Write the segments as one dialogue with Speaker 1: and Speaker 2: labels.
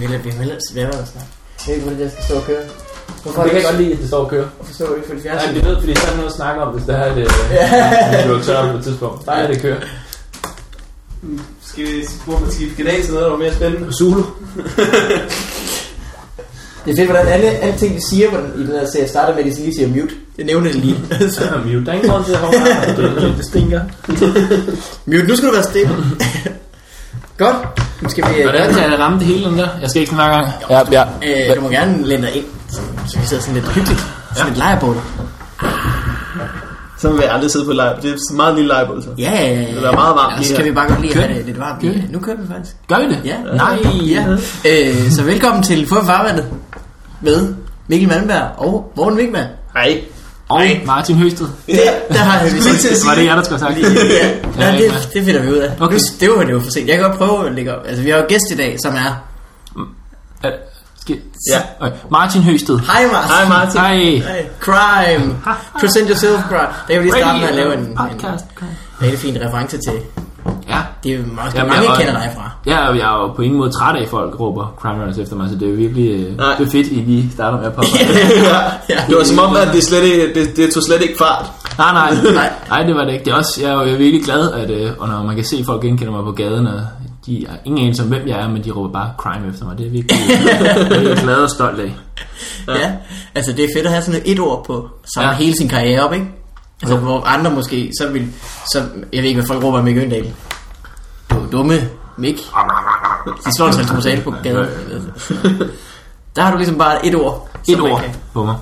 Speaker 1: sværere at snakke. Jeg ved ikke, hvordan jeg skal stå og køre. Hvorfor
Speaker 2: Jeg
Speaker 1: er
Speaker 2: kan
Speaker 1: det
Speaker 2: godt lide, at det står og kører.
Speaker 1: godt forstå ikke for det
Speaker 2: Nej,
Speaker 1: fjerde?
Speaker 2: det er nødt, fordi så er der noget at snakke om, hvis det her er det, det bliver tørre på et tidspunkt. Der er det kører.
Speaker 3: Skal vi burde man skifte kanal til noget, der var mere spændende?
Speaker 2: Zulu.
Speaker 1: Det er fedt, hvordan alle, alle ting, de siger hvordan, i den her serie, starter med, at de lige siger mute. Jeg nævner det lige.
Speaker 2: Så er mute. Der er ingen grund til at holde mig. Det stinker.
Speaker 1: mute, nu skal du være stille. godt. Nu skal vi...
Speaker 2: Hvordan kan jeg ramme det hele den der? Jeg skal ikke den her gang. Ja, ja.
Speaker 1: Øh, du må gerne læne dig ind, så, så vi sidder sådan lidt hyggeligt. Sådan et lejrebål.
Speaker 3: Så vil jeg aldrig sidde på lejr. Det er sådan en meget lille lejr, altså.
Speaker 1: Ja, ja, ja.
Speaker 3: Det er meget varmt
Speaker 1: Ja,
Speaker 3: lige
Speaker 1: så kan
Speaker 3: her.
Speaker 1: vi bare godt lige
Speaker 2: Kør.
Speaker 1: have det lidt varmt.
Speaker 2: Kør.
Speaker 1: Ja, nu kører vi faktisk.
Speaker 2: Gør vi det?
Speaker 1: Ja, nej, ja. Øh, så velkommen til Få Farvandet med Mikkel Malmberg og Morten Wigman.
Speaker 3: Hej.
Speaker 2: Og Martin Høsted.
Speaker 1: Ja, der har vi
Speaker 3: Skulle lige til at
Speaker 1: så.
Speaker 3: sige-
Speaker 2: Var det jer, der skulle have sagt?
Speaker 1: Ja,
Speaker 2: Ja,
Speaker 1: ja,
Speaker 2: ikke
Speaker 1: det, det finder vi ud af.
Speaker 2: Okay.
Speaker 1: Okay. Nu støver det jo for sent. Jeg kan godt prøve at lægge op. Altså, vi har jo gæst i dag, som er...
Speaker 2: Øh, skal-
Speaker 3: Ja.
Speaker 2: Okay. Martin Høsted.
Speaker 1: Hej, Martin.
Speaker 3: Hej, Martin.
Speaker 2: Hej.
Speaker 1: Hey, crime. Present yourself, crime. Det er jo lige starte med at lave en, en,
Speaker 2: podcast.
Speaker 1: rigtig fin reference til.
Speaker 2: Ja.
Speaker 1: Det er jo meget,
Speaker 2: Jamen,
Speaker 1: mange
Speaker 2: jeg-
Speaker 1: kender dig fra.
Speaker 2: Ja, og jeg er jo på ingen måde træt af, at folk råber crime runners efter mig, så det er jo virkelig øh,
Speaker 3: Nej.
Speaker 2: det er fedt, I lige starter med at poppe.
Speaker 3: ja. Det var som om, at det, slet ikke, det, det tog slet ikke fart.
Speaker 2: Nej, nej,
Speaker 1: Nej.
Speaker 2: nej, det var det ikke. Det er også, jeg er jo jeg er virkelig glad, at, øh, og når man kan se, at folk genkender mig på gaden, og de har ingen anelse om, hvem jeg er, men de råber bare crime efter mig. Det er virkelig, jeg er glad og stolt af.
Speaker 1: Ja. ja. Altså, det er fedt at have sådan et ord på, som
Speaker 2: Ja.
Speaker 1: ja. hele sin karriere op, ikke? Altså, hvor andre måske, så vil... Så, jeg ved ikke, hvad folk råber af Mick Øndal. Du dumme Mick. De slår en saltomosale på gaden. Der har du ligesom bare et ord.
Speaker 2: Et
Speaker 1: som man
Speaker 2: ord
Speaker 1: kan-
Speaker 2: på mig.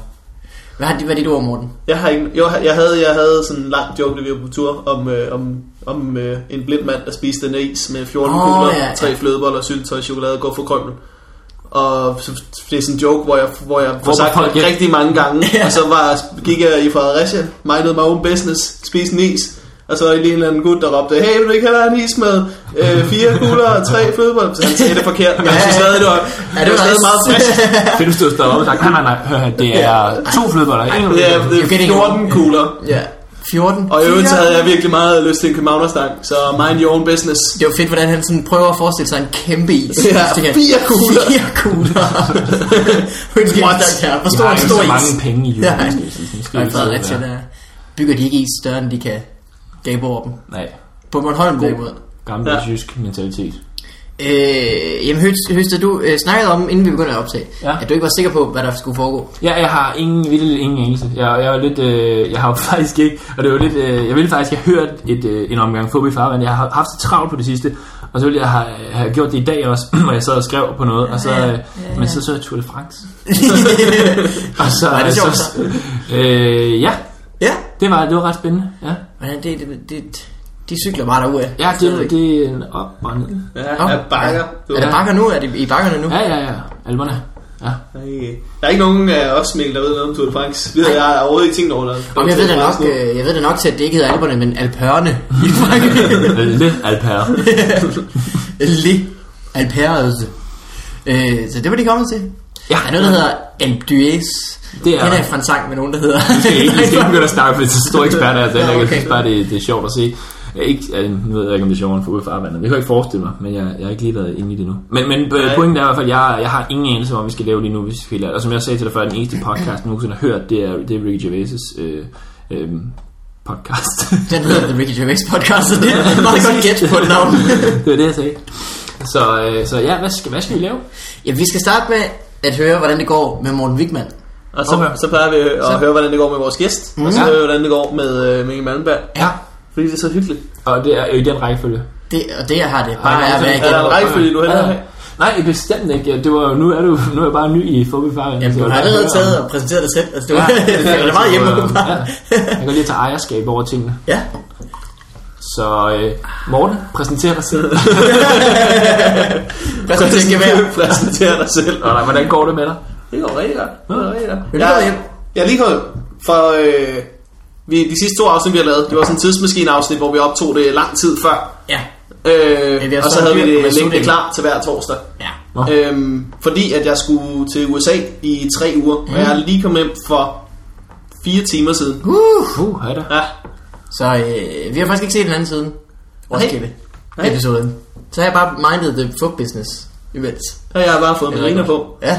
Speaker 1: Hvad har hvad er dit ord, Morten?
Speaker 3: Jeg har ikke, jo, jeg havde, jeg havde sådan en lang joke, da vi var på tur, om, øh, om, om øh, en blind mand, der spiste en is med 14
Speaker 1: Åh,
Speaker 3: oh, kugler,
Speaker 1: ja,
Speaker 3: ja,
Speaker 1: ja.
Speaker 3: tre flødeboller, syltetøj og chokolade og gå for krømmel. Og så, det er sådan en joke, hvor jeg, hvor jeg får
Speaker 2: Råber
Speaker 3: sagt
Speaker 2: folk
Speaker 3: folk,
Speaker 2: hjem.
Speaker 3: rigtig mange gange, og så var, gik jeg i Fredericia, mindede my own business, spiste en is, og så var der lige en eller anden gut, der råbte, hey, vil du ikke have dig en is med øh, fire kugler og tre flødeboller? Så han sagde det forkert, men jeg synes stadig, det var,
Speaker 1: Ja,
Speaker 3: det var stadig meget frisk.
Speaker 2: Fedt, du stod deroppe og sagde, nej, nej, nej, hør her, det er to flødeboller. ikke en
Speaker 3: Ja,
Speaker 2: flødebolle."
Speaker 3: det
Speaker 1: You
Speaker 3: er
Speaker 1: getting it.
Speaker 3: 14 kugler.
Speaker 1: Ja. 14.
Speaker 3: Og i øvrigt så havde jeg virkelig meget lyst til en københavnerstang, så mind your own business.
Speaker 1: Det var fedt, hvordan han sådan prøver at forestille sig en kæmpe is.
Speaker 3: Ja,
Speaker 1: Det kan-
Speaker 3: fire kugler.
Speaker 1: Fire kugler. Undskyld,
Speaker 3: What?
Speaker 1: stærkt her. Hvor
Speaker 2: Jeg
Speaker 1: stor
Speaker 2: har
Speaker 1: en
Speaker 2: ikke
Speaker 1: stor
Speaker 2: så
Speaker 1: is?
Speaker 2: mange penge i
Speaker 1: Ja.
Speaker 2: jorden. så nu skal
Speaker 1: Og i
Speaker 2: vi sidde
Speaker 1: Fredericia,
Speaker 2: der.
Speaker 1: der bygger de ikke is større, end de kan gabe over dem.
Speaker 2: Nej,
Speaker 1: På Bornholm derimod.
Speaker 2: gammel
Speaker 3: Ja.
Speaker 2: jysk mentalitet.
Speaker 1: Øh, jamen, Høst- Høsted, du øh, snakkede om, inden vi begyndte at optage,
Speaker 2: Ja.
Speaker 1: at du ikke var sikker på, hvad der skulle foregå.
Speaker 2: Ja, jeg har ingen vildt ingen anelse. Jeg, jeg var lidt, øh, jeg har jo faktisk ikke, og det var lidt, øh, jeg ville faktisk have hørt et, øh, en omgang Fobi Farvand. Jeg har haft så travlt på det sidste, og så ville jeg have, have gjort det i dag også, hvor jeg sad og skrev på noget, og så, øh, ja, ja, ja. men så så jeg Tour de France. Og så,
Speaker 1: Var det sjovt,
Speaker 2: så? Øh, ja,
Speaker 1: ja.
Speaker 2: det var, det var ret spændende. Ja,
Speaker 1: Hvordan det, det, det, de cykler bare derude.
Speaker 2: ja det, det er en op og ned.
Speaker 3: Ja, jeg bakker. Du.
Speaker 1: Er der bakker nu? Er det i bakkerne nu?
Speaker 2: Ja, ja, ja. Alberne. Ja.
Speaker 3: Ej. Der er ikke nogen af os, Mikkel, der ved noget om Tour de France. Ved jeg, jeg har overhovedet ikke tænkt over noget.
Speaker 1: Om jeg, ved da nok, øh, jeg ved da nok til, at det ikke hedder alberne, men alpørne. i Frankrig.
Speaker 2: Le Alper.
Speaker 1: Le alpærede. Øh, så det var de kommet til.
Speaker 2: Ja.
Speaker 1: Der er noget, der hedder Alpe d'Huez.
Speaker 2: Det er-
Speaker 1: Kender jeg fra en sang med nogen, der hedder...
Speaker 2: Vi skal ikke, vi skal ikke begynde at snakke, for så stor ekspert er jeg selv.
Speaker 1: Nå,
Speaker 2: Jeg
Speaker 1: okay.
Speaker 2: synes bare, det, det er sjovt at se. Jeg er ikke, jeg, nu ved jeg ikke, om det er sjovere end for ude farvandet. Det kan jeg ikke forestille mig, men jeg, jeg har ikke lige været inde i det nu. Men, men øh, pointen er i hvert fald, at jeg, jeg har ingen anelse om, vi skal lave lige nu, hvis vi skal lave. Og som jeg sagde til dig før, den eneste podcast, jeg nogensinde har hørt, det er, det er Ricky Gervais' øh, øh, podcast.
Speaker 1: Den hedder The Ricky Gervais Podcast, så det er meget godt gæt på et navn.
Speaker 2: det var det, jeg sagde. Så, øh, så ja, hvad skal, hvad skal vi lave?
Speaker 1: ja, vi skal starte med at høre, hvordan det går med Morten Wigman.
Speaker 3: Og så,
Speaker 2: Okay.
Speaker 3: så plejer vi at
Speaker 1: Så- Mhm.
Speaker 3: høre, hvordan det går med vores gæst. Og så
Speaker 2: Ja.
Speaker 3: høre, hvordan det går med øh, Mikkel Malmberg.
Speaker 2: Ja.
Speaker 3: Fordi det er så hyggeligt.
Speaker 2: Og det er jo i den rækkefølge.
Speaker 1: Det, og det, jeg har det
Speaker 2: Ej,
Speaker 1: bare er at være
Speaker 2: det-
Speaker 3: Er der
Speaker 1: igen.
Speaker 3: en rækkefølge, du hellere vil have?
Speaker 2: Nej, bestemt ikke. Det var, jo- nu, er du, nu er jeg bare ny i fodboldfarven.
Speaker 1: Jamen,
Speaker 2: Så
Speaker 1: du har
Speaker 2: jeg
Speaker 1: allerede
Speaker 2: hører om-
Speaker 1: taget og præsenteret dig selv. Altså, du, ja, det er meget hjemme.
Speaker 2: Så, øh,
Speaker 1: du bare.
Speaker 2: ja. Jeg kan lige tage ejerskab over tingene.
Speaker 1: ja.
Speaker 2: Så øh, Morten, præsenter dig selv.
Speaker 1: Præsenteret gevær.
Speaker 3: Præsentere dig selv.
Speaker 2: Nå, nej, hvordan går det med dig?
Speaker 3: Det går rigtig godt. Det går rigtig godt.
Speaker 1: Er du gået hjem?
Speaker 3: Jeg er lige kommet hjem fra øh, vi, de sidste to afsnit, vi har lavet. Det var sådan en tidsmaskine-afsnit, hvor vi optog det lang tid før.
Speaker 1: Ja. Men
Speaker 3: Øh,
Speaker 1: vi har
Speaker 3: og så
Speaker 1: så
Speaker 3: havde
Speaker 1: dyrt
Speaker 3: vi
Speaker 1: på
Speaker 3: det længde
Speaker 1: beslutningen.
Speaker 3: klar til hver torsdag.
Speaker 1: Ja.
Speaker 2: Nå.
Speaker 3: Øhm, fordi at jeg skulle til USA i tre uger, og jeg er lige kommet hjem for fire timer siden.
Speaker 1: Uh.
Speaker 2: Uh, hej da.
Speaker 3: Ja,
Speaker 1: Så øh, vi har faktisk ikke set den anden siden. Roskilde. Episoden. Så har jeg bare mindet the fuck business. imens.
Speaker 3: Og jeg har bare fået
Speaker 2: Det er
Speaker 3: mariner på.
Speaker 2: rigtigt.
Speaker 1: Ja.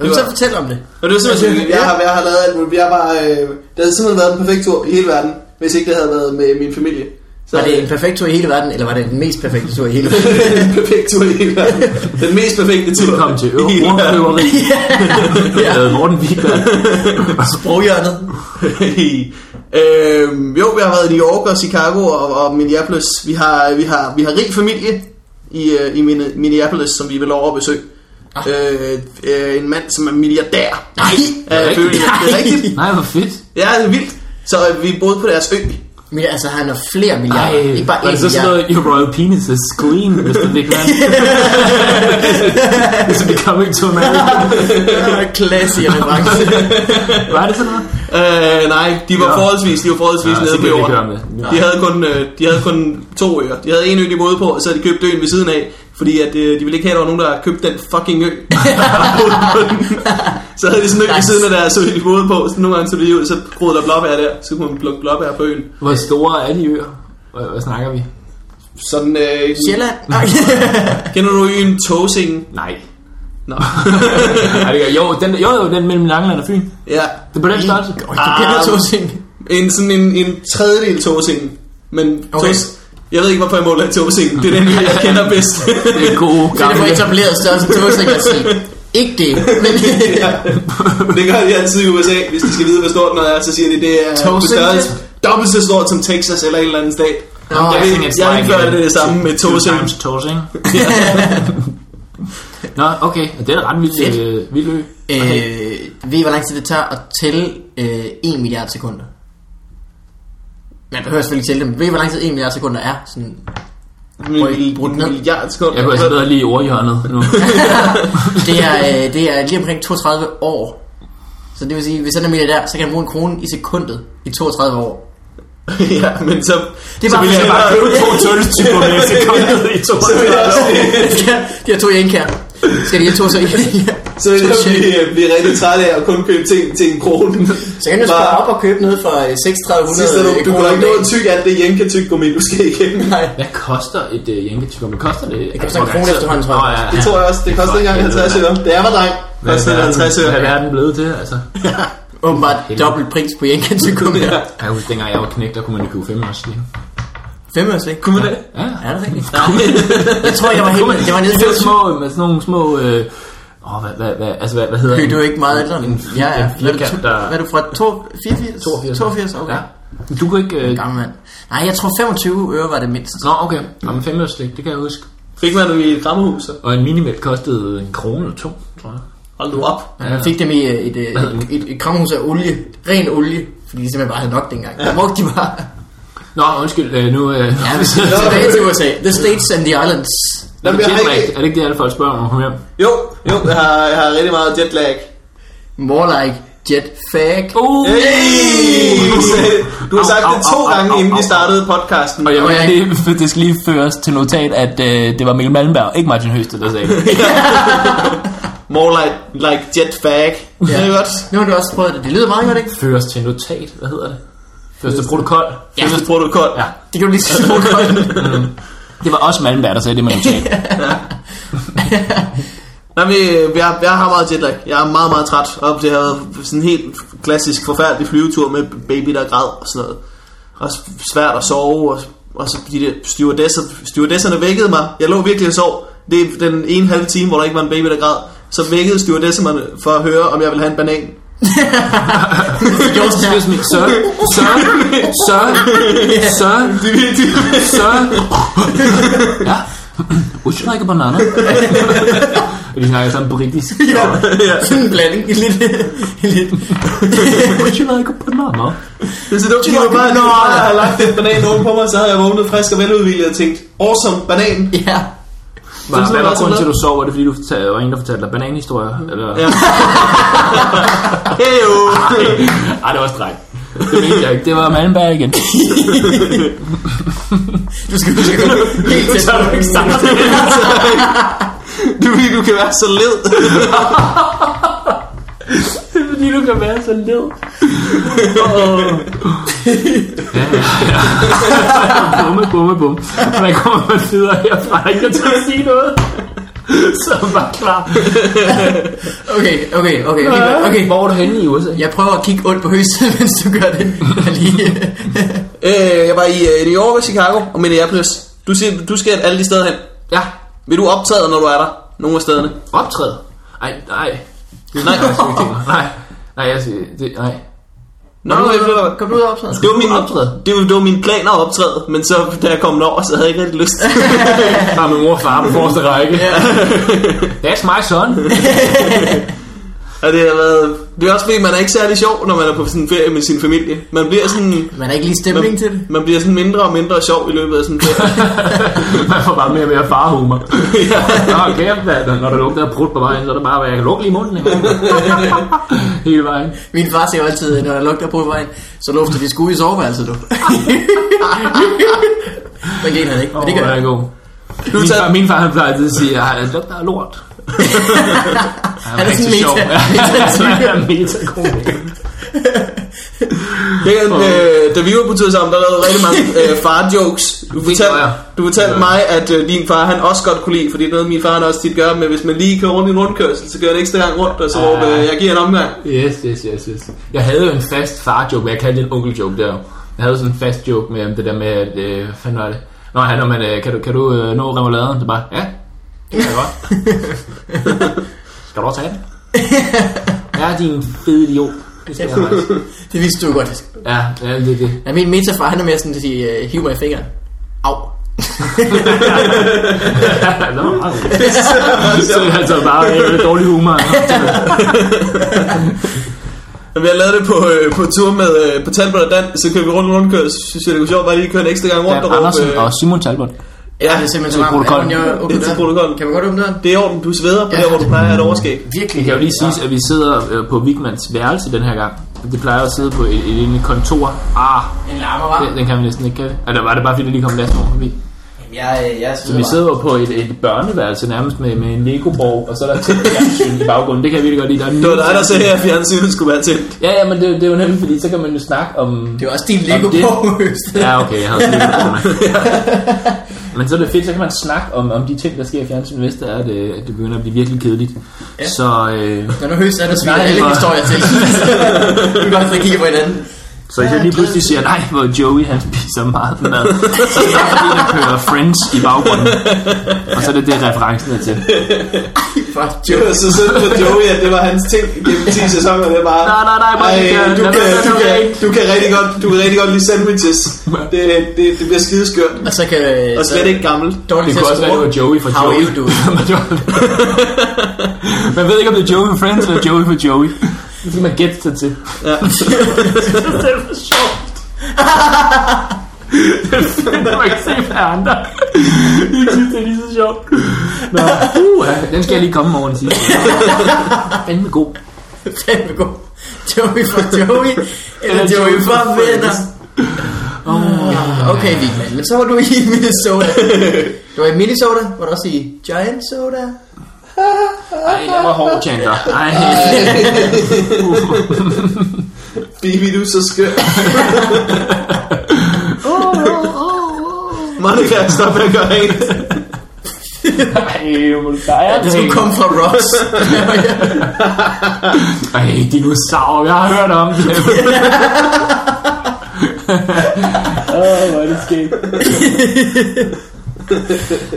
Speaker 1: Jamen,
Speaker 3: Det
Speaker 1: så
Speaker 3: var-
Speaker 1: fortæl om det.
Speaker 3: Og det var
Speaker 4: Jeg,
Speaker 3: simpelthen...
Speaker 4: synes, jeg, har, jeg har lavet alt muligt. Jeg har bare, øh, det havde simpelthen været en perfekt tur i hele verden, hvis ikke det havde været med min familie. Så
Speaker 1: Var det en perfekt tur i hele verden, eller var det den mest perfekte tur i hele verden?
Speaker 4: en perfekt tur i hele verden.
Speaker 3: Den mest perfekte tur.
Speaker 2: Velkommen til
Speaker 3: i hele verden.
Speaker 2: Øvrigøveri. Jeg hedder Morten Wigberg.
Speaker 1: Sproghjørnet.
Speaker 3: øhm, jo, vi har været i New York og Chicago og, og Minneapolis. Vi har, vi har, vi har rig familie i, øh, i Minne- Minneapolis, som vi vil over at besøge.
Speaker 2: Ah.
Speaker 3: Øh, øh, en mand, som er milliardær.
Speaker 1: Nej,
Speaker 3: Er det rigtigt? Det er rigtigt.
Speaker 2: Nej, hvor fedt.
Speaker 3: Ja, det er vildt. Så øh, vi boede på deres ø.
Speaker 1: Men altså, han har flere milliarder.
Speaker 2: Ej,
Speaker 1: ikke bare
Speaker 2: øh, var
Speaker 1: en
Speaker 2: det så sådan
Speaker 1: milliard.
Speaker 2: noget, your royal penis is green, hvis det ikke var. It's becoming too many.
Speaker 1: Classy reference.
Speaker 2: Var det sådan noget?
Speaker 3: Øh, nej, de var
Speaker 2: Nå.
Speaker 3: forholdsvis, de var forholdsvis
Speaker 2: Nå, så
Speaker 3: nede
Speaker 2: kan
Speaker 3: på
Speaker 2: vi ikke
Speaker 3: jorden.
Speaker 2: høre om det.
Speaker 3: De havde, kun, øh, de havde kun to øer. De havde en ø, de boede på, og så havde de købt øen ved siden af, fordi at, øh, de ville ikke have, at der var nogen, der købte den fucking ø. så havde de sådan en ø ved
Speaker 1: Nice.
Speaker 3: siden af der, så de boede på. Så nogle gange så det ud, så groede der blåbær der, så kunne man plukke blåbær på øen.
Speaker 2: Hvor store er de øer? Hvad, hvad snakker vi?
Speaker 3: Sådan, øh,
Speaker 1: Sjælland. Nej.
Speaker 3: kender du øen Tåsingen?
Speaker 2: Nej.
Speaker 3: Nå.
Speaker 2: Ej, det gør- jo, den, jo, jo, den mellem Langeland og Fyn.
Speaker 3: ja.
Speaker 2: Det er på den størrelse.
Speaker 1: Oj, Du kender
Speaker 3: Ah.
Speaker 1: to ting.
Speaker 3: En, sådan en, en tredjedel Tåsingen. Men
Speaker 1: Okay.
Speaker 3: okay. tos, jeg ved ikke, hvorfor jeg måler Tåsingen. Det er den ø, jeg kender bedst.
Speaker 2: Det er gode
Speaker 1: Så det var
Speaker 2: gamle.
Speaker 1: etableret størrelse to ting at sige. Ikke det, men
Speaker 3: Det gør de altid i USA, hvis de skal vide, hvor stort noget er, så siger de, det er på
Speaker 1: Togcenter?
Speaker 3: størrelse dobbelt så stort som Texas eller en eller anden stat.
Speaker 1: Nå,
Speaker 3: jeg
Speaker 1: jeg
Speaker 3: ved,
Speaker 2: tænker,
Speaker 3: jeg
Speaker 2: at
Speaker 3: indførte
Speaker 2: Sverige-
Speaker 3: det samme med
Speaker 2: Two
Speaker 3: Tåsing.
Speaker 2: times Tosing. Nå, okay. Det er da ret vildt,
Speaker 1: Fedt.
Speaker 2: øh, vild ø.
Speaker 1: øh, ved I, hvor lang tid det tager at tælle øh, 1 milliard sekunder? Man behøver selvfølgelig ikke tælle dem. Ved I, hvor lang tid 1 milliard sekunder er? Sådan, brudt ned.
Speaker 3: Milliard sekund.
Speaker 2: Jeg kunne altså bedre lige i ordhjørnet nu.
Speaker 1: det, er, øh, det er lige omkring 32 år. Så det vil sige, hvis han er milliardær, så kan han bruge en krone i sekundet i 32 år.
Speaker 3: ja, men så,
Speaker 1: Det er
Speaker 3: så
Speaker 1: bare-
Speaker 3: vil
Speaker 1: det
Speaker 3: jeg
Speaker 1: er
Speaker 3: bare
Speaker 1: bare-
Speaker 3: købe to tøl.
Speaker 2: tølstyper med sekundet i to.
Speaker 3: Så vil jeg også
Speaker 1: Ja, de har to i indkær. Skal de have to så i indkær?
Speaker 3: så vil jeg blive, blive rigtig træt af at kun købe ting til en krone.
Speaker 1: Så kan du spare
Speaker 3: Bare-
Speaker 1: op og købe noget for øh, 3600
Speaker 3: Sidste, du, du kunne
Speaker 1: kroner
Speaker 3: nok
Speaker 1: om
Speaker 3: nå
Speaker 1: dagen.
Speaker 3: at tykke alt det jenke tyk gummi, du skal igennem.
Speaker 1: Nej.
Speaker 2: Hvad koster et øh, jænketykker? Hvad koster det? Det
Speaker 1: koster en krone efterhånden, tror jeg.
Speaker 2: Nå, ja, ja.
Speaker 3: Det tror jeg også, det koster ikke engang 50 øre. Det er var dreng.
Speaker 2: Hvad
Speaker 3: Koster det
Speaker 2: er verden-
Speaker 3: 50 øre.
Speaker 2: Hvad er verden blevet til, altså?
Speaker 1: Åbenbart dobbelt pris på Jenkan til kun
Speaker 3: Ja.
Speaker 2: Jeg husker, dengang jeg var knægt, der kunne man jo købe fem også lige.
Speaker 1: 5 år, ikke?
Speaker 3: Kunne man det?
Speaker 2: Ja,
Speaker 1: Er det rigtigt? Jeg tror, jeg var
Speaker 2: Kunne man-
Speaker 1: helt... Jeg var nede i
Speaker 2: sådan nogle
Speaker 1: Højsmo.
Speaker 2: små, med sådan nogle små... Øh, åh, hvad, hvad, hvad, altså, hvad, hvad hedder
Speaker 1: Du er ikke meget ældre end... Ja, ja. Hvad er du,
Speaker 2: firkant, der-
Speaker 1: hvad er du fra? To- 84?
Speaker 2: 82.
Speaker 1: 82, okay.
Speaker 2: Ja. Du kunne ikke... Øh,
Speaker 1: Gammel mand. Nej, jeg tror 25 øre var det mindst.
Speaker 2: nå, okay. Jamen, fem øres slik, det kan jeg huske.
Speaker 3: Fik man dem i et grammehus, så?
Speaker 2: Og en minimælk kostede en krone eller to, tror jeg.
Speaker 3: Hold nu op.
Speaker 1: Jeg fik dem i øh, et, øh, et, et, et kramhus af olie. Ren olie. Fordi de simpelthen bare havde nok dengang. Der brugte de bare...
Speaker 2: Nå, undskyld, øh, nu... Øh,
Speaker 1: Ja, vi skal tilbage til USA. The States and the Islands.
Speaker 2: er, det
Speaker 3: Jamen, jeg har
Speaker 2: jetlag?
Speaker 3: ikke-
Speaker 2: er det ikke det, alle folk spørger om, når man kommer hjem?
Speaker 3: Jo, jo, jeg har, jeg har rigtig meget jetlag.
Speaker 1: More like jet fag.
Speaker 2: Uh,
Speaker 3: Hey! Du sagde- Du har
Speaker 2: Au,
Speaker 3: sagt
Speaker 2: au,
Speaker 3: det to
Speaker 2: au, au,
Speaker 3: gange,
Speaker 2: au,
Speaker 3: inden
Speaker 2: au.
Speaker 3: vi startede podcasten.
Speaker 2: Og jeg
Speaker 1: Og jeg-
Speaker 2: vil lige, det skal lige føres til notat, at øh, det var Mikkel Malmberg, ikke Martin Høsted, der sagde det.
Speaker 3: More like, like jet fag. Det er godt.
Speaker 1: Nu har du også prøvet det. Det lyder meget godt, ikke?
Speaker 2: Føres til notat, hvad hedder det? Føres til protokol.
Speaker 1: Ja.
Speaker 3: Fælles protokol.
Speaker 2: Ja.
Speaker 1: Det kan du lige sige.
Speaker 2: Det var også Malmberg, der sagde det med notat.
Speaker 3: Nej, men, øh, jeg, jeg har meget jetlag. Jeg er meget, meget træt. Og det har været sådan en helt klassisk forfærdelig flyvetur med baby, der græd og sådan noget. Og s- svært at sove, og, og så de der stewardesser, stewardesserne vækkede mig. Jeg lå virkelig og sov. Det er den ene halve time, hvor der ikke var en baby, der græd. Så vækkede stewardesserne mig for at høre, om jeg ville have en banan.
Speaker 2: Excuse me, sir, sir, sir, sir,
Speaker 3: De, de, de,
Speaker 2: sir. Ja. Would you like a banana? Og de snakker sådan britisk.
Speaker 1: Sådan en blanding. En lidt... En lidt.
Speaker 2: Would you like a banana?
Speaker 3: Det er så dumt,
Speaker 1: Det var
Speaker 3: jeg bare,
Speaker 1: ikke
Speaker 3: når
Speaker 1: noget.
Speaker 3: jeg havde lagt den banan oven på mig, så havde jeg vågnet frisk og veludviklet og tænkt, awesome, banan.
Speaker 1: Ja.
Speaker 2: Hvad, hvad var grunden til, at
Speaker 3: at
Speaker 2: du sov? Var det, fordi du fortalte, der var en, der fortalte dig bananhistorier? Eller?
Speaker 3: Ja. Heyo!
Speaker 2: Ej, det var streg. Det mente jeg ikke. Det var Malmberg igen.
Speaker 1: Du skal huske at gå helt tæt.
Speaker 2: Så har du ikke sagt det.
Speaker 3: Du, du kan være så led.
Speaker 2: lige nu kan være så led. Åh. Ja, ja. Bumme, bumme, bumme. Hvad kommer man videre herfra? Der er Ikke til at sige noget. Så var klar.
Speaker 1: Okay, okay, okay. Okay, okay.
Speaker 2: Hvor er du henne i USA?
Speaker 1: Jeg prøver at kigge ondt på høstet, mens du gør det. Jeg lige...
Speaker 3: Øh, jeg var i øh, New York og Chicago og Minneapolis. Du, siger, du skal alle de steder hen.
Speaker 2: Ja,
Speaker 3: Vil du optræde, når du er der? Nogle af stederne.
Speaker 2: optræde. Ej, nej. Det er
Speaker 3: Nej.
Speaker 2: nej, jeg faktisk ikke tænker. nej. Nej, jeg siger, det, nej.
Speaker 3: Nå, Nå, jeg flytter
Speaker 1: Kom du ud og optræde?
Speaker 3: det var, min,
Speaker 2: optræde?
Speaker 3: det, var, det var min plan at optræde, men så da jeg kom over, så havde jeg ikke rigtig lyst.
Speaker 2: Bare med mor og far på forreste række. That's my son.
Speaker 3: og det har været... Det er også fordi, man er ikke særlig sjov, når man er på sådan en ferie med sin familie. Man bliver sådan...
Speaker 1: Man er ikke lige stemning til det.
Speaker 3: Man bliver sådan mindre og mindre sjov i løbet af sådan en ferie.
Speaker 2: Man får bare mere og mere farhumor. Nå, kæft, mand. når der lugter af prut på vejen, så er det bare, at jeg kan lukke lige munden. i morgen. Hele vejen.
Speaker 1: Min far siger jo altid, når der lugter på vejen, så lufter vi skue i soveværelset, du. Den griner han ikke, men det gør
Speaker 2: Åh,
Speaker 1: jeg.
Speaker 2: er god. Min
Speaker 3: tager-
Speaker 2: far, min far han plejer altid at sige, at det lugter af lort. Han
Speaker 1: er
Speaker 2: ikke
Speaker 1: sådan
Speaker 2: så sjov.
Speaker 1: meta- meta-type.
Speaker 2: Ja, Han er meta god.
Speaker 3: Det, øh, da vi var på tur sammen, der lavede rigtig mange øh, far-jokes. Du fortalte,
Speaker 2: tror jeg.
Speaker 3: du fortalte mig, at øh, din far han også godt kunne lide, fordi det er noget, min far han også tit gør, men hvis man lige kører rundt i en rundkørsel, så gør det ekstra gang rundt, og så råber øh, jeg giver en omgang.
Speaker 2: Yes, yes, yes, yes. Jeg havde jo en fast far-joke, men jeg kaldte det en onkel-joke der. jo. Jeg havde sådan en fast joke med øhm, det der med, at... Øh, hvad fanden var det? Nå, han, når man, øh, kan du, kan du øh, nå remouladen? Det bare, ja, det kan jeg godt. skal du også have den? Ja, din fede idiot. Det skal jeg faktisk.
Speaker 1: Det vidste du jo godt.
Speaker 2: Ja, ja, det er det.
Speaker 1: Ja, min metafar, han er mere sådan at sige, øh, hiv mig i fingeren. Au.
Speaker 2: Nå, meget okay. Så er det altså bare øh, dårlig humor.
Speaker 3: Når vi har lavet det på, øh, på tur med øh, på Talbot og Dan, så kører vi rundt i en rundkørsel, så synes jeg, det kunne sjovt bare lige at køre en ekstra gang rundt
Speaker 2: Dan
Speaker 3: og råbe... øh,
Speaker 2: Andersen og Simon Talbot.
Speaker 1: Ja,
Speaker 3: ja,
Speaker 1: det er simpelthen så
Speaker 2: til
Speaker 1: varmt.
Speaker 2: protokollen.
Speaker 1: Ja, men jeg åbner
Speaker 3: Det er til
Speaker 1: døren.
Speaker 3: protokollen.
Speaker 1: Kan man godt åbne døren?
Speaker 3: det er i orden, du sveder på
Speaker 1: Ja.
Speaker 3: der, hvor du plejer at overskæg.
Speaker 1: Virkelig.
Speaker 2: Det kan jo lige siges, at vi sidder øh, på Vigmans værelse den her gang. Det plejer at sidde på et, et, et, et kontor. Ah,
Speaker 1: En larmer, var.
Speaker 2: Den, den kan vi næsten ikke, kan vi? Eller var det bare fordi, der lige kom last over forbi?
Speaker 1: Jeg, jeg
Speaker 2: Så vi sidder jo på et, et børneværelse nærmest med, med en legoborg, og så er der tændt fjernsyn i baggrunden. Det kan jeg virkelig godt lide. Der er
Speaker 3: Det var dig, der sagde, at fjernsynet skulle være tændt.
Speaker 2: Ja, ja, men det, det er jo nemt, fordi så kan man jo snakke om...
Speaker 1: Det var også din Lego
Speaker 2: det-
Speaker 1: på høstet.
Speaker 2: Ja, okay, jeg havde sådan lidt Men så er det fedt, så kan man snakke om, om de ting, der sker i fjernsynet, hvis det er, at, øh, at det begynder at blive virkelig kedeligt. Ja. Så, øh,
Speaker 1: Når du høst, er der smidt
Speaker 2: Nej,
Speaker 1: alle
Speaker 2: hvor-
Speaker 1: historier til. Vi kan godt sidde og kigge på hinanden.
Speaker 2: så hvis jeg lige pludselig siger, nej, hvor Joey han spiser meget mad, så er det bare fordi, han kører Friends i baggrunden. Og så er det det, referencen er til.
Speaker 1: Fuck,
Speaker 3: Det
Speaker 1: joke.
Speaker 3: var så sødt for Joey, at det var hans ting gennem 10 sæsoner, det var...
Speaker 2: Nej, nej, nej,
Speaker 3: Ej,
Speaker 2: Monica,
Speaker 3: du
Speaker 2: lad
Speaker 3: kan,
Speaker 2: være med at
Speaker 3: du, kan,
Speaker 2: være
Speaker 3: du kan rigtig godt, du kan rigtig godt lide sandwiches. Det, det, det bliver skideskørt.
Speaker 1: Og så kan...
Speaker 3: Og slet ikke gammelt.
Speaker 1: Dårligt
Speaker 2: Det
Speaker 1: til
Speaker 2: kunne
Speaker 1: at
Speaker 2: også være, det
Speaker 1: score.
Speaker 2: var Joey fra
Speaker 1: How
Speaker 2: Joey.
Speaker 1: you doing?
Speaker 2: Men det var- man ved ikke, om det er Joey fra Friends eller Joey fra Joey. Det skal man gætte sig til.
Speaker 3: Ja.
Speaker 2: det er for sjovt. det er fedt, at man kan se på andre. Jeg synes, det er lige så sjovt. Nå, uh, den skal jeg lige komme i morgen og sige. Fandme god.
Speaker 1: Fandme god. Joey fra Joey. Eller
Speaker 2: Eller
Speaker 1: Joey
Speaker 2: Joey
Speaker 1: fra
Speaker 2: fra
Speaker 1: Venner. Okay, Vigman. Men så var du i Minnesota. Du var i Minnesota. Var du også i Giant Soda?
Speaker 2: Ej, jeg var hård, Chandler. Ej.
Speaker 3: Baby, du er så skør. Monica, stop med at gøre rent.
Speaker 2: Ej, hvor er
Speaker 1: Du
Speaker 2: det.
Speaker 1: kom fra Ross.
Speaker 2: Ej, dinosaurer, jeg har hørt om det. Åh, oh, hvor er det sket.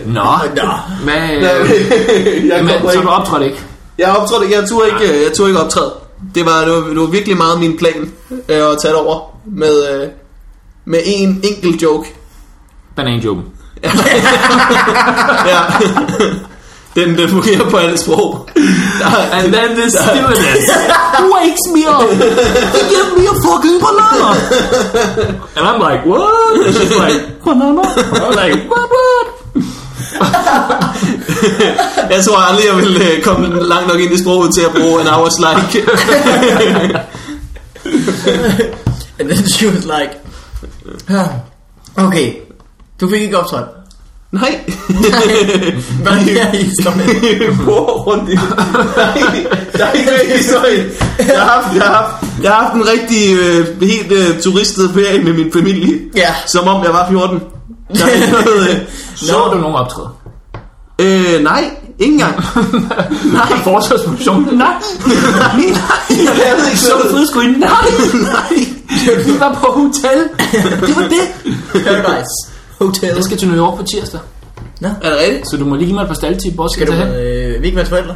Speaker 2: Nå,
Speaker 1: Nå.
Speaker 2: hvad, øh,
Speaker 3: Jeg
Speaker 2: men, så
Speaker 3: kommer ikke.
Speaker 2: du optrådte ikke?
Speaker 3: Jeg optrådte, jeg turde ikke, jeg turde ikke optræde. Det var, det var, det var virkelig meget min plan øh, at tage det over med, øh, med en enkelt joke.
Speaker 2: Bananjoken.
Speaker 3: Ja. den, den fungerer på alle sprog. Der,
Speaker 2: And then the stewardess wakes me up. He gave me a fucking banana. And I'm like, what? And she's like, banana? I'm like, what, what?
Speaker 3: jeg tror aldrig, jeg ville øh, komme langt nok ind i sproget til at bruge en hours like.
Speaker 1: And then she was like... "Ah, Okay. Du fik ikke optrådt.
Speaker 3: Nej.
Speaker 1: Hvad er det her i historien?
Speaker 3: Bor rundt i Nej, der er ikke med i historien. Jeg har haft, jeg har haft, jeg har haft en rigtig øh, helt øh, turistet ferie med min familie.
Speaker 1: Ja.
Speaker 3: Som om jeg var 14. Der er ikke noget, øh,
Speaker 2: Så du nogen optræde?
Speaker 3: øh, nej, ikke engang.
Speaker 2: Nej. Forsvarsfunktion? Nej.
Speaker 3: Nej, jeg ved ikke,
Speaker 2: Så du fede skulle Nej.
Speaker 3: Nej.
Speaker 2: Vi var på hotel. Det var det.
Speaker 1: Paradise Hotel.
Speaker 2: Jeg skal til New York på tirsdag.
Speaker 3: Er det rigtigt?
Speaker 2: Så du må lige give mig et par staldtip også.
Speaker 1: Skal du
Speaker 2: derhen.
Speaker 1: øh, Vigmans forældre?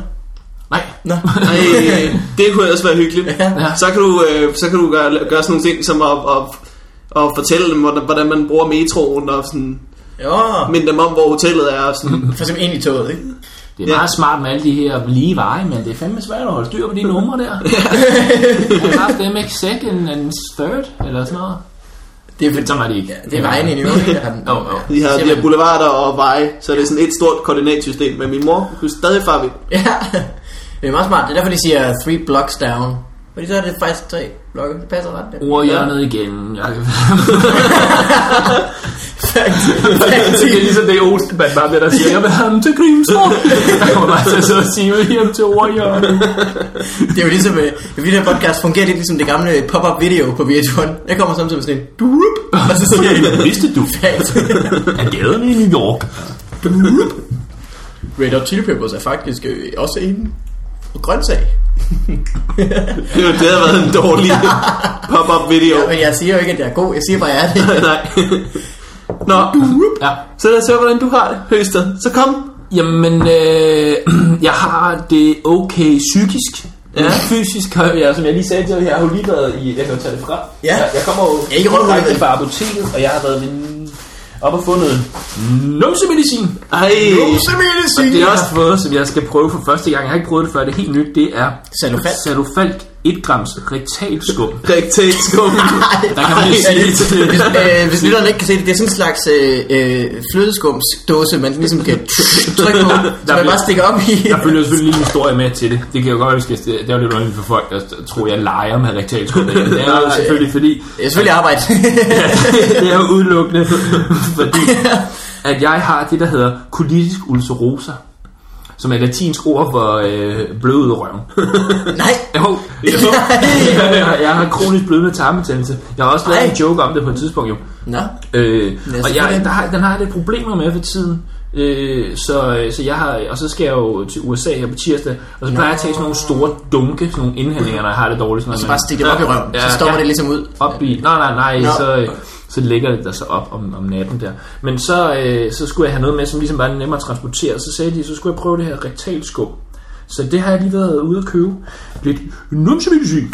Speaker 2: Nej.
Speaker 1: Nå.
Speaker 3: Ej, øh, det kunne ellers være hyggeligt.
Speaker 2: Ja.
Speaker 3: Så kan du, øh, så kan du gøre, gøre sådan nogle ting som at, at, at fortælle dem, hvordan, hvordan man bruger metroen og sådan,
Speaker 1: Jo,
Speaker 3: minde dem om, hvor hotellet er. Og sådan.
Speaker 1: for eksempel ind i toget, ikke?
Speaker 2: Det er meget smart med alle de her lige veje, men det er fandme svært at holde styr på de numre der. Jeg har haft dem ikke second and third, eller sådan noget.
Speaker 1: Det er for,
Speaker 2: Men sådan var det ikke.
Speaker 1: ja, det er vejen i New York, ikke? Der har den-
Speaker 2: Jo, jo.
Speaker 3: De har, de
Speaker 1: Siger
Speaker 3: har
Speaker 1: man-
Speaker 3: boulevarder og veje, så det er sådan et stort koordinatsystem. Men min mor kunne stadig farve.
Speaker 1: Ja, det er meget smart. Det er derfor, de siger three blocks down. Fordi så er det faktisk tre blokke. Det passer ret.
Speaker 2: Ord jeg ned igen. Jeg... det er
Speaker 1: Faktisk.
Speaker 2: ligesom det Olsen, man bare bliver der siger, jeg vil have dem til Grimstor. Jeg kommer bare til at sidde og sige, jeg vil hjem til Ordjørn.
Speaker 1: Det er jo ligesom, øh, fordi den her podcast fungerer lidt ligesom det gamle pop-up video på VH1. Jeg kommer samtidig med sådan en, durup, og så siger jeg,
Speaker 2: Vidste du,
Speaker 1: Fat.
Speaker 2: at gaderne i New York
Speaker 1: Red Hot Chili Peppers er faktisk øh, også en grøntsag.
Speaker 3: Det, var- det havde været en dårlig pop-up video.
Speaker 1: Ja, men jeg siger jo ikke, at jeg er god. Jeg siger bare, at jeg er det.
Speaker 3: Nej. Nå,
Speaker 2: Ja.
Speaker 3: så lad os høre, hvordan du har det, Høsted. Så kom.
Speaker 2: Jamen, øh, jeg har det okay psykisk. Ja. Fysisk har jeg, som jeg lige sagde til jer, jeg har jo lige været i, jeg kan jo tage det fra.
Speaker 1: Ja.
Speaker 2: Jeg, jeg kommer jo
Speaker 1: Ja, ikke rundt,
Speaker 2: direkte
Speaker 1: men-
Speaker 2: fra apoteket, og jeg har været min, op og fundet numsemedicin.
Speaker 3: Ej,
Speaker 1: Rosemedicin!
Speaker 2: Det er også fået, som jeg skal prøve for første gang. Jeg har ikke prøvet det før, det er helt nyt. Det er
Speaker 1: Salofalt.
Speaker 2: Salofalt 1 grams rektalskum.
Speaker 3: rigtig skum.
Speaker 2: Der kan man lige
Speaker 1: Ja,
Speaker 2: sige
Speaker 1: det-
Speaker 2: det.
Speaker 1: hvis, øh, hvis lytterne ikke kan se det, det er sådan en slags øh, øh, flødeskumsdåse, man ligesom kan trykke på, så man bare stikker op i.
Speaker 2: Der følger jo selvfølgelig lige en historie med til det. Det kan jeg godt huske, at det det er jo lidt underligt for folk, der tror, jeg leger med rektalskum. Det er jo selvfølgelig fordi,
Speaker 1: Det er selvfølgelig arbejde.
Speaker 2: det er jo udelukkende, fordi at jeg har det, der hedder colitisk ulcerosa, som er latinsk ord for øh, blød ud af røven.
Speaker 1: Nej.
Speaker 2: Jo, jo. jeg, har- jeg har kronisk blødende tarmbetændelse. Jeg har også lavet
Speaker 1: Ej.
Speaker 2: en joke om det på et tidspunkt, jo.
Speaker 1: Nå.
Speaker 2: Øh,
Speaker 1: Lad os
Speaker 2: og
Speaker 1: få
Speaker 2: jeg,
Speaker 1: den.
Speaker 2: der har, den har jeg lidt problemer med for tiden. Øh, så, så jeg har, og så skal jeg jo til USA her på tirsdag, og så plejer jeg at tage sådan nogle store dunke, sådan nogle indhændinger, når jeg har det dårligt. Sådan
Speaker 1: Så
Speaker 2: noget,
Speaker 1: bare stikker det op i røven, så stopper det ligesom ud.
Speaker 2: op i, nej, nej, nej,
Speaker 1: Nå.
Speaker 2: så, øh, så ligger det der så op om, om natten der. Men så, øh, så skulle jeg have noget med, som ligesom var nemmere at transportere, så sagde de, så skulle jeg prøve det her rektalskum. Så det har jeg lige været ude at købe. Lidt numsemedicin.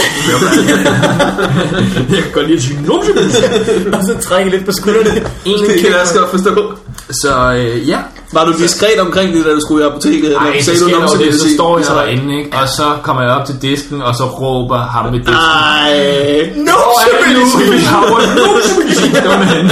Speaker 2: jeg kan godt lide at sige numsemedicin.
Speaker 1: Og så trækker lidt på skuldrene.
Speaker 2: Egentlig
Speaker 3: Det kan jeg
Speaker 2: kæmpe-
Speaker 3: også godt forstå.
Speaker 2: Så øh, ja,
Speaker 3: Var du diskret omkring det, da du skulle i apoteket? Eller
Speaker 2: Ej, så,
Speaker 3: sagde du
Speaker 2: sker
Speaker 3: noget
Speaker 2: der
Speaker 3: om
Speaker 2: jo det, så
Speaker 3: medicin?
Speaker 2: står jeg derinde, ikke? og så kommer jeg op til disken, og så råber ham
Speaker 1: Ah,
Speaker 2: ved disken.
Speaker 3: Ej,
Speaker 1: No,
Speaker 2: Hvor er det nu, vi har vores numsemedicin, dummen?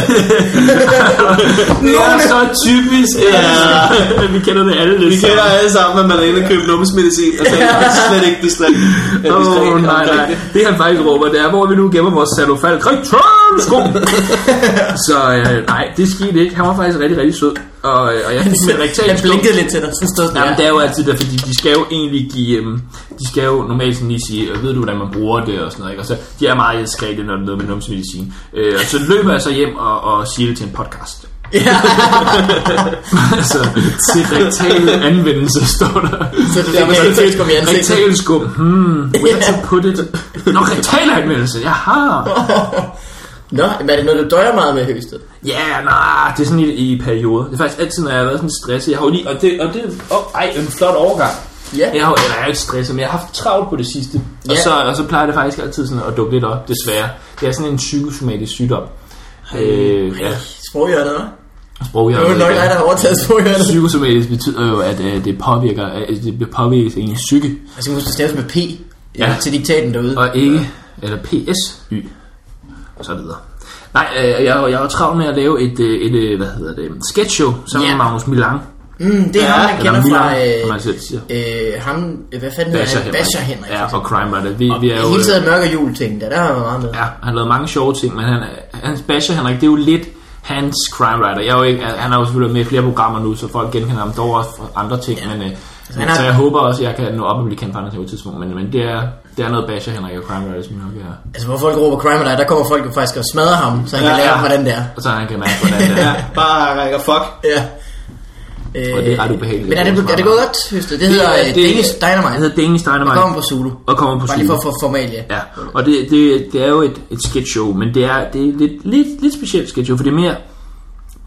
Speaker 2: Det er så typisk. Ja. Vi kender det alle lidt.
Speaker 3: vi kender
Speaker 2: sammen.
Speaker 3: alle sammen, at man er inde og købe numsmedicin, og så er man slet ikke diskret.
Speaker 2: Åh, oh, nej,
Speaker 3: omkring
Speaker 2: nej.
Speaker 3: det.
Speaker 2: Det han faktisk råber, det er, hvor vi nu gemmer vores salofald. Return, sko! så øh, nej, det skete ikke. Han var faktisk rigtig, rigtig sød. Og, øh, og jeg fik min rektal
Speaker 1: Han blinkede lidt til dig, sådan stod sådan
Speaker 2: Jamen, det
Speaker 1: der.
Speaker 2: er jo altid der, fordi de skal jo egentlig give... Øhm, de skal jo normalt sådan lige sige, øh, ved du, hvordan man bruger det og sådan noget, ikke? Og så de er meget diskrete, når det er noget med numsemedicin. Øh, og så løber jeg så hjem og, og siger det til en podcast.
Speaker 1: Ja,
Speaker 2: altså, til rektal anvendelse står der.
Speaker 1: så du fik
Speaker 3: men
Speaker 1: en
Speaker 3: det-
Speaker 1: rektalskum i ansigtet.
Speaker 2: Rektalskum. Hmm, where to put it? Nå, rektal anvendelse, jaha.
Speaker 1: Nå, men er det noget, du døjer meget med i høstet?
Speaker 2: Ja, yeah, nej, det er sådan i, i perioder. Det er faktisk altid, når jeg har været sådan stresset. Jeg har jo lige, og det, og det, oh, ej, en flot overgang.
Speaker 1: Ja.
Speaker 2: Jeg har, eller jeg er ikke stresset, men jeg har haft travlt på det sidste. Og,
Speaker 1: Ja.
Speaker 2: så, og så plejer det faktisk altid sådan at dukke lidt op, desværre. Det er sådan en psykosomatisk sygdom. Øh, ja,
Speaker 1: Sproghjørnet, hva'? Det er jo nok dig, der
Speaker 2: sproghjørnet.
Speaker 1: har overtaget sproghjørnet.
Speaker 2: Psykosomatisk betyder jo, at øh, det påvirker, at det påvirker en psyke,
Speaker 1: Altså, nu skal staves med P
Speaker 2: Ja.
Speaker 1: ja. til diktaten derude.
Speaker 2: og ikke, eller PSY, og så videre. Nej, øh, jeg, jeg var travlt med at lave et, øh, et, øh, hvad hedder det, sketchshow sammen
Speaker 1: Ja.
Speaker 2: med Magnus Milan.
Speaker 1: Mm, det er
Speaker 3: Ja,
Speaker 1: ham, man kender
Speaker 2: Eller
Speaker 1: fra...
Speaker 2: Milan,
Speaker 1: øh,
Speaker 2: som man selv siger.
Speaker 1: Øh, ham, øh, hvad fanden hedder
Speaker 2: Basher
Speaker 1: han?
Speaker 2: Henrik.
Speaker 1: Basher Henrik.
Speaker 2: Ja, og Crime Writer. Vi, vi er
Speaker 1: Jeg
Speaker 2: jo,
Speaker 1: hele
Speaker 2: øh,
Speaker 1: taget mørke jul ting der, der har jeg været meget med.
Speaker 2: ja, han lavede mange sjove ting, men han, er- hans Basher Henrik, det er jo lidt Hans Crime Writer. Jeg er jo ikke, han har jo selvfølgelig været med i flere programmer nu, så folk genkender ham dog også fra andre ting. Ja. Men, øh,
Speaker 1: Altså, han
Speaker 2: så
Speaker 1: har-
Speaker 2: jeg håber også, at jeg kan nå op og blive kendt på andre ting på et tidspunkt. Men, men det, er, det er noget basher, Henrik, og Crime Writer, som nok er...
Speaker 1: Altså, hvor folk råber crime dig, der kommer folk jo faktisk og smadrer ham, så han ja,
Speaker 3: Ja,
Speaker 1: kan lære,
Speaker 3: ja.
Speaker 1: hvordan det er.
Speaker 2: Og så han kan mærke, hvordan det er.
Speaker 3: Bare rækker fuck.
Speaker 1: Ja.
Speaker 2: Og det er ret ubehageligt.
Speaker 1: Men er det, er det gået godt, Høsted? Det hedder
Speaker 2: er-
Speaker 1: øh, Danish Dynamite.
Speaker 2: Det hedder Danish Dynamite.
Speaker 1: Og kommer på Zulu.
Speaker 2: Og kommer på
Speaker 1: Bare lige for
Speaker 2: Zulu.
Speaker 1: at få formalia.
Speaker 2: Ja, og det, det, det er jo et, et sketch show, men det er, det er lidt, lidt, lidt specielt sketch show, for det er mere,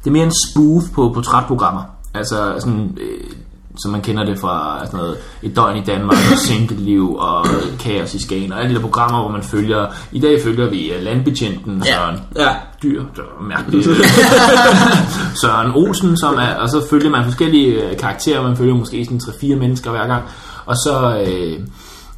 Speaker 2: det er mere en spoof på portrætprogrammer. Altså sådan, øh, som man kender det fra sådan noget, et døgn i Danmark, og single-liv, og kaos i Skagen, og alle de der programmer, hvor man følger, i dag følger vi øh, landbetjenten
Speaker 1: Ja.
Speaker 2: Søren
Speaker 3: Ja.
Speaker 2: dyr, der er mærkeligt. Søren Olsen, som er, og så følger man forskellige øh, karakterer, man følger måske sådan 3-4 mennesker hver gang, og så, øh,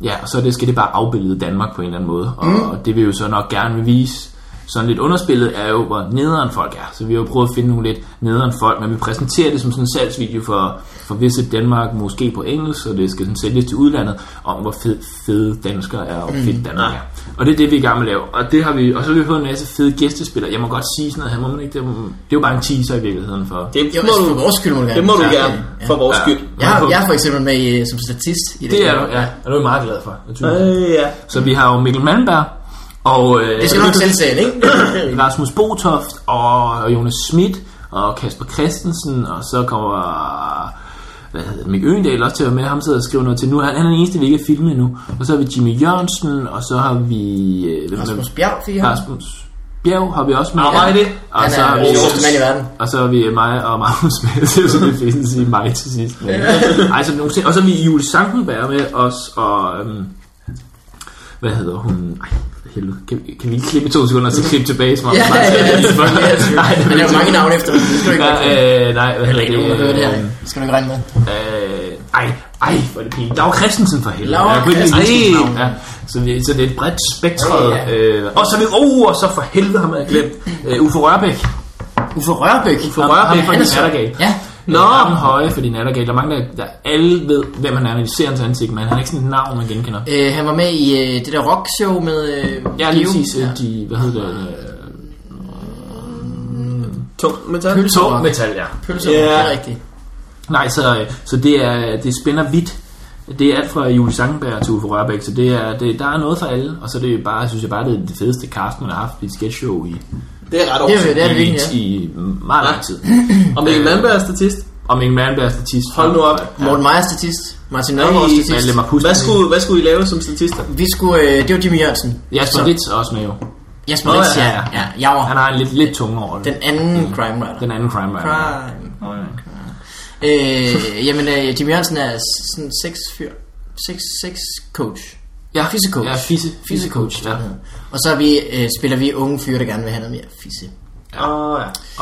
Speaker 2: ja, og så det, skal det bare afbillede Danmark på en eller anden måde, og, mm. og det vil jo så nok gerne vil vise, sådan lidt underspillet er jo, hvor nederen folk er. Så vi har jo prøvet at finde nogle lidt nederen folk, men vi præsenterer det som sådan en salgsvideo for, for Visit Danmark, måske på engelsk, og det skal sådan sælges til udlandet, om hvor fed, fede danskere er, og hvor fedt Danmark er. Og det er det, vi er i gang med at lave. Og, det har vi, og så har vi fået en masse fede gæstespillere. Jeg må godt sige sådan noget her, må man ikke? Det er, jo- det er jo bare en teaser i virkeligheden for...
Speaker 3: Det
Speaker 1: Jo,
Speaker 3: må
Speaker 1: altså, for
Speaker 3: du,
Speaker 1: vores skyld må du gerne.
Speaker 3: det må du
Speaker 1: Ja,
Speaker 3: gerne.
Speaker 1: ja.
Speaker 3: For vores
Speaker 2: Ja.
Speaker 3: skyld.
Speaker 1: Jeg, har- jeg er for eksempel med i, øh, som statist i det.
Speaker 2: Det er du, ja. Og det er vi meget glad for. Naturligvis.
Speaker 3: Øh, ja.
Speaker 2: Så vi har jo Mikkel Malmberg, og... Øh,
Speaker 1: Det skal du nok selv sige, ikke?
Speaker 2: Rasmus Botoft og Jonas Schmidt og Kasper Christensen, og så kommer hvad hedder det, Mick Øgendal også til at være med, ham sidder og skriver noget til nu. Han han er den eneste, vi ikke har filmet endnu. Og så har vi Jimmy Jørgensen, og så har vi... øh, hvem er det?
Speaker 1: Rasmus Bjerg, fik jeg.
Speaker 2: Rasmus Bjerg har vi også med.
Speaker 3: Nå, var I det?
Speaker 2: Og
Speaker 1: Ah, Han
Speaker 2: så
Speaker 1: er
Speaker 2: har vi...
Speaker 1: den sjoveste mand i verden.
Speaker 2: Og så er vi mig og Magnus med, så det er fedt at sige mig til sidst. Men, ej, så nogle ting. Og så er vi Julie Sankenberg med os, og... Øhm, hvad hedder hun? Ej, for helvede. Kan, vi- kan vi lige klippe i to sekunder, og så klippe tilbage, som om...
Speaker 1: Ja,
Speaker 2: Nej,
Speaker 1: ja, ja.
Speaker 2: nej, det
Speaker 1: Men
Speaker 2: vil
Speaker 1: der er
Speaker 2: ikke-
Speaker 1: jo mange navne efter. Det skal du ikke være.
Speaker 2: Ja, øh, nej, hvad
Speaker 1: Der er ikke nogen, der
Speaker 2: hedder
Speaker 1: hører det
Speaker 2: det?
Speaker 1: her.
Speaker 2: øhm,
Speaker 1: Det skal du ikke regne med.
Speaker 2: Øh, ej, ej, hvor er det pinligt. Laura Christensen for helvede.
Speaker 1: Laura
Speaker 2: Jeg kunne ikke lide
Speaker 1: Christensen.
Speaker 2: hendes navn. Ja, så, vi, så det er et bredt spektrum.
Speaker 1: Ja, ja.
Speaker 2: Øh, og så er vi, oh, og så for helvede har man glemt øh, Uffe Rørbæk.
Speaker 1: Uffe Rørbæk. Uffe
Speaker 2: Ham-
Speaker 1: Rørbæk.
Speaker 2: ham fra
Speaker 1: han er
Speaker 2: din
Speaker 1: så-
Speaker 2: Nattergal.
Speaker 1: Ja.
Speaker 2: Nå! Han er Øh, høje for din nattergal. Der er mange, der, der alle ved, hvem han er, når de ser hans ansigt, men han har ikke sådan et navn, man genkender.
Speaker 1: Øh, han var med i øh, det der rockshow med... øh,
Speaker 2: Ja, lige
Speaker 1: Geo.
Speaker 2: præcis.
Speaker 1: Ja.
Speaker 2: øh, De, hvad hedder det? øh,
Speaker 3: Tung metal.
Speaker 1: Pølser.
Speaker 2: Tung metal, ja.
Speaker 1: Pølser,
Speaker 3: Ja.
Speaker 1: det er rigtigt.
Speaker 2: Nej, så, øh, så det, er, det spænder vidt. Det er alt fra Julie Sangenberg til Uffe Rørbæk, så det er, det, der er noget for alle. Og så er det jo bare, synes jeg bare, det er det fedeste cast, man har haft i et sketch show i,
Speaker 3: Det er ret
Speaker 1: Det
Speaker 3: over.
Speaker 1: er jo det, er det
Speaker 2: i,
Speaker 1: vigtigt, ja.
Speaker 2: i meget lang tid.
Speaker 3: Og Mikkel Mandberg er statist.
Speaker 2: Og min Malmberg er statist.
Speaker 3: Hold nu op.
Speaker 1: Morten Meyer er statist. Martin
Speaker 3: Ej,
Speaker 1: Nørgaard er statist.
Speaker 2: Malle Marpus.
Speaker 3: Hvad skulle, hvad skulle I lave som statister?
Speaker 1: Vi skulle... øh, Det var Jimmy Jørgensen.
Speaker 2: Jasper
Speaker 1: Så-
Speaker 2: Ritz er også med jo.
Speaker 1: Jesper
Speaker 2: Nå,
Speaker 1: Ritz,
Speaker 2: ja,
Speaker 1: ja.
Speaker 2: ja.
Speaker 1: Ja, Javre.
Speaker 2: Han har en lidt, lidt tunge over det.
Speaker 1: Den anden crime writer.
Speaker 2: Den anden crime writer.
Speaker 1: Crime. Øh, jamen, øh, Jimmy Jørgensen er s- sådan seks fyr. Seks, seks coach.
Speaker 2: Ja,
Speaker 1: Fissecoach.
Speaker 2: Ja, fisse, fissecoach. Ja.
Speaker 1: Og så er vi, øh, spiller vi unge fyre, der gerne vil have noget mere fisse.
Speaker 3: Åh, ja.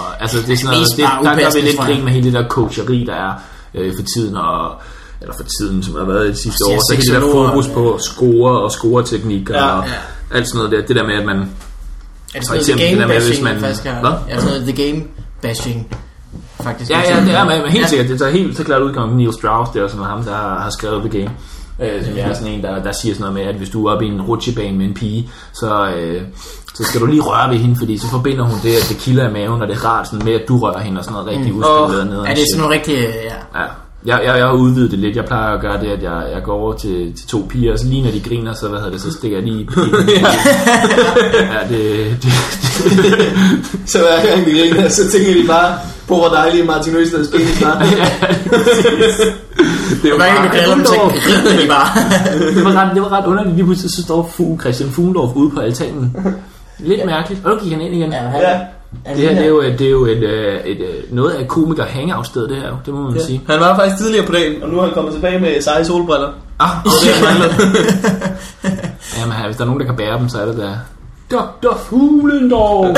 Speaker 2: Og, altså, det er sådan noget,
Speaker 1: Mest
Speaker 2: det, der
Speaker 1: bare
Speaker 2: gør vi
Speaker 1: upassende,
Speaker 2: lidt
Speaker 1: tror jeg.
Speaker 2: grin med hele det der coacheri, der er øh, for tiden, og eller for tiden, som har været i det sidste
Speaker 1: siger
Speaker 2: år, så er det der
Speaker 1: seksologer,
Speaker 2: fokus på score og scoreteknikker
Speaker 3: Ja,
Speaker 2: ja, og
Speaker 1: ja.
Speaker 2: alt sådan noget der. Det der med, at man...
Speaker 1: Er det
Speaker 2: For
Speaker 1: sådan noget
Speaker 2: eksempel
Speaker 1: the
Speaker 2: det
Speaker 1: game
Speaker 2: der med, hvis
Speaker 1: bashing,
Speaker 2: man-
Speaker 1: man faktisk har?
Speaker 2: Hvad?
Speaker 1: Er det sådan noget the game bashing, faktisk?
Speaker 2: Ja, ja, det er med, men helt
Speaker 1: Ja.
Speaker 2: sikkert, det tager helt så klart udgang med Neil Strauss, det er sådan ham, der har, har skrevet The Game. Øh, som jeg er sådan en, der, der siger sådan noget med, at hvis du er oppe i en rutsjebane med en pige, så, øh, så skal du lige røre ved hende, fordi så forbinder hun det, at det kilder i maven, og det er rart sådan med, at du rører hende og sådan noget rigtig mm. udspillet oh,
Speaker 1: Er det sådan noget rigtigt, øh, ja.
Speaker 2: Ja. Jeg, jeg, jeg har udvidet det lidt. Jeg plejer at gøre det, at jeg, jeg går over til, til to piger, og så lige når de griner, så, hvad hedder det, så stikker jeg lige... ja, det, det,
Speaker 4: Så hver gang de griner, så tænker de bare på, hvor dejlig Martin Øslands penis var.
Speaker 2: det,
Speaker 1: Hver gang du kalder dem, så griner de bare.
Speaker 2: det, var ret, det var ret underligt. Lige pludselig så står Fugl Christian Fuglendorf ude på altanen. Lidt mærkeligt. Og nu gik han ind igen.
Speaker 1: Ja.
Speaker 2: Det her det er jo, det er jo et, øh, et, øh, noget af et komiker hangout-sted, det her jo. Det må man sige.
Speaker 3: Han var faktisk tidligere på dagen, og nu er han kommet tilbage med seje solbriller.
Speaker 2: Ah, Jamen, her, hvis der er nogen, der kan bære dem, så er det der. Dr. Fuglendorf!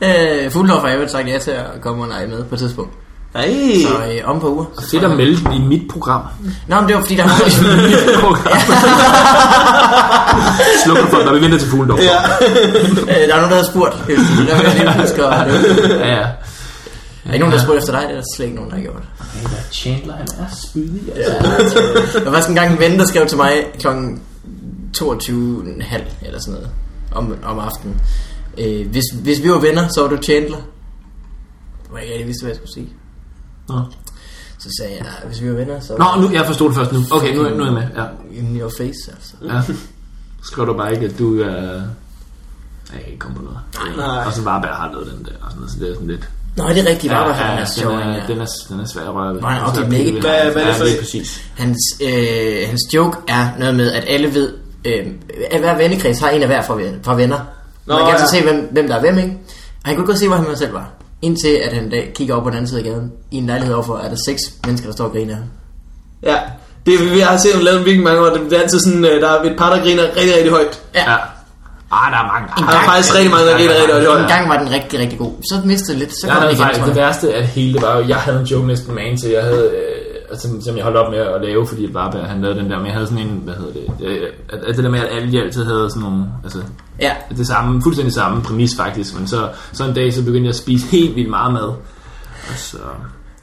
Speaker 1: Øh, Fuldhoff har jeg jo sagt ja til at komme og lege med på et tidspunkt.
Speaker 3: Nej.
Speaker 1: Så øh, om på uger.
Speaker 2: Det er der meldt i mit program.
Speaker 1: Nå, men det var fordi, der var...
Speaker 2: Slukker for, når vi venter til Fuglendorf. Ja.
Speaker 1: Øh, der er nogen, der har spurgt. Øh, Der vil jeg lige huske at have det.
Speaker 2: ja, ja.
Speaker 1: Er der ikke nogen, der har spurgt efter dig? Det er der slet ikke nogen, der har gjort.
Speaker 2: Chandler, han er spydig. Altså.
Speaker 1: Der var sådan en gang en ven, der skrev til mig kl. 22.30 eller sådan noget om, om aftenen. Øh, hvis, hvis vi var venner, så var du Chandler. Hvor jeg ikke rigtig vidste, hvad jeg skulle sige.
Speaker 2: Nå.
Speaker 1: Så sagde jeg, hvis vi var venner, så...
Speaker 2: Nå, nu, jeg forstod det først nu. Okay, nu, er- nu er jeg med. Ja.
Speaker 1: In your face, altså.
Speaker 2: ja. Skriver du bare ikke, at du er... Jeg kan ikke komme på noget.
Speaker 4: Nej.
Speaker 2: Og så bare bare har noget den der. Og sådan, noget, så det er sådan lidt...
Speaker 1: Nå, det er rigtigt, var ja, han er
Speaker 2: den,
Speaker 1: sjov. han
Speaker 2: er,
Speaker 1: er.
Speaker 2: den, er, den er svær at røre ved.
Speaker 1: Nej, og
Speaker 2: Altså,
Speaker 1: det er ikke-
Speaker 2: helt
Speaker 3: Hvad-
Speaker 2: vildt.
Speaker 3: hvad er det
Speaker 2: Ja,
Speaker 3: for
Speaker 2: lige
Speaker 3: en?
Speaker 2: præcis.
Speaker 1: Hans, øh, hans joke er noget med, at alle ved, øh, at hver vennekreds har en af hver fra, ven- fra venner. Nå, Man
Speaker 3: Nå,
Speaker 1: kan altså
Speaker 3: ja.
Speaker 1: se, hvem, hvem der er hvem, ikke? Og han kunne ikke godt se, hvor han selv var. Indtil at han en dag kigger over på den anden side af gaden. I en lejlighed overfor er der seks mennesker, der står og griner. af ham.
Speaker 3: Ja, det er, jeg har set dem lavet en virkelig mange år. Det er altid sådan, øh, der er et par, der griner rigtig, rigtig højt.
Speaker 2: Ja. Ah, der er mange. Der
Speaker 3: Der er faktisk rigtig mange, der griner rigtig, rigtig højt.
Speaker 1: En gang var den rigtig, rigtig god. Så mistede lidt, så
Speaker 2: Jeg
Speaker 1: kom den
Speaker 2: havde
Speaker 1: igen,
Speaker 2: faktisk
Speaker 1: tror
Speaker 2: det
Speaker 1: jeg.
Speaker 2: værste af det hele, det var jo, jeg havde en joke næsten med en til, jeg havde, øh, altså, som, som jeg holdt op med at lave, fordi det var, han lavede den der, men jeg havde sådan en, hvad hedder det, øh, at, at det der med, at alle de altid havde sådan nogle, altså,
Speaker 1: Ja.
Speaker 2: det samme, fuldstændig samme præmis faktisk, men så, så en dag, så begyndte jeg at spise helt vildt meget mad, og så,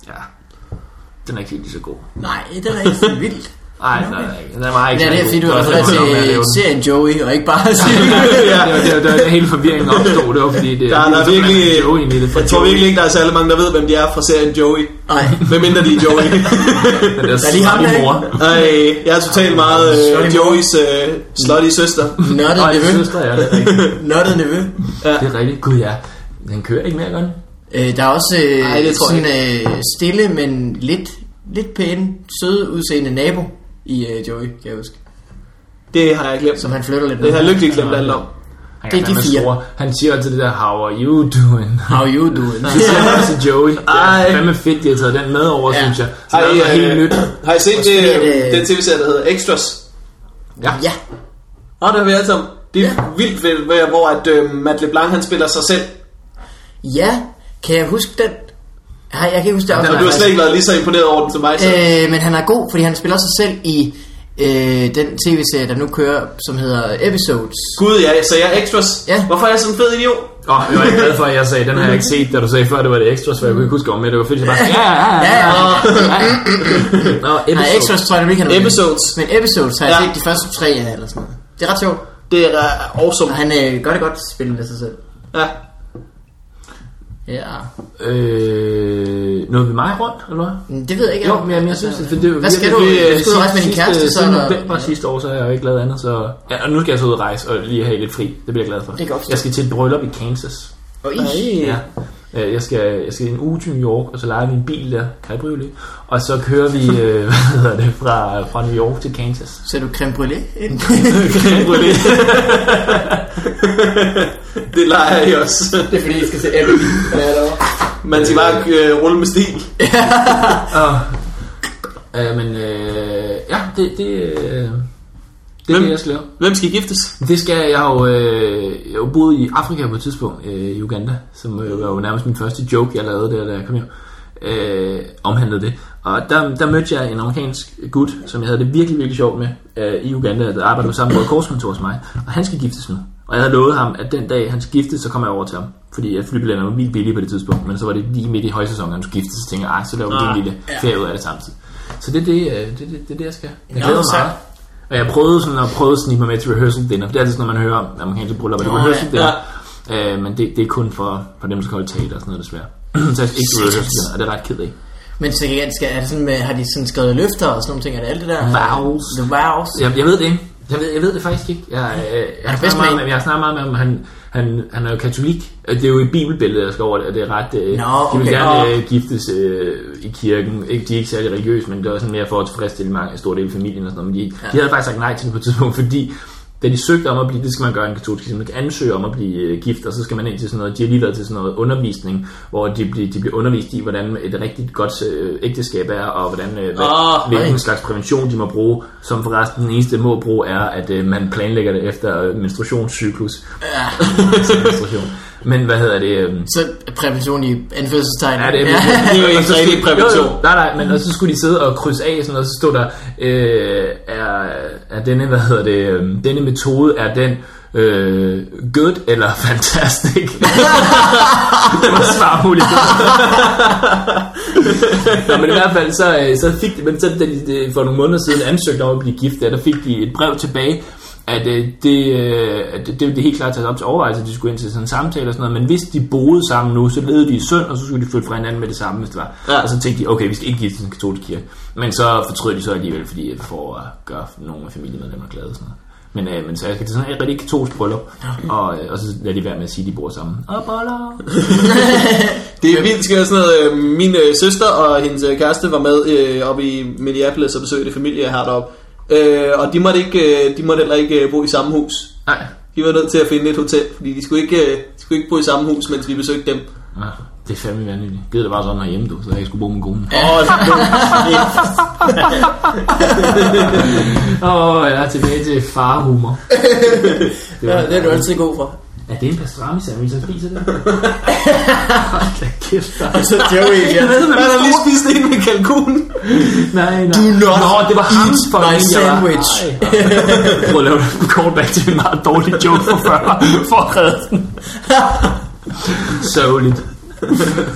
Speaker 2: ja, den er ikke helt lige så god.
Speaker 1: Nej, den er ikke så vild.
Speaker 2: Nej, den er ikke. Den er meget ikke
Speaker 1: Ja, det er
Speaker 2: særlig
Speaker 1: fordi, du
Speaker 2: god.
Speaker 1: har
Speaker 2: Det var
Speaker 1: refereret
Speaker 2: også derfor, jeg holdt op med at lave
Speaker 1: til
Speaker 2: den.
Speaker 1: serien Joey, og ikke bare
Speaker 2: Ja, det var- det var- det var der hele forvirringen opstod, det var fordi, det,
Speaker 3: Der,
Speaker 2: det
Speaker 3: der
Speaker 2: var
Speaker 3: er
Speaker 2: simpelthen
Speaker 3: virkelig,
Speaker 2: en joke ind i det, for
Speaker 3: jeg tror
Speaker 2: Joey-
Speaker 3: virkelig ikke, der er særlig mange, der ved, hvem de er fra serien Joey.
Speaker 1: Nej.
Speaker 3: Hvemindre de er Joey.
Speaker 2: den der,
Speaker 1: er lige ham der,
Speaker 2: slutty
Speaker 1: ikke?
Speaker 2: mor.
Speaker 3: Ej, jeg er totalt meget øh,
Speaker 1: Slutty mor.
Speaker 3: Joeys øh, slutty søster.
Speaker 1: Nuttet
Speaker 2: Og en
Speaker 1: nevø.
Speaker 2: søster, ja, det er rigtigt.
Speaker 1: Nuttet nevø.
Speaker 2: Det er rigtigt. Gud ja. Den kører ikke mere, gør den?
Speaker 1: Øh, der er også øh,
Speaker 3: Ej,
Speaker 1: Ej,
Speaker 3: det tror jeg
Speaker 1: sådan øh, stille, men lidt, lidt pæne, søde udseende nabo i øh, Joey, kan jeg huske.
Speaker 3: Det har jeg glemt.
Speaker 1: Som han flytter lidt
Speaker 3: Det har jeg
Speaker 1: med.
Speaker 3: lykkeligt glemt alt om.
Speaker 2: Han
Speaker 1: Det er
Speaker 2: kan
Speaker 1: de
Speaker 2: fandme
Speaker 1: fire.
Speaker 2: score. Han siger altid det der, how are you doing?
Speaker 1: How you doing?
Speaker 2: Det siger han også til Joey. Det
Speaker 3: Ej.
Speaker 2: er fandme fedt, de har taget den med over,
Speaker 1: Ja.
Speaker 2: synes jeg. Så
Speaker 3: Ej,
Speaker 2: det er noget
Speaker 3: øh,
Speaker 2: helt nyt.
Speaker 3: Har I set
Speaker 1: Måske
Speaker 3: det,
Speaker 1: er det-
Speaker 3: den tv-serie, der hedder Extras?
Speaker 1: Ja,
Speaker 3: Nå, det har vi alle sammen. Det er vildt, vildt ved, hvor at, øh, Matt LeBlanc han spiller sig selv.
Speaker 1: ja, kan jeg huske den? Nej, jeg kan ikke huske det.
Speaker 2: den
Speaker 3: Og
Speaker 1: afsnit,
Speaker 3: du har
Speaker 1: faktisk.
Speaker 3: slet ikke været lige så imponeret over den som mig. Så.
Speaker 1: Øh, men han er god, fordi han spiller sig selv i øh, den tv-serie, der nu kører, som hedder Episodes.
Speaker 3: Gud, ja, så jeg er Extras.
Speaker 1: Ja.
Speaker 3: Hvorfor er jeg sådan en fed idiot?
Speaker 2: Åh, oh, jeg var glad for, at jeg sagde, den har jeg ikke set, da du sagde før, det var det ekstra, så jeg kunne ikke huske om, men det var fedt, jeg bare, ja, ja, ja, ja.
Speaker 3: Ah,
Speaker 2: Nå,
Speaker 1: Nej, Extras tror jeg nemlig ikke, han er med i.
Speaker 3: Episodes.
Speaker 1: Men Episodes har jeg
Speaker 3: Ja.
Speaker 1: set de første tre af, eller sådan noget. Det er ret sjovt.
Speaker 3: Det er øh, awesome.
Speaker 1: Og han øh, gør det godt spille med sig selv.
Speaker 3: Ja.
Speaker 1: Ja.
Speaker 2: Øh, nåede vi meget rundt, eller hvad?
Speaker 1: Men Det ved jeg ikke.
Speaker 2: Jo, men jeg, jeg synes, det, det, det
Speaker 1: Hvad skal du? Du skal ud og rejse med din kæreste, så...
Speaker 2: Siden
Speaker 1: eller-
Speaker 2: november sidste år, så har jeg jo ikke lavet andet, så... Ja, og nu skal jeg så ud og rejse og lige have lidt fri. Det bliver jeg glad for.
Speaker 1: Det kan jeg godt forstå.
Speaker 2: jeg skal til et bryllup i Kansas.
Speaker 1: Og i.
Speaker 2: Ja. Øh, Jeg skal, jeg skal en uge til New York, og så leger vi en bil der, cabriolet, og så kører vi øh, hvad hedder det, fra, fra New York til Kansas.
Speaker 1: Så er du creme brûlée ind?
Speaker 3: det leger jeg også.
Speaker 1: det er fordi, jeg skal se Abby.
Speaker 4: Ja, det var.
Speaker 3: Man skal bare øh, rulle med stil.
Speaker 2: Og, Ah. øh, men øh, ja, det, det, øh, det er
Speaker 3: Hvem-
Speaker 2: det, jeg skal lave.
Speaker 3: Hvem skal giftes?
Speaker 2: Det skal jeg, jeg har jo, øh, jeg har jo boet i Afrika på et tidspunkt, øh, i Uganda, som øh, var jo nærmest min første joke, jeg lavede der, da jeg kom hjem, øh, omhandlede det. Og der, der mødte jeg en amerikansk gut, som jeg havde det virkelig, virkelig sjovt med øh, i Uganda, der arbejdede på samme Røde Korskontor som mig, og han skal giftes nu. Og jeg havde lovet ham, at den dag han skulle giftes, så kom jeg over til ham. Fordi at flybilletterne var vildt billige på det tidspunkt, men så var det lige midt i højsæsonen, han skulle giftes, så tænkte jeg, "Ah, så laver vi lige en lille ferie ud af det samtidig. Så det er det, øh, det, det, det, er det jeg skal. Jeg
Speaker 1: Nå,
Speaker 2: glæder mig
Speaker 1: så-
Speaker 2: meget. Og jeg prøvede sådan at prøve at snige mig med til rehearsal dinner, for det er altid sådan, når man hører om amerikanske bryllupper, det er
Speaker 1: Nå,
Speaker 2: rehearsal dinner. Ja. Øh, men det, det, er kun for, for dem, der skal holde tale og sådan noget, desværre. så jeg skal ikke til rehearsal dinner, og det er ret ked af.
Speaker 1: Men så igen, skal, er det sådan med, har de sådan skrevet løfter og sådan nogle ting? Er det alt det der?
Speaker 2: Vows.
Speaker 1: The vows.
Speaker 2: Jeg, jeg ved det ikke. Jeg ved, jeg ved det faktisk ikke. Jeg, øh, jeg, har
Speaker 1: bedst
Speaker 2: snakket meget
Speaker 1: med
Speaker 2: med, jeg har snakket meget med ham. Han, han, han er jo katolik. og Det er jo et bibelbillede, der skal over det, og det er ret... Øh,
Speaker 1: Nå,
Speaker 2: De vil
Speaker 1: okay.
Speaker 2: gerne øh, giftes øh, i kirken. Ikke, de er ikke særlig religiøse, men det er også sådan mere for at tilfredsstille mange, en stor del af familien og sådan noget. Men de, ja. de havde faktisk sagt nej til det på et tidspunkt, fordi da de søgte om at blive, det skal man gøre i en katolsk kirke, man kan ansøge om at blive øh, gift, og så skal man ind til sådan noget, de har lige været til sådan noget undervisning, hvor de, bliver- de bliver undervist i, hvordan et rigtig godt øh, ægteskab er, og hvordan, øh,
Speaker 3: Åh,
Speaker 2: oh, hvilken slags prævention de må bruge, som forresten den eneste må bruge er, at øh, man planlægger det efter øh, menstruationscyklus. Ja. menstruation. Men hvad hedder det? Øh,
Speaker 1: Så prævention i anførselstegn.
Speaker 2: Ja, det er,
Speaker 1: ja.
Speaker 3: Det er jo ikke
Speaker 2: Og så
Speaker 3: rigtig
Speaker 2: skulle-
Speaker 3: prævention.
Speaker 2: Jo, jo, Nej, nej, men og så skulle de sidde og krydse af, sådan, og så stod der, øh, er, er denne, hvad hedder det, øh, denne metode, er den øh, good eller fantastic? det var svarmulighed. Nå, men i hvert fald, så, øh, så fik de, men så, da de, de for nogle måneder siden ansøgte om at blive gift, der, der fik de et brev tilbage, at øh, det, øh, at det, det, det er helt klart taget op til overvejelse, at de skulle ind til sådan en samtale og sådan noget, men hvis de boede sammen nu, så levede de i synd, og så skulle de flytte fra hinanden med det samme, hvis det var.
Speaker 3: Ja.
Speaker 2: Ja. Og så tænkte de, okay, vi skal ikke give til den katolske kirke. Men så fortrød de så alligevel, fordi øh, for at gøre nogle af familiemedlemmerne glade og sådan noget. Men, øh, men så jeg skal til sådan et rigtig katolsk bryllup, og, øh, og så lader de være med at sige, at de bor sammen. Og boller!
Speaker 3: Det er vildt skørt sådan noget. øh, Min øh, søster og hendes øh, kæreste var med øh, oppe i Minneapolis og besøgte familie jeg har deroppe. Øh, og de måtte, ikke, øh, de måtte heller ikke øh, bo i samme hus.
Speaker 2: Nej.
Speaker 3: De var nødt til at finde et hotel, fordi de skulle ikke, øh, de skulle ikke bo i samme hus, mens vi besøgte dem.
Speaker 2: Nå, det er fandme vanvittigt. Gider det bare sådan herhjemme, du, så jeg ikke skulle bo med konen.
Speaker 3: Åh, oh,
Speaker 2: Åh, oh, jeg er tilbage til farhumor. det
Speaker 1: Ja, det er du altid god for.
Speaker 2: Er det en pastrami sandwich, han spiser det? Hold da kæft, der.
Speaker 1: Og så Joey igen.
Speaker 2: Jeg ved,
Speaker 3: man
Speaker 2: hvad
Speaker 3: har lige spist en med kalkun.
Speaker 2: Nej, nej.
Speaker 1: Do not
Speaker 2: Nå, det var hans
Speaker 1: eat
Speaker 2: fucking,
Speaker 1: my
Speaker 2: jeg var-
Speaker 1: sandwich.
Speaker 2: Ej, Prøv at lave en callback til en meget dårlig joke fra før, for at redde den. Sørgeligt.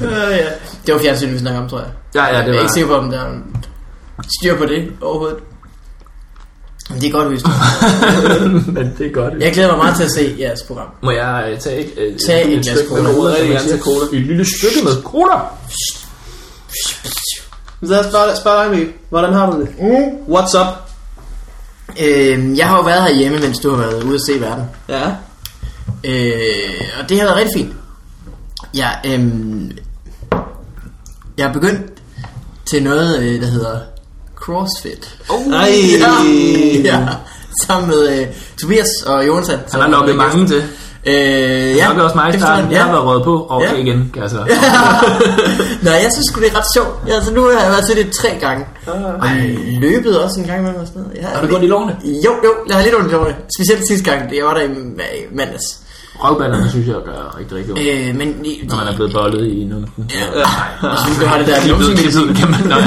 Speaker 1: Ja, ja. Det var fjernsyn, vi snakker om, tror jeg.
Speaker 2: Ja, ja, det
Speaker 1: Jeg er
Speaker 2: var...
Speaker 1: ikke sikker på, om der er styr på det overhovedet. Men det er godt, hvis
Speaker 2: Men det er godt.
Speaker 1: Jeg glæder mig meget til at se jeres program.
Speaker 2: Må jeg øh, tage et, øh,
Speaker 1: Tag
Speaker 2: et
Speaker 1: et glas
Speaker 2: stykke
Speaker 1: cola.
Speaker 2: med
Speaker 1: Jeg
Speaker 3: vil
Speaker 2: som
Speaker 3: rigtig
Speaker 2: man
Speaker 3: gerne
Speaker 2: siger.
Speaker 3: tage cola.
Speaker 2: Et lille stykke med cola.
Speaker 3: Så lad os bare spørge dig, Mikkel. Hvordan har du det?
Speaker 1: Mm.
Speaker 3: What's up?
Speaker 1: Øh, jeg har jo været herhjemme, mens du har været ude at se verden.
Speaker 3: Ja.
Speaker 1: Øh, og det har været rigtig fint. Jeg, øhm, jeg er begyndt til noget, øh, der hedder CrossFit.
Speaker 2: Oh,
Speaker 3: Ej.
Speaker 1: Ja, sammen med øh, Tobias og Jonathan.
Speaker 2: Han har lukket mange til.
Speaker 1: Øh,
Speaker 2: Ja,
Speaker 1: ja,
Speaker 2: nok også mig i
Speaker 1: det forstår
Speaker 2: starten.
Speaker 1: han,
Speaker 2: Jeg har været røget på, og
Speaker 1: Ja.
Speaker 2: ja. igen, kan jeg så.
Speaker 1: Nej, jeg synes sgu, det er ret sjovt. Ja, Altså, nu har jeg været til det tre gange. Og løbet også en gang imellem og sådan noget. Jeg
Speaker 2: Ah. Har du gået i lårene?
Speaker 1: Jo, jo, jeg har lidt ondt i lårene. Specielt sidste gang, jeg var der i ma- mandags.
Speaker 2: Røvballerne synes jeg gør rigtig, rigtig ondt.
Speaker 1: Øh, men... I,
Speaker 2: Når man er blevet bollet i numsen.
Speaker 1: Ja, jeg synes, du har det der numsen.
Speaker 2: Klippet kan man nok.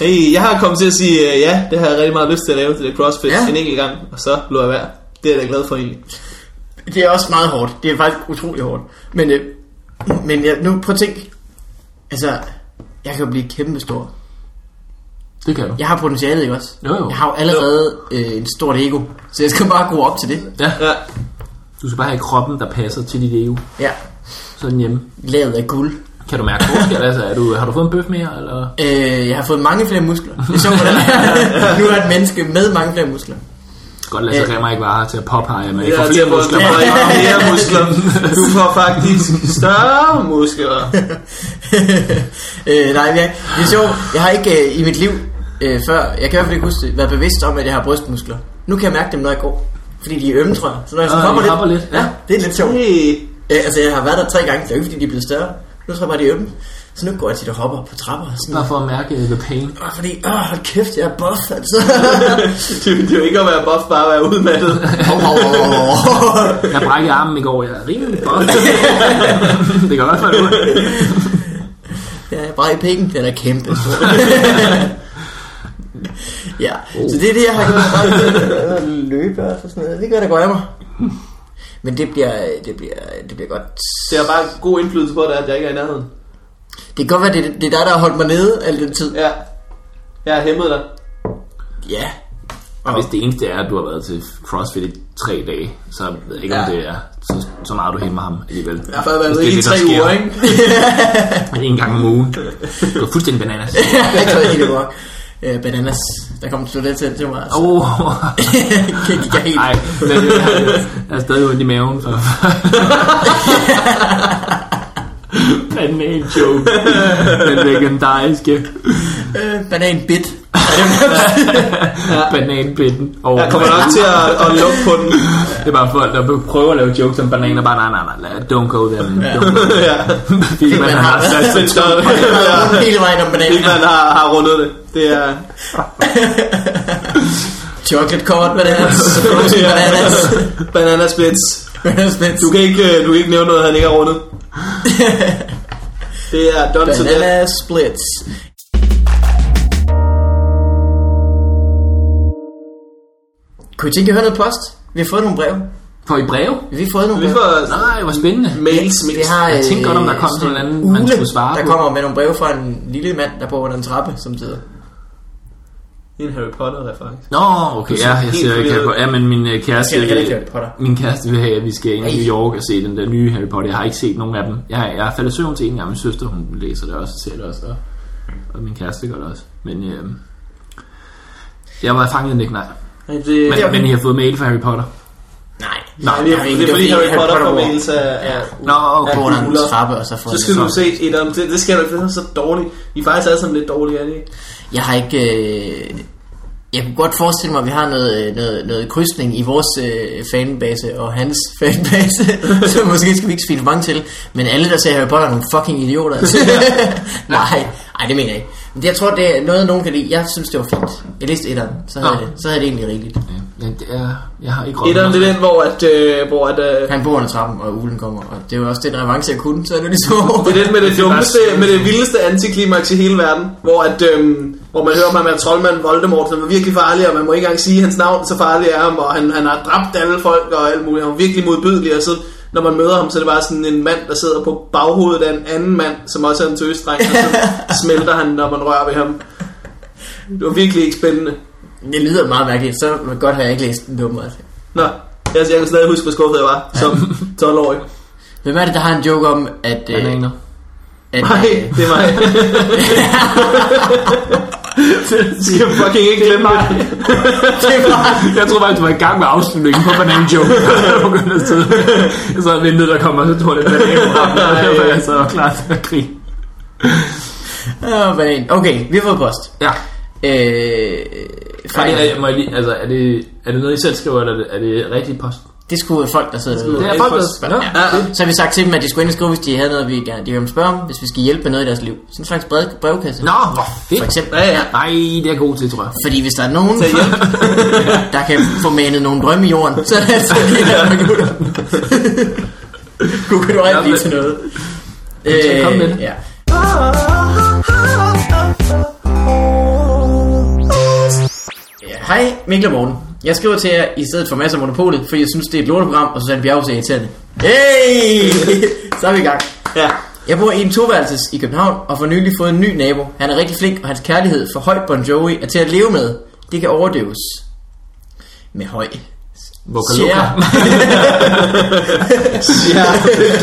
Speaker 3: Hey, jeg har kommet til at sige, øh, ja, det har jeg rigtig meget lyst til at lave til det CrossFit
Speaker 1: Ja.
Speaker 3: ja. en enkelt gang, og så lå jeg værd. Det er jeg da glad for egentlig.
Speaker 1: Det er også meget hårdt. Det er faktisk utrolig hårdt. Men, øh, men jeg, nu prøv at tænk. Altså, jeg kan jo blive kæmpestor.
Speaker 2: Det kan du.
Speaker 1: Jeg har potentialet, ikke også?
Speaker 2: Jo, jo.
Speaker 1: Jeg har jo allerede øh, en stort ego, så jeg skal bare gå op til det.
Speaker 2: Ja.
Speaker 3: Ja.
Speaker 2: Du skal bare have kroppen, der passer til dit EU.
Speaker 1: Ja,
Speaker 2: Sådan hjemme.
Speaker 1: lavet af guld.
Speaker 2: Kan du mærke forskel? Altså, er du, har du fået en bøf mere? Eller?
Speaker 1: Øh, jeg har fået mange flere muskler. Det er sjovt, hvordan nu er jeg et menneske med mange flere muskler.
Speaker 2: Godt lade sig
Speaker 1: Øh.
Speaker 2: glemmer ikke bare til at påpege, at man ikke
Speaker 3: Jeg
Speaker 2: får
Speaker 3: er til
Speaker 2: flere
Speaker 3: at få
Speaker 2: muskler.
Speaker 3: du får ikke flere muskler. Du får faktisk større muskler.
Speaker 1: øh, nej, men jeg, det er sjovt. Jeg har ikke øh, i mit liv øh, før, jeg kan i hvert fald ikke huske det, været bevidst om, at jeg har brystmuskler. Nu kan jeg mærke dem, når jeg går. Fordi de er ømme, tror jeg. Så når jeg så
Speaker 2: Ah, de
Speaker 1: hopper,
Speaker 2: hopper lidt, ja.
Speaker 1: ja. det er lidt sjovt.
Speaker 3: Hey.
Speaker 1: Øh, altså, jeg har været der tre gange, det er jo ikke, fordi de er blevet større. Nu tror jeg bare, de er ømme. Så nu går jeg tit og hopper på trapper. og Sådan,
Speaker 2: Bare for at mærke øh, the pain.
Speaker 1: Åh, fordi, åh, hold kæft, jeg er buff, altså.
Speaker 3: Det, det er jo ikke at være buff, bare at være udmattet.
Speaker 1: Hov, hov, hov, hov, hov.
Speaker 2: Jeg brækkede armen i går. Jeg er rimelig godt. det kan godt være det.
Speaker 1: Ja, bare i pikken, den er kæmpe. ja, så det er det, jeg har gjort. Uh. Løbe og sådan noget. Det gør, der går af mig. Men det bliver, det bliver, det bliver godt.
Speaker 3: Det har bare god indflydelse på dig, at jeg ikke er i nærheden.
Speaker 1: Det kan godt være, det, det er dig, der har holdt mig nede al den tid.
Speaker 3: Ja. Jeg har hæmmet dig.
Speaker 1: Ja.
Speaker 2: Og hvis det eneste er, at du har været til CrossFit i tre dage, så ved jeg ikke, om
Speaker 3: Ja.
Speaker 2: det er så, så meget, du hæmmer ham alligevel.
Speaker 3: Jeg har bare været
Speaker 2: Hvis
Speaker 3: ude
Speaker 2: det er
Speaker 3: i
Speaker 2: det, der
Speaker 3: tre
Speaker 2: sker.
Speaker 3: uger, ikke?
Speaker 2: En gang om ugen. Du er fuldstændig bananas.
Speaker 1: Jeg tror ikke, det var øh, bananas, der kom til det til, til mig. Altså.
Speaker 2: Åh,
Speaker 1: kan ikke helt.
Speaker 2: nej, men jeg- jeg er stadig ondt i maven. Så. Banan joke. Den legendariske
Speaker 1: Øh, banan bit.
Speaker 2: bananbitten. Og
Speaker 3: Jeg kommer nok til at, at lukke på den.
Speaker 2: Det er bare folk, der prøver at lave jokes om bananer. Bare, nej, nej, nej, lad- don't go there. man. Don't go
Speaker 3: Ja.
Speaker 2: there. Fordi man har sat sig
Speaker 3: Men så, ja.
Speaker 1: Hele vejen om
Speaker 3: Ikke
Speaker 1: bananer.
Speaker 3: man har, har rundet det. Det er...
Speaker 1: Chocolate covered bananas. Frozen
Speaker 3: Ja.
Speaker 1: bananas.
Speaker 3: Bananasplits.
Speaker 1: Bananas.
Speaker 3: Du kan ikke, øh, du kan ikke nævne noget, han ikke har rundet. Det er done to death.
Speaker 1: Banana Splits. Kunne I tænke at høre noget post? Vi har fået nogle brev.
Speaker 2: Får I breve?
Speaker 1: Vi har fået nogle
Speaker 3: Vi
Speaker 1: brev.
Speaker 3: får
Speaker 2: Nej, hvor spændende.
Speaker 3: mails
Speaker 1: Vi
Speaker 3: mest.
Speaker 1: har,
Speaker 2: Jeg tænkte godt, om der
Speaker 1: øh,
Speaker 2: kom
Speaker 1: sådan en
Speaker 2: sådan en anden, man
Speaker 1: ugle,
Speaker 2: skulle svare
Speaker 1: der
Speaker 2: på.
Speaker 1: kommer med nogle breve fra en lille mand, der bor under en trappe, som sidder.
Speaker 3: Det er en Harry Potter-reference.
Speaker 2: Nå, okay, ja, jeg
Speaker 3: Helt
Speaker 2: ser ikke Harry
Speaker 3: forvirret.
Speaker 2: Potter. Ja, men min øh,
Speaker 1: Jeg
Speaker 2: kæreste...
Speaker 1: skal ikke Harry Potter.
Speaker 2: Min kæreste vil have, at vi skal ind i New York og se den der nye Harry Potter. Jeg har ikke set nogen af dem. Jeg, jeg er faldet i søvn til en af min søster, hun læser det også og ser det også. Og, og min kæreste gør det også. Men øh, jeg var fanget i den ikke, nej.
Speaker 1: Nej, det,
Speaker 2: Men, men I har fået mail fra Harry Potter.
Speaker 1: Nej.
Speaker 2: Nej,
Speaker 3: Det er, det er fordi Harry Potter får mails af... af-
Speaker 2: Nå, okay.
Speaker 1: På en
Speaker 3: kugler.
Speaker 1: trappe, og så får
Speaker 3: Så
Speaker 1: han
Speaker 3: skal
Speaker 1: det
Speaker 3: du se et om... Det, det skal du ikke, det er så dårligt. I er faktisk alle sammen lidt dårlige, er det ikke?
Speaker 1: Jeg har ikke... Øh... Jeg kunne godt forestille mig, at vi har noget, øh, noget, noget krydsning i vores øh, fanbase og hans fanbase, så måske skal vi ikke spille mange til. Men alle, der ser Harry Potter, er nogle fucking idioter. Nej, ej, det mener jeg ikke. Men jeg tror, det er noget, nogen kan lide. Jeg synes, det var fint. Jeg læste etteren, så havde,
Speaker 2: Nå.
Speaker 1: jeg, det, så havde jeg det egentlig rigeligt.
Speaker 2: Ja, men det er, jeg har ikke
Speaker 3: Et om
Speaker 2: røget
Speaker 3: det er den, hvor at... Øh, hvor at øh,
Speaker 1: Han bor under trappen, og ulen kommer, og det var også den revanche, jeg kunne, så er det ligesom over.
Speaker 3: det er den med det
Speaker 2: er bare
Speaker 3: dummeste,
Speaker 2: skønt.
Speaker 3: med det vildeste antiklimaks i hele verden, hvor, at, øhm, hvor man hører om ham er troldmand Voldemort, som er virkelig farlig, og man må ikke engang sige hans navn, så farlig er ham, og han, han har dræbt alle folk og alt muligt, han er virkelig modbydelig, og så når man møder ham, så er det bare sådan en mand, der sidder på baghovedet af en anden mand, som også er en tøsdreng, og så smelter han, når man rører ved ham. Det var virkelig ikke spændende.
Speaker 1: Det lyder meget mærkeligt, så må jeg godt have jeg ikke læst den dummere.
Speaker 3: Nå, jeg, jeg kan stadig huske, hvor skuffet jeg var som 12-årig.
Speaker 1: Hvem er det, der har en joke om, at... øh,
Speaker 2: Bananer.
Speaker 1: at øh,
Speaker 3: Nej, det er mig. Du skal fucking ikke glemme det.
Speaker 1: det var...
Speaker 2: Jeg troede faktisk, du var i gang med afslutningen på Banan Joke. Jeg begyndte at sidde. Jeg sad og ventede, der kom, og så tog jeg lidt banan frem. og
Speaker 3: Nej.
Speaker 2: Der var jeg så klar til at grine.
Speaker 1: Åh, banan. Okay, vi har fået post.
Speaker 2: Ja.
Speaker 1: Øh,
Speaker 2: Er
Speaker 1: fra
Speaker 2: det,
Speaker 1: det,
Speaker 2: er, må jeg lige, altså, er, det, er det noget, I selv skriver, eller er det, er det rigtig post?
Speaker 1: det skulle være folk, der sidder
Speaker 2: Det
Speaker 1: derude.
Speaker 2: er
Speaker 3: er
Speaker 2: folk,
Speaker 3: folk, der-
Speaker 2: der... Ja.
Speaker 1: Ja. Så har vi sagt til dem, at de skulle ind og skrive, hvis de havde noget, vi gerne, de ville spørge om, hvis vi skal hjælpe med noget i deres liv. Sådan en slags brev, brevkasse.
Speaker 2: Nå, hvor
Speaker 1: For
Speaker 2: fedt.
Speaker 1: eksempel.
Speaker 3: Ja, ja.
Speaker 2: Nej, det er jeg god til, tror jeg.
Speaker 1: Fordi hvis der er nogen, der kan få manet nogle drømme i jorden, så er det altså lige der med gutter. Gud, kan du rigtig blive til noget.
Speaker 2: så kom med det.
Speaker 1: Øh, ja. Ja, Hej, Mikkel og Morten. Jeg skriver til jer i stedet for masser af Monopolet, for jeg synes, det er et lorteprogram, og Susanne Bjerghus er irriterende. Hey! Så er vi i gang.
Speaker 3: ja.
Speaker 1: Jeg bor i en toværelses i København, og for nylig fået en ny nabo. Han er rigtig flink, og hans kærlighed for høj Bon Jovi er til at leve med. Det kan overdøves. Med høj.
Speaker 2: Vokaluka.
Speaker 1: Ja.
Speaker 3: ja.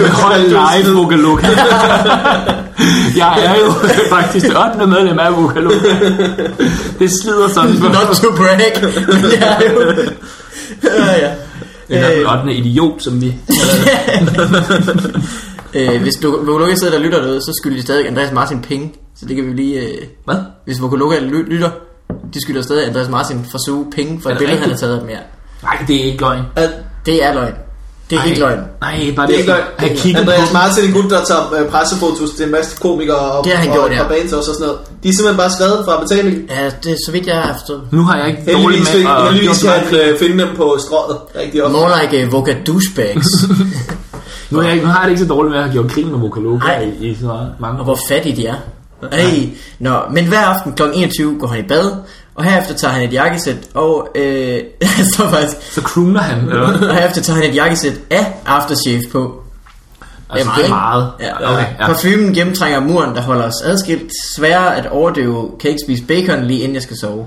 Speaker 2: Du holder live Vokaluka. Jeg er jo faktisk det 8. medlem af Vokaluka. Det slider sådan på.
Speaker 1: Not to brag. Men det er jo... Ja, ja.
Speaker 2: Det er den 8. idiot, som vi...
Speaker 1: Øh, hvis Vokaloga sidder der og lytter derude, så skylder de stadig Andreas Martin penge. Så det kan vi lige... Øh...
Speaker 2: Hvad?
Speaker 1: Hvis Vokaloga ly- lytter, de skylder stadig Andreas Martin for suge penge for
Speaker 2: Er
Speaker 1: et
Speaker 2: det
Speaker 1: billede, han har
Speaker 2: rigtigt?
Speaker 1: taget af dem her.
Speaker 2: Nej, det er ikke løgn.
Speaker 3: At,
Speaker 1: Det er løgn. Det er
Speaker 2: Ej,
Speaker 1: ikke løgn.
Speaker 2: Nej, bare
Speaker 3: det er ikke løgn.
Speaker 2: Jeg kigger
Speaker 3: Andreas
Speaker 2: på...
Speaker 3: Martin,
Speaker 4: Martin er en gut, der tager øh, pressefotos til en masse komikere og,
Speaker 1: Det har han
Speaker 4: og,
Speaker 1: gjort, ja.
Speaker 4: og bands også og sådan noget. De er simpelthen bare skrevet fra betaling.
Speaker 1: Ja, det er så vidt jeg har forstået.
Speaker 2: Nu har jeg ikke dårlig Ah. med...
Speaker 3: heldigvis, fik,
Speaker 2: at-
Speaker 3: heldigvis kan han øh, finde dem på strået rigtig ofte.
Speaker 1: More like uh, Voka douchebags.
Speaker 2: Nu har jeg, ikke- nu har jeg det ikke så dårligt med at have gjort grin med Vokaluka
Speaker 1: Nej.
Speaker 2: i, i så mange
Speaker 1: og
Speaker 2: år.
Speaker 1: hvor fattige de er. Ej, nå, men hver aften kl. 21 går han i bad, og herefter tager han et jakkesæt, og øh, der står faktisk,
Speaker 2: Så crooner han. Eller? hvad?
Speaker 1: og herefter tager han et jakkesæt af aftershave på.
Speaker 2: Altså, det er meget.
Speaker 1: Ja,
Speaker 2: Okay, ja.
Speaker 1: Parfumen gennemtrænger muren, der holder os adskilt. Sværere at overdøve, kan ikke spise bacon lige inden jeg skal sove.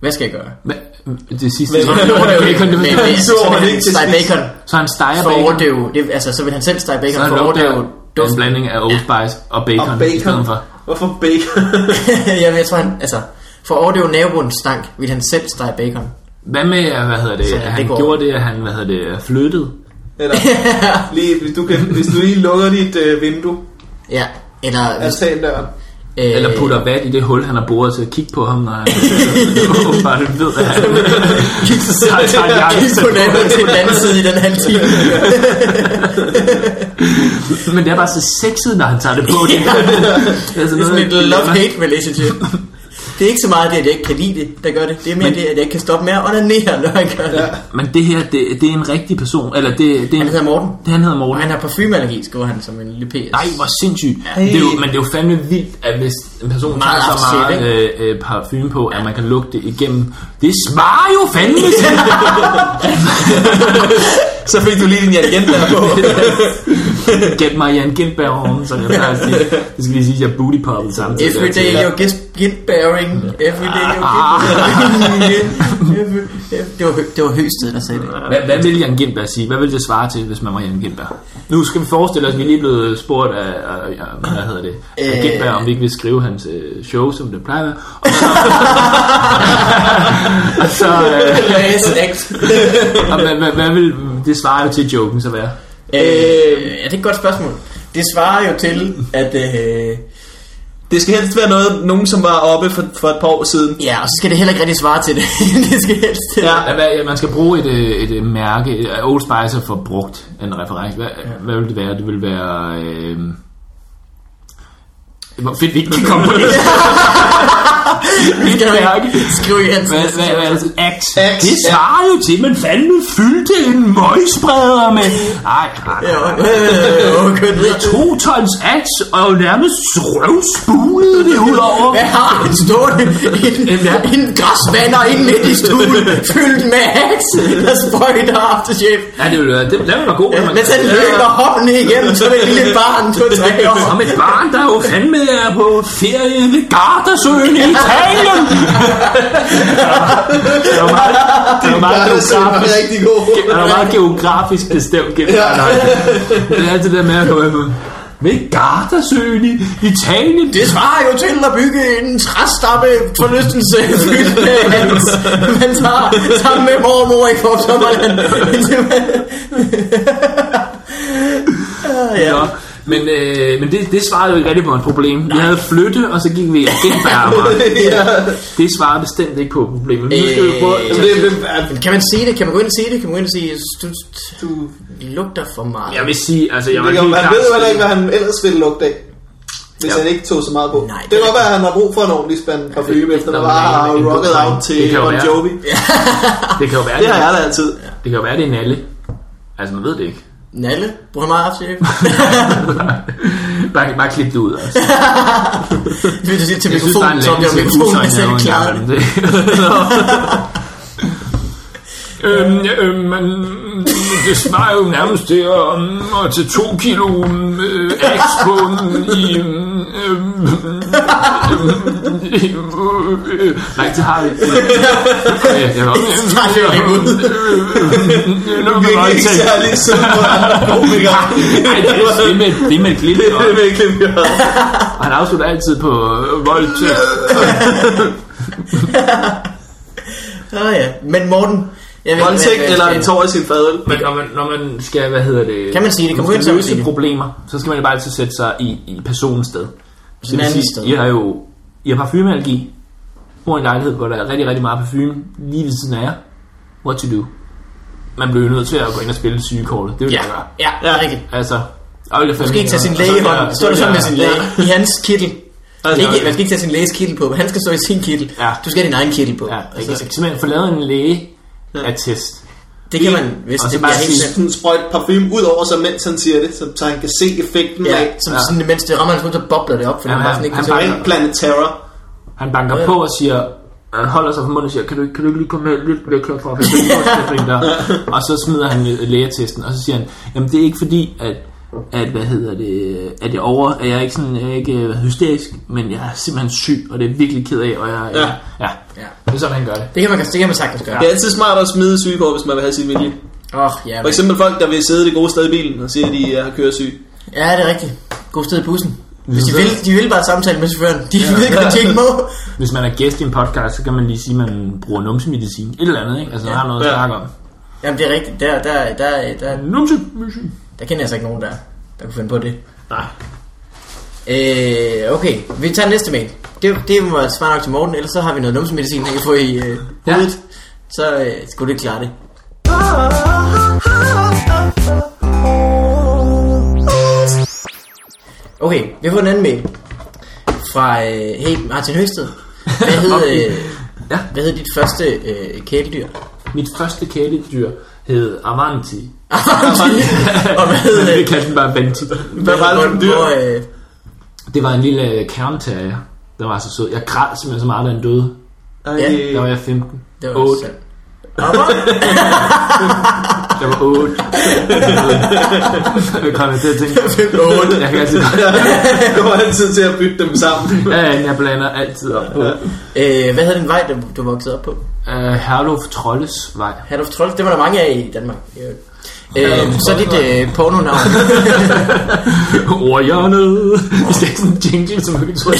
Speaker 1: Hvad skal jeg gøre?
Speaker 2: Men, mm, det sidste...
Speaker 3: Men-
Speaker 2: Så han overdøver bacon, det
Speaker 1: Men,
Speaker 2: vil-
Speaker 1: men, så vil
Speaker 3: over, det er
Speaker 1: han
Speaker 3: ikke til
Speaker 1: stege
Speaker 3: at spise.
Speaker 1: bacon
Speaker 2: Så han steger
Speaker 1: for at
Speaker 2: bacon.
Speaker 1: overdøve. Det, altså, så vil han selv stege
Speaker 2: Så
Speaker 1: bacon
Speaker 2: han
Speaker 1: for at overdøve.
Speaker 2: overdøver en
Speaker 1: duften.
Speaker 2: blanding af Old Spice og bacon,
Speaker 3: Og
Speaker 2: i stedet for.
Speaker 3: bacon. Hvorfor bacon?
Speaker 1: Jamen, jeg tror, han, altså, for at overdøve naboens stank, vil han selv stege bacon.
Speaker 2: Hvad med, øh, hvad hedder det,
Speaker 1: Så
Speaker 2: at han
Speaker 1: det går.
Speaker 2: gjorde det, at han, hvad hedder det, øh, flyttede?
Speaker 3: Eller, lige, hvis, du kan, hvis du lige lukker dit øh, vindue
Speaker 1: Ja, eller...
Speaker 3: af tagdøren.
Speaker 1: øh,
Speaker 2: Eller putter vand i det hul, han har boret til at kigge på ham, når han åbenbart ved, at han tager, Altså, tager en jakke.
Speaker 1: Kig på den anden, på den anden side i den halve time.
Speaker 2: Men det er bare så sexet, når han tager det på. Det er, altså
Speaker 1: Det er sådan Ligesom et love-hate relationship. Det er ikke så meget det, at jeg ikke kan lide det, der gør det. Det er mere
Speaker 2: Men-
Speaker 1: det, at jeg ikke kan stoppe med at onanere, når jeg gør det.
Speaker 2: Men det her, det, det er en rigtig person. Eller det, det er
Speaker 1: Han
Speaker 2: en,
Speaker 1: hedder Morten,
Speaker 2: det, han hedder
Speaker 1: og
Speaker 2: Morten.
Speaker 1: han har parfumeallergi, skriver han som en lille PS.
Speaker 2: Nej, hvor sindssygt. Det er jo, men det er jo fandme vildt, at hvis en person
Speaker 1: Meget
Speaker 2: tager så
Speaker 1: afsæt,
Speaker 2: meget øh, øh, parfume på, at man kan lugte det igennem. Det svarer jo fandme til.
Speaker 3: Så fik du lige din agent der på.
Speaker 2: Get mig Jan Gindberg home, som jeg plejer at sige. Det skal lige sige, at jeg booty poppede samtidig.
Speaker 1: Every day your guest git bearing every day. you get- det, var, hø- det var høstet, der sagde det.
Speaker 2: Hvad, hvad vil Jan Gindberg sige? Hvad vil det svare til, hvis man var Jan Gindberg? Nu skal vi forestille os, at vi er lige blevet spurgt af, af, af hvad hedder det, af
Speaker 1: Øh.
Speaker 2: Gindberg, om vi ikke vil skrive hans øh, show, som det plejer at være. Og så, øh,
Speaker 1: Yes, next.
Speaker 2: og hvad, hvad, hvad vil det svare til joken så være?
Speaker 1: Øh, ja, det er et godt spørgsmål. Det svarer jo til, at... Øh,
Speaker 3: Det skal helst være noget, nogen som var oppe for, for et par år siden.
Speaker 1: ja, og så skal det heller ikke rigtig svare til det. det skal helst til.
Speaker 2: Hvad,
Speaker 3: Ja.
Speaker 2: hvad, man skal bruge et, øh, et, et mærke. Øh, Old Spice er for brugt en reference. Hvad, ja. hvad vil det være? Det vil være... Øh, hvor fedt, vi ikke kan komme på det.
Speaker 1: Vi skal jo ikke
Speaker 2: mærke.
Speaker 1: skrive igen.
Speaker 2: Hvad, hvad, hvad er det? Ax.
Speaker 3: Ax,
Speaker 2: Det svarer jo til, at man fandme fyldte en møgspreder med... Ej, nej,
Speaker 1: Ja,
Speaker 2: nej.
Speaker 1: øh, øh, kørt videre.
Speaker 2: To tons aks, og nærmest røvspulede det ud over.
Speaker 1: Hvad har han stående? En, en græsvander inde midt i stuen, fyldt med hekse, der sprøjter aftershave.
Speaker 2: Ja, det ville være... Det ville være god.
Speaker 1: Mens han løber hånden igennem som et lille barn, du tre år.
Speaker 2: Som et barn, der jo fandme er på ferie ved Gardasøen i Italien. Det er jo meget, det er jo meget geografisk.
Speaker 4: rigtig god.
Speaker 2: Det er jo meget geografisk bestemt gennem ja. Det er altid det der med at komme med. Ved Gardasøen i Italien.
Speaker 1: Det svarer jo til at bygge en træstappe forlystelse fyldt med hans. Man tager sammen med mormor i forsommeren.
Speaker 2: Ja. Nå, men, øh, men det, det svarede jo ikke rigtigt på et problem. Vi havde flytte, og så gik vi igen på
Speaker 4: ja.
Speaker 2: Det svarede bestemt ikke på problemet. Nu skal vi prøve...
Speaker 1: Øh, Kan man sige det? Kan man gå ind og sige det? Kan man gå ind og sige, du, du lugter for meget?
Speaker 2: Jeg vil sige, altså jeg var
Speaker 4: Han
Speaker 2: helt klart...
Speaker 4: ved jo heller ikke, hvad han ellers ville lugte af. Hvis
Speaker 2: Ja.
Speaker 4: ja. han ikke tog så meget på.
Speaker 1: Nej,
Speaker 4: det
Speaker 1: det
Speaker 4: kan
Speaker 1: er
Speaker 4: godt være, at han har brug for en ordentlig spand parfume, efter
Speaker 2: Nå,
Speaker 4: der
Speaker 2: men det er
Speaker 4: var
Speaker 2: en- en
Speaker 4: rocket
Speaker 2: god
Speaker 4: out
Speaker 2: dreng. Det
Speaker 4: til
Speaker 2: kan jo
Speaker 4: Bon
Speaker 2: være.
Speaker 4: Jovi.
Speaker 2: Det kan jo være,
Speaker 4: Det
Speaker 2: det,
Speaker 4: har
Speaker 2: er-
Speaker 4: jeg da altid.
Speaker 2: det kan jo være, det er en alle. Altså man ved det ikke.
Speaker 1: Nalle, bruger han meget aftershave?
Speaker 2: bare, bare klip det ud. Altså.
Speaker 1: Det vil du sige til
Speaker 2: Jeg synes, der er en
Speaker 1: mikrofonen, så bliver
Speaker 2: længelse i
Speaker 1: mikrofonen
Speaker 2: husøjne
Speaker 1: selv
Speaker 2: nogle
Speaker 1: klar.
Speaker 2: gange. Det. øhm, øhm, øhm, det svarer jo nærmest til at, um, at tage to kilo um, øh, aks på um, i... Um, øhm, øhm, øh, Nej, det har vi. Jeg kan godt...
Speaker 1: Det tager jo ikke ud.
Speaker 2: Nu
Speaker 4: Det er ikke særlig sødt mod andre komikere.
Speaker 2: Nej, det er- det er med, det er med et glimt. i øjet.
Speaker 4: Det er ikke det, vi har.
Speaker 2: Og han afslutter altid på øh, voldtægt.
Speaker 1: Åh Ah, ja, men Morten... Jeg ved,
Speaker 3: Voldtægt eller en tår i sin fadøl.
Speaker 2: Men når man, når man skal, hvad hedder det...
Speaker 1: Kan man sige det? Kan
Speaker 2: når
Speaker 1: man
Speaker 2: man
Speaker 1: gå
Speaker 2: skal
Speaker 1: ind og
Speaker 2: løse
Speaker 1: sige det?
Speaker 2: problemer, så skal man jo bare altid sætte sig i, i personens sted. Så det vil
Speaker 1: anden
Speaker 2: sige,
Speaker 1: sted.
Speaker 2: I har jo I har parfumeallergi, bor i en lejlighed, hvor der er rigtig, rigtig meget parfume, lige ved siden af jer. What to do? Man bliver jo nødt til at gå ind og spille sygekortet. Det vil
Speaker 1: Ja,
Speaker 2: jeg gøre.
Speaker 1: ja, det er rigtigt.
Speaker 2: Altså, og
Speaker 1: Man skal ikke tage sin læge i hånden. Står du så med sin læge i hans kittel?
Speaker 2: Altså,
Speaker 1: Ikke,
Speaker 2: okay.
Speaker 1: man skal ikke tage sin læges kittel på. Han skal stå i sin kittel.
Speaker 2: Ja.
Speaker 1: Du skal have din egen kittel på.
Speaker 2: Ja,
Speaker 1: Og
Speaker 2: ikke?
Speaker 1: så-
Speaker 2: Altså, simpelthen få lavet en læge attest.
Speaker 1: Det kan man, hvis
Speaker 2: Og så
Speaker 1: det
Speaker 2: bare
Speaker 1: bliver helt
Speaker 2: sige-
Speaker 1: slemt.
Speaker 4: Sådan sprøjt parfume ud over sig, mens han siger det, så, så han kan se effekten
Speaker 1: Ja,
Speaker 4: af.
Speaker 1: som
Speaker 2: Ja.
Speaker 1: sådan, mens det rammer hans hud, så bobler det op, for ja,
Speaker 2: Ja,
Speaker 1: han bare
Speaker 2: ja,
Speaker 1: sådan ikke
Speaker 2: han
Speaker 1: kan se
Speaker 2: bare-
Speaker 1: det.
Speaker 4: Ring Planet Terror.
Speaker 2: Han banker
Speaker 1: Ja.
Speaker 2: på og siger, han holder sig for munden og siger, kan du, ikke- kan du ikke lige komme her lidt væk herfra, for jeg kan ikke forstå det der. Og så smider han lægetesten, og så siger han, jamen det er ikke fordi, at at hvad hedder det, at jeg over, at jeg er ikke sådan, jeg er ikke øh, hysterisk, men jeg er simpelthen syg, og det er jeg virkelig ked af, og jeg, ja. ja.
Speaker 1: Ja.
Speaker 2: Det er sådan, han gør det.
Speaker 1: Det kan man, det kan man sagtens gøre.
Speaker 3: Det er altid smart at smide sygekort, hvis man vil have sin vilje.
Speaker 1: Åh, oh, ja.
Speaker 3: For eksempel folk, der vil sidde det gode sted i bilen og sige, at de er køresyg.
Speaker 1: Ja, det er rigtigt. God sted i bussen. Hvis de vil, de vil bare samtale med chaufføren. De ved godt, at de ikke må.
Speaker 2: Hvis man er gæst i en podcast, så kan man lige sige, at man bruger numsemedicin, et eller andet, ikke? Altså, man har noget at
Speaker 3: Ja.
Speaker 2: snakke om.
Speaker 1: Jamen, det er rigtigt. Der, der, der, der,
Speaker 2: Numsemedicin.
Speaker 1: der kender jeg altså ikke nogen, der, der kunne finde på det.
Speaker 3: Nej.
Speaker 1: Øh, okay, vi tager næste mail. Det, det må være svar nok til Morten, ellers så har vi noget numsemedicin, han kan få i øh,
Speaker 2: Ja.
Speaker 1: hovedet. Så øh, skulle du ikke klare det. Okay, vi har fået en anden mail fra øh, hey, Martin Høsted. Hvad hed, øh,
Speaker 2: Ja.
Speaker 1: hvad hed dit første øh, kæledyr?
Speaker 2: Mit første kæledyr hed Avanti.
Speaker 1: Og hvad hed,
Speaker 2: Vi
Speaker 1: øh,
Speaker 2: kaldte den bare Avanti.
Speaker 1: hvad
Speaker 3: var det for
Speaker 1: hvor,
Speaker 3: et dyr?
Speaker 1: hvor, øh,
Speaker 2: Det var en lille øh, kernterrier, der var så sød. Jeg græd simpelthen så meget, da han døde.
Speaker 3: Ej,
Speaker 1: Ja.
Speaker 3: Øh,
Speaker 2: Der var jeg 15.
Speaker 1: det var
Speaker 2: 8.
Speaker 1: selv. Og hvor-
Speaker 2: Jeg var 8. Jeg kom til at tænke. Jeg kan altid
Speaker 3: Jeg kommer altid til at bytte dem sammen.
Speaker 2: Ja, jeg blander altid op på.
Speaker 1: Øh, hvad hed den vej, du, du voksede op på?
Speaker 2: Uh, Herluf Trolles vej.
Speaker 1: Hat of Trolls, det var der mange af i Danmark. i øvrigt. Øh, så dit øh, pornonavn.
Speaker 2: Ordhjørnet. Hvis det er sådan en jingle, som jeg kan tro,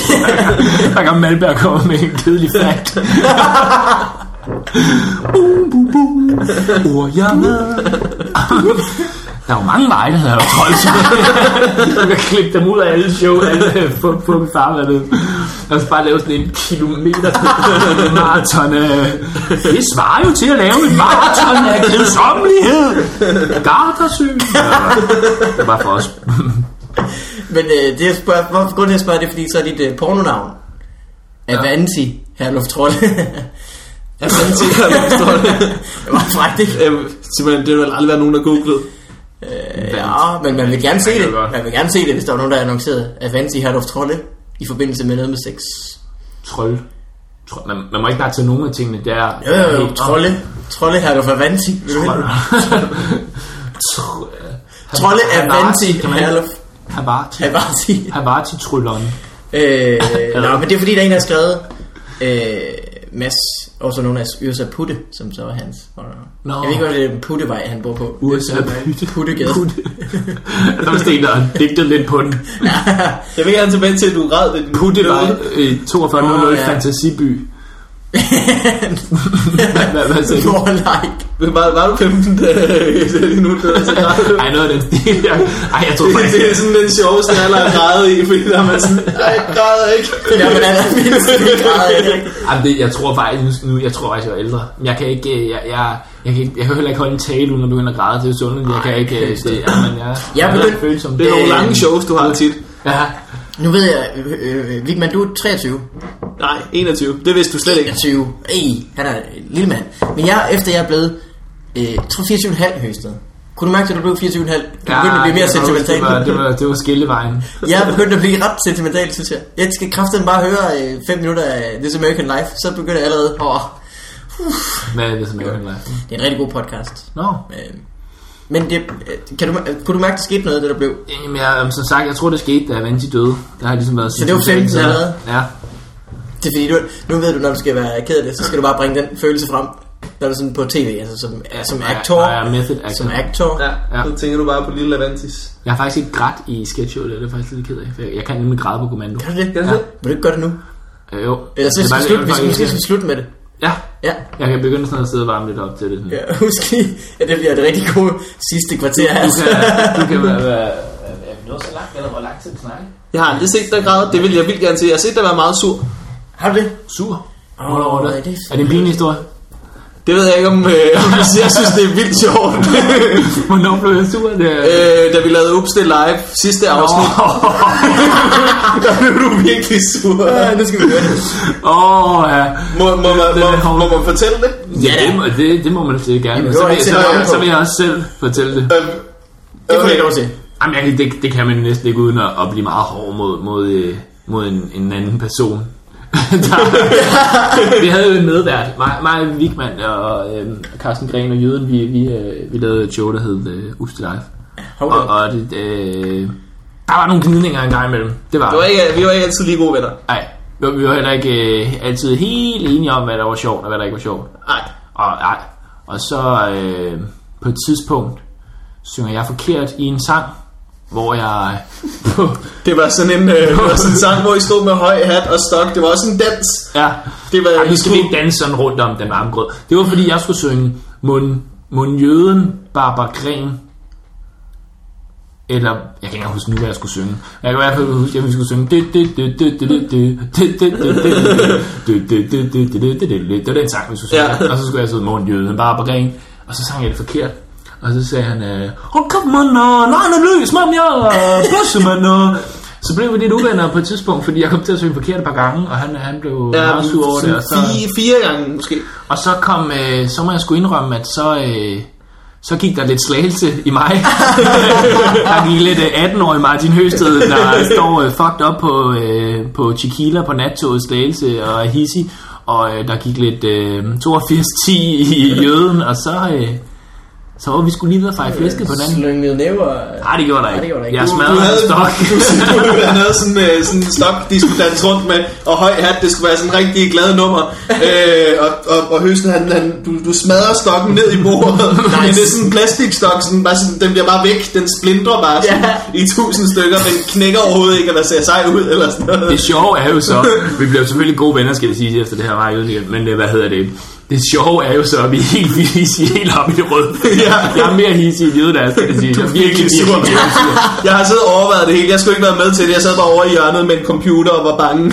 Speaker 2: der kan Malberg komme med en kedelig fact. Boom, boom, boom. Ordhjørnet. Der er jo mange veje, der hedder Trolls. du kan klippe dem ud af alle show, alle på, på min farvandet. Og så bare lave sådan en kilometer maraton af... Det svarer jo til at lave en maraton af kedsommelighed. Gardersyn. Det var bare for os
Speaker 1: Men øh, det jeg spørger, hvorfor grunden til at spørge det, er, fordi så er dit øh, pornonavn. Avanti, Hat of Trolls. Avanti, Hat of Trolls. Det var frækt, ikke?
Speaker 3: Øhm, simpelthen, det vil aldrig være nogen, der googlede.
Speaker 1: Øh, Ja, men man vil gerne se
Speaker 2: det
Speaker 1: det.
Speaker 2: er godt.
Speaker 1: Man vil gerne se det, hvis der var nogen, der annoncerede Avanti, Hat of Trolls i forbindelse med noget med sex.
Speaker 2: trold. trold. Man, man må ikke bare tage nogen af tingene. Det er
Speaker 1: Jo, jo, jo. Øh, Trolle. Trolle, Hat of Avanti. Vil du
Speaker 2: Trold.
Speaker 1: hente?
Speaker 2: Tro- øh,
Speaker 1: Trolle
Speaker 2: Havarti,
Speaker 1: Avanti,
Speaker 2: kan man ikke-
Speaker 1: Hat of
Speaker 2: Havarti.
Speaker 1: Avanti.
Speaker 2: Havarti Trylleren.
Speaker 1: Øh, nå, men det er fordi, der er en, der har skrevet øh, Mads, og så nogen af Yrsa Putte, som så er hans. Nå.
Speaker 2: Nå.
Speaker 1: Jeg ved ikke, hvad det er en puttevej, han bor på.
Speaker 2: Ursa Putte.
Speaker 1: Puttegade.
Speaker 2: Putte. Der var Sten, der digtede lidt på den.
Speaker 3: Jeg vil gerne tilbage til, at du græd det.
Speaker 2: Putte var øh, 4200
Speaker 1: Nå,
Speaker 2: oh,
Speaker 1: ja.
Speaker 2: fantasiby. hvad, hvad sagde du?
Speaker 1: Hvor like.
Speaker 3: Var, var du 15 øh, nu? Det, så græd du.
Speaker 2: Ej, noget af den stil. Ej, jeg tror faktisk...
Speaker 3: det er sådan den sjoveste alder at græde i, fordi der er man sådan, nej, jeg græder ikke.
Speaker 1: Ja, men han er mindst lige grad af det.
Speaker 2: Jamen, det, jeg tror faktisk nu, jeg tror faktisk, jeg er ældre. Men Jeg kan ikke, øh, jeg, jeg, jeg, kan, ikke- jeg kan heller ikke holde en tale, uden at begynde at græde. Det er sundt, jeg kan ikke, øh, det, ja, men jeg,
Speaker 1: Jeg
Speaker 2: jeg,
Speaker 1: begyndte-
Speaker 2: følsom.
Speaker 3: Det er nogle
Speaker 1: Øh,
Speaker 3: lange shows, du har tit.
Speaker 2: Ja,
Speaker 1: Nu ved jeg, øh, øh, Vigman, du er 23.
Speaker 3: Nej, 21. Det vidste du slet ikke.
Speaker 1: 21. Ej, han er en lille mand. Men jeg, efter jeg er blevet, øh, jeg tror 24,5 høsted. Kunne du mærke, at du blev 24,5? Du begyndte at blive mere
Speaker 2: jeg kan huske,
Speaker 1: sentimental.
Speaker 2: Det var, det var, det var skillevejen.
Speaker 1: Jeg er begyndt at blive ret sentimental, synes jeg. Jeg skal kraften bare høre 5 minutter af This American Life, så begynder jeg allerede. Åh,
Speaker 2: Hvad er det, som jeg hører?
Speaker 1: det er en rigtig god podcast.
Speaker 2: Nå,
Speaker 1: Øh, Men det, øh, kan du, øh, kunne du mærke, at der skete noget, af det der blev?
Speaker 2: Jamen, jeg, øhm, som sagt, jeg tror, det skete, da Avanti døde. Der har ligesom været...
Speaker 1: Så det var 15 allerede?
Speaker 2: Ja.
Speaker 1: Det er fordi, du, nu ved du, når du skal være ked af det, så skal du bare bringe den følelse frem, når du er sådan på tv, altså som, som aktor,
Speaker 2: Jeg, jeg, method actor.
Speaker 1: som aktor.
Speaker 3: Ja,
Speaker 2: Ja.
Speaker 3: så tænker du bare på lille Avantis.
Speaker 2: jeg har faktisk ikke grædt i sketch show, det er jeg faktisk lidt ked af. for Jeg, jeg kan nemlig græde på kommando.
Speaker 1: Kan du det?
Speaker 3: Kan du
Speaker 1: Ja.
Speaker 3: det?
Speaker 1: Vil du ikke gøre det nu?
Speaker 2: Øh,
Speaker 1: Eller
Speaker 2: jo.
Speaker 1: så
Speaker 2: Det er
Speaker 1: skal
Speaker 2: bare-
Speaker 1: vi slutte, vi skal
Speaker 2: jeg-
Speaker 1: måske skal slutte med det.
Speaker 2: Ja,
Speaker 1: Ja.
Speaker 2: jeg kan begynde sådan at sidde og varme lidt op til det. Sådan.
Speaker 1: ja, husk lige, at det bliver et rigtig godt sidste kvarter.
Speaker 2: Du
Speaker 1: Altså.
Speaker 2: kan, du kan være... være- Er vi nået så langt, eller hvor lang tid snakke?
Speaker 3: Jeg har aldrig set dig græde. Det vil jeg vildt gerne se. Jeg har set dig være meget sur.
Speaker 1: Har du det?
Speaker 2: Sur.
Speaker 1: Åh,
Speaker 2: Hvor er
Speaker 1: er det
Speaker 2: det? Er det en pinlig historie?
Speaker 3: Det ved jeg ikke, om, øh, om jeg siger. jeg synes, det er vildt sjovt.
Speaker 2: Hvornår blev jeg sur? Det er...
Speaker 3: øh, da vi lavede Ups, det live sidste
Speaker 1: Øh,
Speaker 3: afsnit, der blev du virkelig sur.
Speaker 1: Ja, nu skal vi høre det.
Speaker 2: Åh, ja.
Speaker 3: Må, må, man,
Speaker 2: Den
Speaker 3: må,
Speaker 2: er hård.
Speaker 3: må man fortælle det?
Speaker 2: Ja, det, må- det, det må man selvfølgelig gerne. Men så,
Speaker 1: behøver
Speaker 2: vil,
Speaker 1: ikke
Speaker 2: så,
Speaker 1: sætte
Speaker 2: vil,
Speaker 1: navn på.
Speaker 2: så vil jeg også selv fortælle det.
Speaker 3: Øhm,
Speaker 1: Det får
Speaker 3: okay.
Speaker 1: jeg ikke lov til.
Speaker 2: Jamen, jeg, kan- det, det kan man næsten ikke uden at, at blive meget hård mod, mod, øh, mod en, en anden person. Der- vi havde jo en medvært, mig, mig Vigman og øh, Carsten Gren og Jøden, vi, vi, øh, vi lavede et show, der hed øh, Ups til Life.
Speaker 1: Hold
Speaker 2: Og,
Speaker 1: da.
Speaker 2: og det, øh, der var nogle gnidninger en gang imellem. Det var
Speaker 3: Det var ikke, vi var ikke altid lige gode venner.
Speaker 2: Nej, vi var- vi var heller ikke øh, altid helt enige om, hvad der var sjovt og hvad der ikke var sjovt.
Speaker 3: Nej.
Speaker 2: Og, nej. og så øh, på et tidspunkt synger jeg forkert i en sang, hvor jeg på,
Speaker 3: Det var sådan en, øh, det var sådan en sang, hvor I stod med høj hat og stok. Det var også en dans.
Speaker 2: Ja.
Speaker 3: Det var-
Speaker 2: Ej, nu skal vi ikke danse sådan rundt om den varme grød. Det var fordi, jeg skulle synge Mon, Mon Jøden, Barbar Gren, eller, jeg kan ikke engang huske nu, hvad jeg skulle synge. Jeg kan i hvert fald huske, at vi skulle synge. Det var den sang, vi skulle synge.
Speaker 3: Ja.
Speaker 2: Og så skulle jeg sidde morgen jøden, bare på gren. Og så sang jeg det forkert. Og så sagde han, øh, hold kæft, mand, og nej, nej, løs, mand, jeg er bøsse, mand, og... Så blev vi lidt uvenner på et tidspunkt, fordi jeg kom til at synge forkert et par gange, og han, han blev ja, meget sur over det. Og så,
Speaker 3: fire, fire gange måske.
Speaker 2: og så kom, øh, så må jeg skulle indrømme, at så, øh, så gik der lidt slagelse i mig. der gik lidt øh, 18-årig Martin Høsted, der står øh, fucked op på, øh, på Chiquila på nattoget Slagelse og Hisi. Og øh, der gik lidt øh, 82-10 i jøden, og så... Øh, Så var vi skulle lige ned og feje flæsket på den anden.
Speaker 1: Slyngede næver.
Speaker 2: Nej, det gjorde der
Speaker 1: Nej, det
Speaker 2: ikke.
Speaker 1: gjorde der ikke.
Speaker 2: Jeg
Speaker 1: Du-
Speaker 3: Du
Speaker 2: smadrede
Speaker 3: havde,
Speaker 2: en stok.
Speaker 3: du, du, du, han havde sådan en øh, sådan en stok, de skulle danse rundt med, og høj hat, det skulle være sådan en rigtig glad nummer. Øh, og, og, og høsten, han, han, du, du smadrer stokken ned i bordet, men det er sådan en plastikstok, sådan, bare sådan, den bliver bare væk, den splindrer bare sådan, i tusind stykker, men knækker overhovedet ikke, og der ser sej ud eller sådan noget.
Speaker 2: Det sjove er jo så, vi blev selvfølgelig gode venner, skal det sige, efter det her var men øh, hvad hedder det? Det sjove er jo så, at vi er helt, vi er helt oppe i det røde.
Speaker 3: Ja.
Speaker 2: Jeg er mere hisse i hvide, der er, skal det sige. Jeg er virkelig,
Speaker 3: virkelig sur.
Speaker 2: virkelig, virkelig sur.
Speaker 3: Jeg har siddet og overvejet det hele, jeg skulle ikke være med til det, jeg sad bare over i hjørnet med en computer og var bange.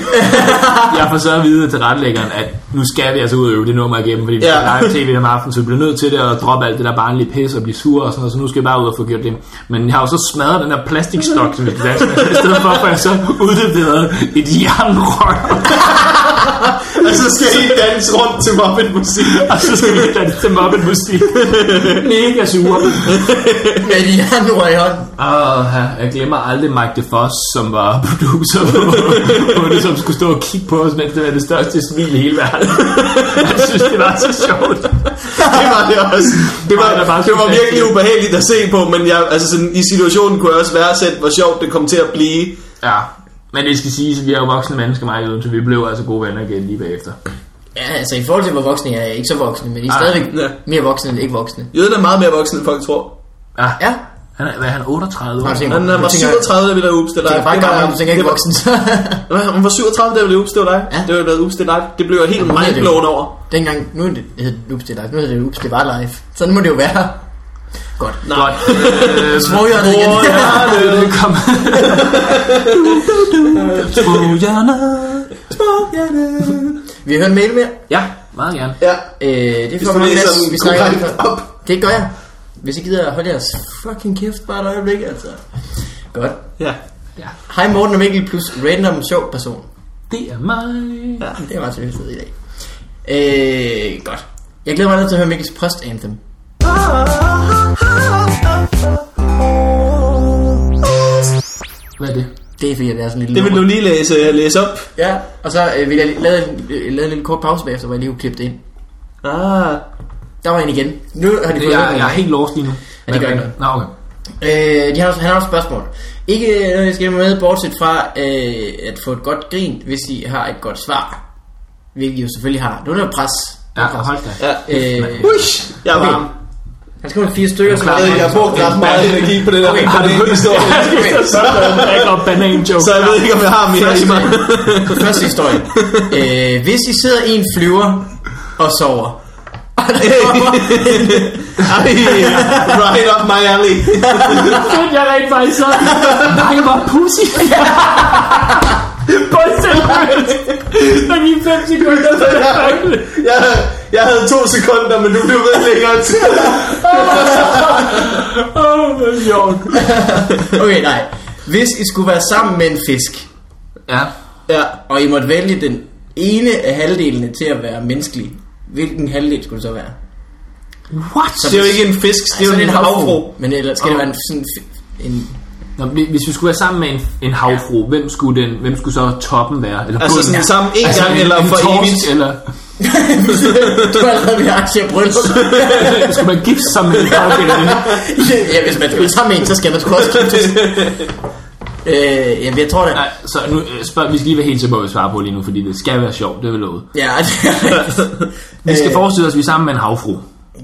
Speaker 2: Jeg får så at vide til retlæggeren, at nu skal vi altså ud og øve det nummer igennem, fordi vi
Speaker 3: Ja.
Speaker 2: skal live tv om aftenen, så vi bliver nødt til det og droppe alt det der barnlige pis og blive sure og sådan noget, så nu skal vi bare ud og få gjort det. Men jeg har jo så smadret den der plastikstok, som vi skal danse med, i stedet for, for jeg så udleveret et jernrør,
Speaker 3: og så skal I danse rundt til mobbet musik.
Speaker 2: og så skal vi danse til mobbet musik. Mega sure.
Speaker 1: Med de jernrør i hånden.
Speaker 2: Og jeg glemmer aldrig Mike DeFoss, som var producer på, på det, som skulle stå og kigge på os, mens det var det største smil i hele verden. Jeg synes, det var så sjovt.
Speaker 3: det var det også. Det var,
Speaker 2: Ej, der er bare
Speaker 3: det var
Speaker 2: sådan
Speaker 3: virkelig
Speaker 2: en-
Speaker 3: ubehageligt at se på, men jeg, altså sådan, i situationen kunne jeg også værdsætte, hvor sjovt det kom til at blive.
Speaker 2: Ja, men det skal siges, at vi er jo voksne mennesker, mig og Uden, så vi blev altså gode venner igen lige bagefter.
Speaker 1: Ja, altså i forhold til hvor voksne jeg er, jeg er ikke så voksne, men I er
Speaker 2: Ah,
Speaker 1: stadigvæk
Speaker 3: ja.
Speaker 1: mere voksne end ikke voksne.
Speaker 3: Jøden er meget mere voksen, end folk tror.
Speaker 2: Ja,
Speaker 1: Ja,
Speaker 2: han er, hvad er han, 38 år?
Speaker 1: Har du set-
Speaker 3: Han øh,
Speaker 1: Du
Speaker 3: var
Speaker 1: tænker-
Speaker 3: 37, da vi lavede Oops, det er
Speaker 1: det er
Speaker 3: dig.
Speaker 1: bare
Speaker 3: Det var-
Speaker 1: gammel, du tænker
Speaker 3: det
Speaker 1: ikke
Speaker 3: var-
Speaker 1: voksen.
Speaker 3: Nej, Hun var 37, da vi lavede Oops, det var dig.
Speaker 1: Ja.
Speaker 3: Det var lavet Oops, det er dig. Det blev jeg helt
Speaker 1: Ja, det er det.
Speaker 3: mindblown over.
Speaker 1: Dengang, nu hed det Loops det Life, nu hedder det Loops det var live. Sådan må det jo være. Godt.
Speaker 2: Nej.
Speaker 1: Småhjørnet igen.
Speaker 2: Åh, ja, Øh, det kom.
Speaker 1: Vi hører en mail mere.
Speaker 2: Ja, meget gerne.
Speaker 4: Ja.
Speaker 1: Øh, det
Speaker 3: Hvis
Speaker 1: får
Speaker 3: du
Speaker 1: mig
Speaker 3: læser
Speaker 1: plads,
Speaker 3: den
Speaker 1: vi snakker om
Speaker 3: korrekt
Speaker 1: det.
Speaker 3: op.
Speaker 1: Det gør jeg. Hvis I gider, hold jeres fucking kæft bare et øjeblik, altså. Godt.
Speaker 3: Ja.
Speaker 1: Hej Morten og Mikkel plus random sjov person.
Speaker 2: Det er mig.
Speaker 1: Ja, Ah, det er meget tilfældet i dag. Øh, godt. Jeg glæder mig lidt til at høre Mikkels post anthem.
Speaker 2: Hvad er det?
Speaker 1: Det er fordi, det er sådan lidt
Speaker 3: Det vil du lige læse, læse op.
Speaker 1: Ja, og så øh, vil jeg lige- lave en, øh, lave en lille kort pause bagefter, hvor jeg lige kunne klippe det ind.
Speaker 3: Ah.
Speaker 1: Der var en igen. Nu har de
Speaker 2: det
Speaker 1: fået
Speaker 2: jeg,
Speaker 1: noget.
Speaker 2: jeg er helt lost lige nu.
Speaker 1: Ja, det gør ikke noget.
Speaker 2: Nå, okay.
Speaker 1: Øh, de har, han har også et spørgsmål. Ikke øh, noget, jeg skal have med, bortset fra øh, at få et godt grin, hvis I har et godt svar. Hvilket I jo selvfølgelig har. Nu er der pres.
Speaker 2: Ja, hold da.
Speaker 3: Ja.
Speaker 1: Øh,
Speaker 3: Uish, jeg er
Speaker 1: Okay.
Speaker 3: varm.
Speaker 1: han skriver fire stykker, så
Speaker 2: klar.
Speaker 3: Jeg ved ikke, Jeg har brugt ret meget energi på det der.
Speaker 1: Okay,
Speaker 3: på
Speaker 1: har
Speaker 3: den ene historie.
Speaker 2: Banan og banan joke.
Speaker 3: Så jeg ved ikke, om jeg har mere i mig.
Speaker 1: Første historie. Øh, hvis I sidder i en flyver og sover. Og der kommer
Speaker 3: Ej, right up my alley.
Speaker 2: Fedt, jeg rent faktisk så. Nej, jeg var pussy. På seriøst. Der gik fem sekunder, så jeg fandt
Speaker 3: Jeg, jeg havde to sekunder, men du blev ved længere tid.
Speaker 2: Åh, hvor sjovt.
Speaker 1: Okay, nej. Hvis I skulle være sammen med en fisk,
Speaker 2: Ja.
Speaker 3: Ja.
Speaker 1: og I måtte vælge den ene af halvdelene til at være menneskelig, hvilken halvdel skulle det så være?
Speaker 2: What?
Speaker 1: Så
Speaker 3: Det er jo ikke en fisk, det er jo
Speaker 1: Sådan
Speaker 3: en havfru.
Speaker 1: Men ellers skal det være en, sådan fi- en...
Speaker 2: Nå, hvi- hvis vi skulle være sammen med en, en havfru, hvem skulle, den, hvem skulle så toppen være? Eller
Speaker 3: Altså
Speaker 2: bunden?
Speaker 3: sådan sammen en
Speaker 2: Altså,
Speaker 3: gang eller for
Speaker 2: torsk,
Speaker 3: evigt.
Speaker 2: Eller
Speaker 1: du har allerede ved aktie og bryllup.
Speaker 2: skulle man gifte sig med en torsk eller det?
Speaker 1: ja, hvis man skal være sammen med en, så skal man sgu også giftes. øh, jamen, jeg tror da...
Speaker 2: Nej, så nu øh, spørg, vi skal lige være helt tilbage at svare på lige nu, fordi det skal være sjovt, det vil lovet.
Speaker 1: Ja, det er rigtigt.
Speaker 2: Vi skal
Speaker 1: Øh.
Speaker 2: forestille os, at vi er sammen med en havfru.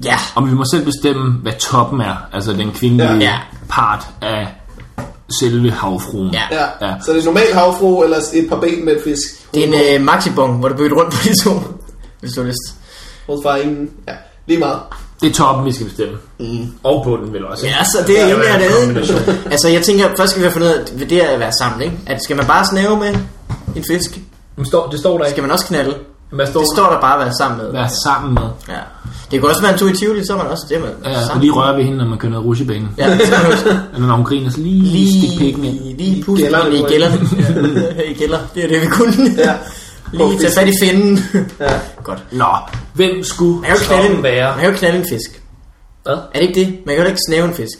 Speaker 1: Ja,
Speaker 2: Og vi må selv bestemme, hvad toppen er, altså den kvindelige
Speaker 1: Ja.
Speaker 2: ja. part af selve havfruen.
Speaker 1: ja.
Speaker 4: ja.
Speaker 2: Ja.
Speaker 4: Så det er normalt havfru, eller et par ben med et fisk.
Speaker 1: Det er en øh, maxibong, hvor du bytter rundt på de to, hvis du har lyst.
Speaker 4: Hold far ingen. Ja, lige meget.
Speaker 2: Det er toppen, vi skal bestemme. Mm. Og bunden vil også.
Speaker 1: Mhm. Ja, så det er jo mere det, ikke? Altså, jeg tænker, først skal vi have fundet ud af, ved det at være sammen, ikke? At skal man bare snæve med en fisk?
Speaker 2: Men står, det står der ikke.
Speaker 1: Skal man også knalde?
Speaker 2: Hvad står,
Speaker 1: Det står der bare at være sammen med.
Speaker 2: Være sammen med.
Speaker 1: Ja. Det kunne også være en tur i Tivoli, så er man også det, man
Speaker 2: Ja, og
Speaker 1: sammen.
Speaker 2: lige røre ved hende, når man kører ned ad rutsjebanen.
Speaker 1: Ja, så kan man også
Speaker 2: Eller når hun griner, så lige, lige stik
Speaker 1: lige,
Speaker 2: pikken ind.
Speaker 1: lige puste
Speaker 4: gælderne,
Speaker 1: ind
Speaker 4: tror
Speaker 1: i
Speaker 4: jeg.
Speaker 1: gælderne. Ja, I gælder, det er det, vi kunne.
Speaker 4: Ja.
Speaker 1: Lige tage fat i finden.
Speaker 4: Ja.
Speaker 1: Godt.
Speaker 2: Nå, hvem skulle
Speaker 1: Man kan jo ikke knalde en,
Speaker 2: være?
Speaker 1: man kan jo ikke knalde en fisk.
Speaker 2: Hvad?
Speaker 1: Er det ikke det? Man kan jo ikke snæve en fisk.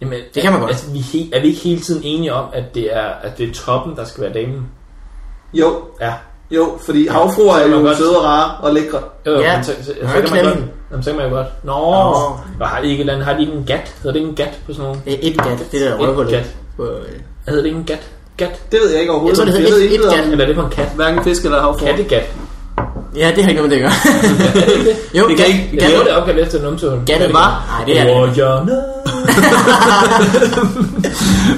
Speaker 2: Jamen,
Speaker 1: Det kan man godt.
Speaker 2: Altså, vi er, he- er vi ikke hele tiden enige om, at det er, at det er toppen, der skal være damen?
Speaker 4: Jo,
Speaker 2: Ja.
Speaker 4: jo, fordi havfruer er
Speaker 2: Så kan man
Speaker 4: jo
Speaker 2: godt-
Speaker 4: søde og rare og lækre.
Speaker 2: Jo, jo,
Speaker 1: Ja,
Speaker 2: men så, så, så,
Speaker 1: man kan
Speaker 2: kan
Speaker 1: ikke
Speaker 2: man
Speaker 1: knalde
Speaker 2: godt,
Speaker 1: den.
Speaker 2: Jamen, så kan man jo godt. Nå, Nå. Har, de ikke, et eller andet- har de ikke en gat? Hedder det ikke en gat på sådan nogle?
Speaker 1: Øh, Et gat, det der røvhul.
Speaker 2: gat.
Speaker 1: På, øh,
Speaker 2: Hvad hedder det ikke en gat? Gat?
Speaker 4: Det ved jeg ikke
Speaker 1: Jeg
Speaker 4: overhovedet.
Speaker 1: tror, det
Speaker 4: jeg
Speaker 1: hedder
Speaker 4: ved
Speaker 1: et,
Speaker 4: intet
Speaker 1: et
Speaker 4: om-
Speaker 1: gat.
Speaker 2: Eller er det for en kat?
Speaker 3: Hverken fisk eller havfruer.
Speaker 2: Kattegat.
Speaker 1: Ja, det har ikke noget med det at gøre. jo,
Speaker 3: Det kan
Speaker 1: gat,
Speaker 3: ikke-
Speaker 2: Jeg
Speaker 3: det
Speaker 1: gat,
Speaker 2: tror, det er opkaldt efter numsehul.
Speaker 1: gat, er det
Speaker 2: var?
Speaker 1: ikke. Nej, det er det. ikke.
Speaker 2: Nå,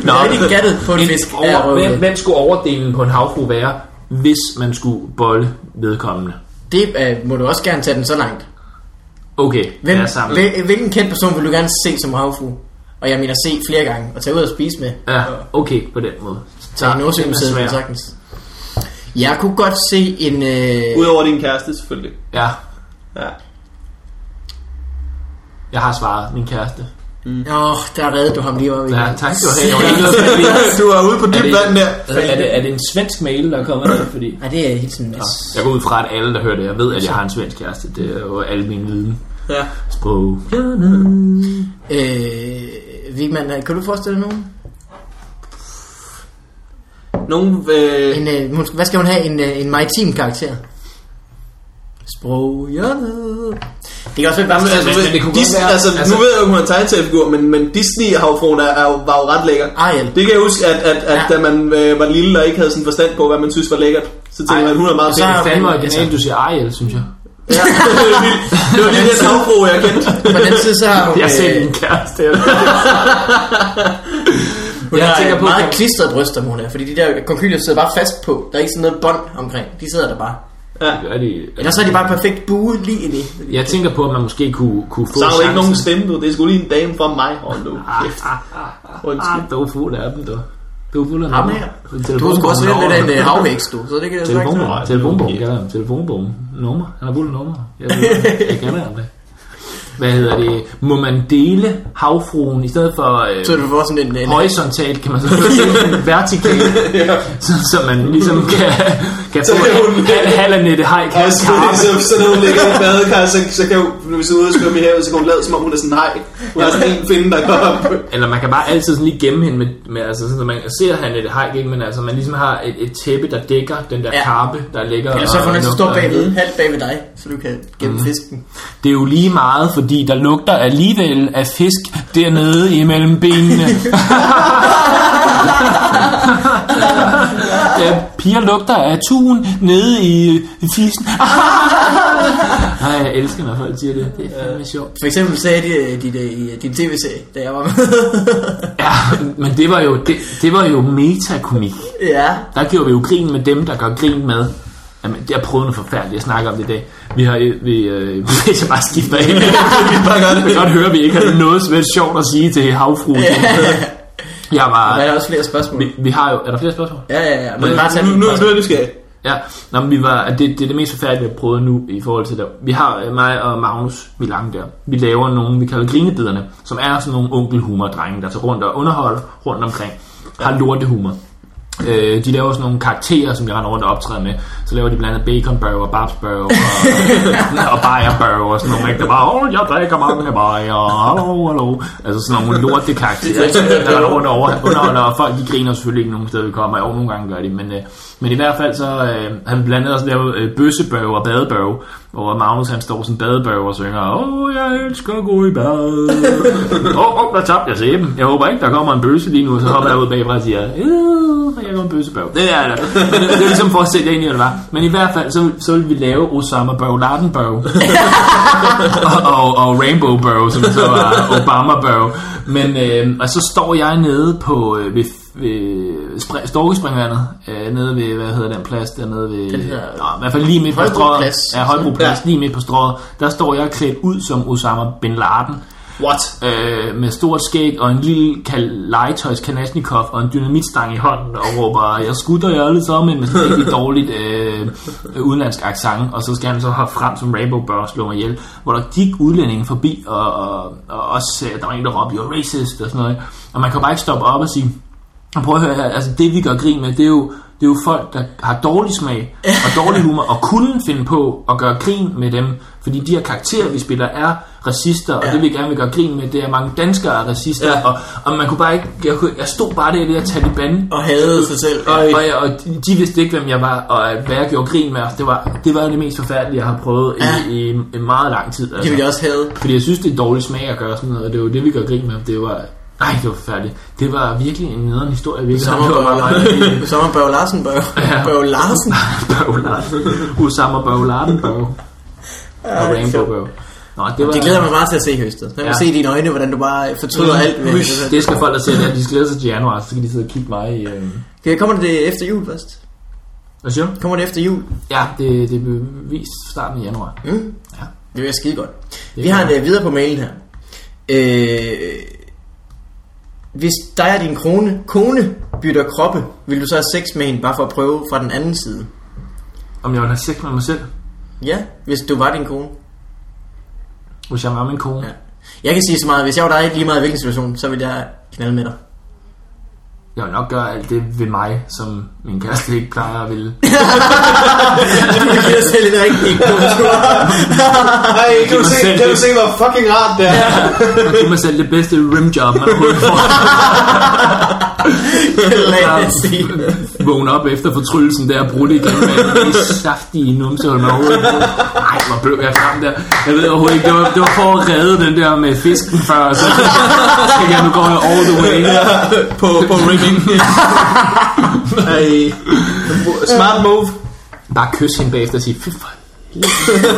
Speaker 1: Det er rigtig gattet på en fisk. er
Speaker 2: over,
Speaker 1: røvhul.
Speaker 2: hvem, hvem skulle overdelen på en havfru være, hvis man skulle bolle vedkommende?
Speaker 1: Det øh, må du også gerne tage den så langt.
Speaker 2: Okay,
Speaker 1: Hvem,
Speaker 2: jeg er sammen.
Speaker 1: hvil- hvilken kendt person vil du gerne se som havfru? Og jeg mener se flere gange, og tage ud og spise med.
Speaker 2: Ja, okay, på den måde. Så
Speaker 1: Til Nordsjømuseet,
Speaker 2: den er
Speaker 1: men
Speaker 2: svær.
Speaker 1: sagtens. Jeg kunne godt se en... Øh...
Speaker 3: Udover din kæreste, selvfølgelig.
Speaker 2: Ja,
Speaker 3: Ja. jeg
Speaker 2: jeg har svaret, min kæreste.
Speaker 1: Åh, oh, der reddede du ham lige om
Speaker 2: Ja, tak skal du have. Jeg var ikke
Speaker 3: Du er ude på dybt vand der.
Speaker 2: er, det, er det en svensk mail, der kommer der? Fordi...
Speaker 1: Nej, det er helt sådan...
Speaker 2: Jeg går ud fra, at alle, der hører det, jeg ved, at jeg har en svensk kæreste. Det er jo alle mine viden.
Speaker 3: Ja.
Speaker 2: Sprog.
Speaker 1: Øh, Vigman, kan du forestille dig nogen?
Speaker 3: Nogle, øh,
Speaker 1: En, øh, hun- hvad skal hun have? En, øh, en maritim karakter? Sproghjørnet. Det kan også være
Speaker 3: Jamen,
Speaker 1: bare...
Speaker 3: altså,
Speaker 2: men- men det kunne godt
Speaker 3: Disney,
Speaker 2: være-
Speaker 3: altså,
Speaker 2: altså-
Speaker 3: nu ved jeg jo, hun er en tegneseriefigur, men, men Disney og havfruen er, er, jo- var jo ret lækker.
Speaker 1: Ariel.
Speaker 3: Det kan jeg huske, at, at, at
Speaker 1: Ja.
Speaker 3: ja. da man øh, var lille og ikke havde sådan forstand på, hvad man synes var lækkert, så tænkte man, hun er meget
Speaker 1: så-
Speaker 3: pæn.
Speaker 2: Det er fandme
Speaker 1: men-
Speaker 2: originalt, du siger Ariel, synes jeg.
Speaker 3: Ja. det var lige- det var lige den havfru, jeg kendte.
Speaker 1: På den side, så har hun,
Speaker 2: Jeg ser
Speaker 1: øh,
Speaker 2: min kæreste.
Speaker 1: hun
Speaker 2: Jeg
Speaker 1: har
Speaker 2: tænker
Speaker 1: øh,
Speaker 2: på,
Speaker 1: meget
Speaker 2: kan-
Speaker 1: klistrede bryster, hun er. Fordi de der konkyler sidder bare fast på. Der er ikke sådan noget bånd omkring. De sidder der bare.
Speaker 2: Gør de-
Speaker 1: Eller så er de bare perfekt buet lige ind i.
Speaker 2: Jeg tænker på, at man måske kunne, kunne få
Speaker 3: Så har hun ikke nogen
Speaker 2: chancen.
Speaker 3: stemme, du. Det er sgu lige en dame fra mig. Hold nu kæft. Undskyld.
Speaker 2: Ah, der var fuld af dem, der. Du er fuld af
Speaker 1: Ham
Speaker 2: dem.
Speaker 1: her.
Speaker 2: Telefonbogen.
Speaker 1: Du skulle også lidt lidt af en øh, havvækst, du. Så det kan jeg sagt.
Speaker 2: Telefonbogen. Telefonbogen. Jeg kalder ham. Telefonbogen. Nummer. Han har fuld af nummer. Jeg, ved- jeg kalder ham det. Hvad hedder det? Må man dele havfruen i stedet for... Øh,
Speaker 1: Så du får sådan en... en
Speaker 2: horisontalt, kan man så sige, vertikalt, så, så man ligesom kan, kan få
Speaker 3: kan hun-
Speaker 2: halv halv Annette Heick
Speaker 3: Ja,
Speaker 2: hans
Speaker 3: så, ligesom,
Speaker 2: karpe.
Speaker 3: så, så, når hun ligger i badekar, så, så kan hun, hvis hun er ude og svømme i havet, så kan hun lade, som om hun er sådan, nej. Hun har sådan en finde, der går op.
Speaker 2: Eller man kan bare altid sådan lige gemme hende med, med altså sådan, så man ser han et hejk, ikke? men altså man ligesom har et, et tæppe, der dækker den der
Speaker 1: Ja.
Speaker 2: ja. karpe, der ligger
Speaker 1: Eller så får
Speaker 2: og
Speaker 1: hun altid stå
Speaker 2: lugter.
Speaker 1: bagved, halvt bagved dig, så du kan gemme fisken.
Speaker 2: Det er jo lige meget, fordi der lugter alligevel af fisk dernede imellem benene. ja, piger lugter af tun nede i fisen. Nej, jeg elsker, når folk siger det. Det er fandme sjovt.
Speaker 1: For eksempel sagde de, øh, de det i øh, din tv-serie, da jeg var med.
Speaker 2: Ja, men det var jo, det, det var jo metakomik.
Speaker 1: ja.
Speaker 2: Der gjorde vi jo grin med dem, der gør grin med. Jamen, jeg prøvede noget forfærdeligt at snakke om det i dag. Vi har... Vi, øh, vi jeg bare skifter ind. vi kan godt høre, at vi ikke har noget som helst sjovt at sige til havfruen. Jeg
Speaker 1: Der
Speaker 2: var...
Speaker 1: er også flere spørgsmål.
Speaker 2: Vi, vi har jo... Er der flere spørgsmål?
Speaker 1: Ja, ja, ja. Men bare tage
Speaker 3: Nu,
Speaker 1: den.
Speaker 3: nu, nu er jeg nysgerrig.
Speaker 2: Ja, Nå, men vi var, at det, det er det mest forfærdelige, jeg prøvede nu i forhold til det. Vi har øh, mig og Magnus, vi lange der. Vi laver nogle, vi kalder grinebiderne, som er sådan nogle onkelhumor-drenge, der tager rundt og underholder rundt omkring. Har lortehumor. Øh, de laver sådan nogle karakterer, som de render rundt og optræder med. Så laver de blandt andet baconbørger, babsbørger og, og bajerbørger og sådan nogle. Ikke? Der bare, åh, jeg drikker mange bajer, hallo, hallo. Altså sådan nogle lorte karakterer, ikke? der render rundt og over, underholder, og folk de griner selvfølgelig ikke nogen steder, vi kommer. Jo, nogle gange gør de, men, øh, men i hvert fald så øh, har vi blandt andet også lavet øh, bøssebørge og badebørge, hvor Magnus han står som badebørge og synger, åh, jeg elsker at gå i bad. Åh, oh, oh, der tabte jeg sæben. Jeg håber ikke, der kommer en bøsse lige nu, så hopper jeg ud bagfra og siger, "Øh, jeg går en bøssebørg. Det er det. Men det, det er ligesom for at sætte jer ind i, hvad det var. Men i hvert fald, så, så vil vi lave Osama Børg, Larden Børg. og, og, og Rainbow Børg, som så var Obama Børg. Men, øh, og så står jeg nede på, øh, ved, ved spr- Storkespringvandet, øh, nede ved, hvad hedder den plads, dernede ved...
Speaker 1: Den hedder-
Speaker 2: Nå, i hvert fald lige midt på
Speaker 1: Højbroplads.
Speaker 2: strået. Ja, Højbroplads, lige midt på strået. Der står jeg klædt ud som Osama Bin Laden
Speaker 3: What?
Speaker 2: øh, med stort skæg og en lille kal- legetøjs Kalashnikov og en dynamitstang i hånden og råber, jeg skutter jer alle sammen med sådan en rigtig dårligt øh, øh, udenlandsk accent, og så skal han så hoppe frem som Rainbow Bør og slå mig ihjel, hvor der gik udlændingen forbi, og, og, og også øh, der var en, der råbte, you're racist og sådan noget, ikke? og man kan bare ikke stoppe op og sige, og prøv at høre her, altså det vi gør grin med, det er jo, det er jo folk, der har dårlig smag og dårlig humor, og kunne finde på at gøre grin med dem, fordi de her karakterer, vi spiller, er racister, og ja. det vi gerne vil gøre grin med, det er at mange danskere er racister,
Speaker 3: Ja.
Speaker 2: ja. og, og man kunne bare ikke, jeg, kunne, jeg stod bare der i det her Taliban,
Speaker 1: Og havde sig selv.
Speaker 2: og, og, jeg, og de- de vidste ikke, hvem jeg var, og øh, hvad jeg gjorde grin med, og det var, det var jo det mest forfærdelige, jeg har prøvet
Speaker 1: Ja.
Speaker 2: ja. i, i, i meget lang tid. altså.
Speaker 1: Det ville jeg også have.
Speaker 2: Fordi jeg synes, det er dårlig smag at gøre sådan noget, og det var det, vi gør grin med. Det var... Nej, det var forfærdeligt. Det var virkelig en nederen historie. Virkelig.
Speaker 1: Sommer
Speaker 2: Det var
Speaker 1: Børge
Speaker 2: meget,
Speaker 1: Larsen. Sommer Børge Larsen. Børge,
Speaker 2: Ja.
Speaker 1: Børge Larsen.
Speaker 2: Børge Larsen. Usama Børge Larsen Børge. Og
Speaker 1: det er
Speaker 2: Rainbow
Speaker 1: sjovt.
Speaker 2: Børge. Nå, det var...
Speaker 1: Det glæder jeg mig meget til at se i høstet. Jeg vil
Speaker 2: Ja.
Speaker 1: se i dine øjne, hvordan du bare fortryder
Speaker 3: Mm.
Speaker 1: alt. Ved
Speaker 3: Ush.
Speaker 1: det.
Speaker 2: Det skal folk der se, at de skal glæde sig til januar, så skal de sidde og kigge mig i... Øh...
Speaker 1: Det- Kommer det efter jul først?
Speaker 2: Hvad siger du?
Speaker 1: Kommer det efter jul?
Speaker 2: Ja, det, det blev vist starten af januar.
Speaker 1: Mm.
Speaker 2: Ja.
Speaker 1: Det bliver skide godt.
Speaker 2: Det
Speaker 1: Vi har
Speaker 2: kan-
Speaker 1: en uh, videre på mailen her. Øh, hvis dig og din krone, kone bytter kroppe, vil du så have sex med hende bare for at prøve fra den anden side?
Speaker 2: Om jeg ville have sex med mig selv,
Speaker 1: Ja, hvis du var din kone.
Speaker 2: hvis jeg var min kone.
Speaker 1: Ja. Jeg kan sige så meget, hvis jeg var dig lige meget i hvilken situation, så ville jeg knalde med dig.
Speaker 2: Jeg vil nok gøre alt det ved mig, som min kæreste ikke plejer at ville.
Speaker 1: Det bliver selv en rigtig god tur.
Speaker 4: Ej, kan du,
Speaker 2: mig
Speaker 4: se,
Speaker 2: selv
Speaker 4: kan du
Speaker 2: det.
Speaker 4: se, hvor fucking rart det er?
Speaker 2: Man giver mig selv det bedste rimjob, man overhovedet får.
Speaker 1: Lad os se.
Speaker 2: vågne op efter fortryllelsen der og bruge det igen med en saftige numsehul med hovedet. Nej, hvor blev jeg frem der. Jeg ved overhovedet ikke, det var, det var for at redde den der med fisken før, og så tænkte jeg, nu går jeg all the way.
Speaker 3: på, på rigging. Ej. Smart move.
Speaker 2: Bare kys hende bagefter og sige, fy for helvede."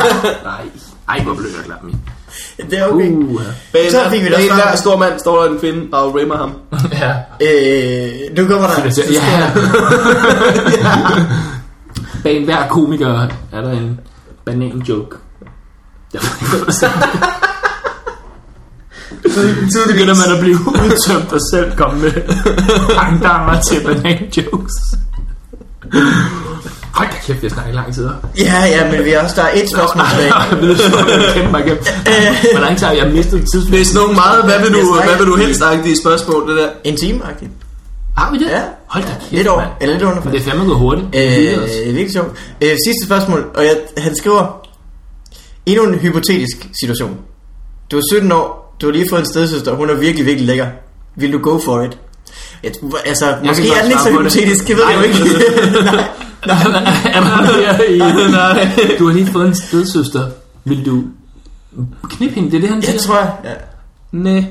Speaker 2: Nej, ej, hvor blev jeg glad, min.
Speaker 1: Det er okay.
Speaker 2: Uh,
Speaker 3: Bag
Speaker 1: Så
Speaker 3: en-
Speaker 1: fik vi
Speaker 3: bag
Speaker 1: da
Speaker 3: en
Speaker 1: svaret.
Speaker 3: hver stor mand står der en kvinde og rimmer ham.
Speaker 2: ja.
Speaker 1: Øh, nu kommer der...
Speaker 2: Så, ja. Bag enhver komiker er der en banan joke. Jeg ved ikke, hvad der står. Så begynder man at blive udtømt og selv komme med angdammer til banan jokes. Hold da kæft, jeg snakker i lang tid. hva'?
Speaker 1: Ja, ja, men vi har også... Der er et spørgsmål tilbage.
Speaker 2: Jeg ved ikke, hvor jeg kæmper igennem. Hvor lang tid har jeg mistet
Speaker 3: Det
Speaker 2: tidsplanen?
Speaker 3: er sådan nogle meget, hvad vil du,
Speaker 1: Jeg snakker-
Speaker 3: hvad vil du helst agtige spørgsmål, det der.
Speaker 1: En time, agtigt.
Speaker 2: Har vi det?
Speaker 1: Ja.
Speaker 2: Hold da kæft,
Speaker 1: Lidt over,
Speaker 2: mand.
Speaker 1: eller lidt under.
Speaker 2: Men det er fandme gået hurtigt.
Speaker 1: Øh,
Speaker 2: Det er os.
Speaker 1: det er virkelig sjovt. Øh, sidste spørgsmål, og jeg, han skriver, endnu en hypotetisk situation. Du er 17 år, du har lige fået en stedsøster, hun er virkelig, virkelig lækker. Vil du go for it? Jeg, tror- altså, jeg måske
Speaker 2: godt
Speaker 1: er den ikke så
Speaker 2: svare på det.
Speaker 1: hypotetisk, det ved jeg jo
Speaker 2: Nej.
Speaker 1: ikke. Nej.
Speaker 2: er man mere i... Nej. Du har lige fået en stedsøster. Vil du knippe hende? Det er det, han siger.
Speaker 1: Jeg tror, ja.
Speaker 3: Nej.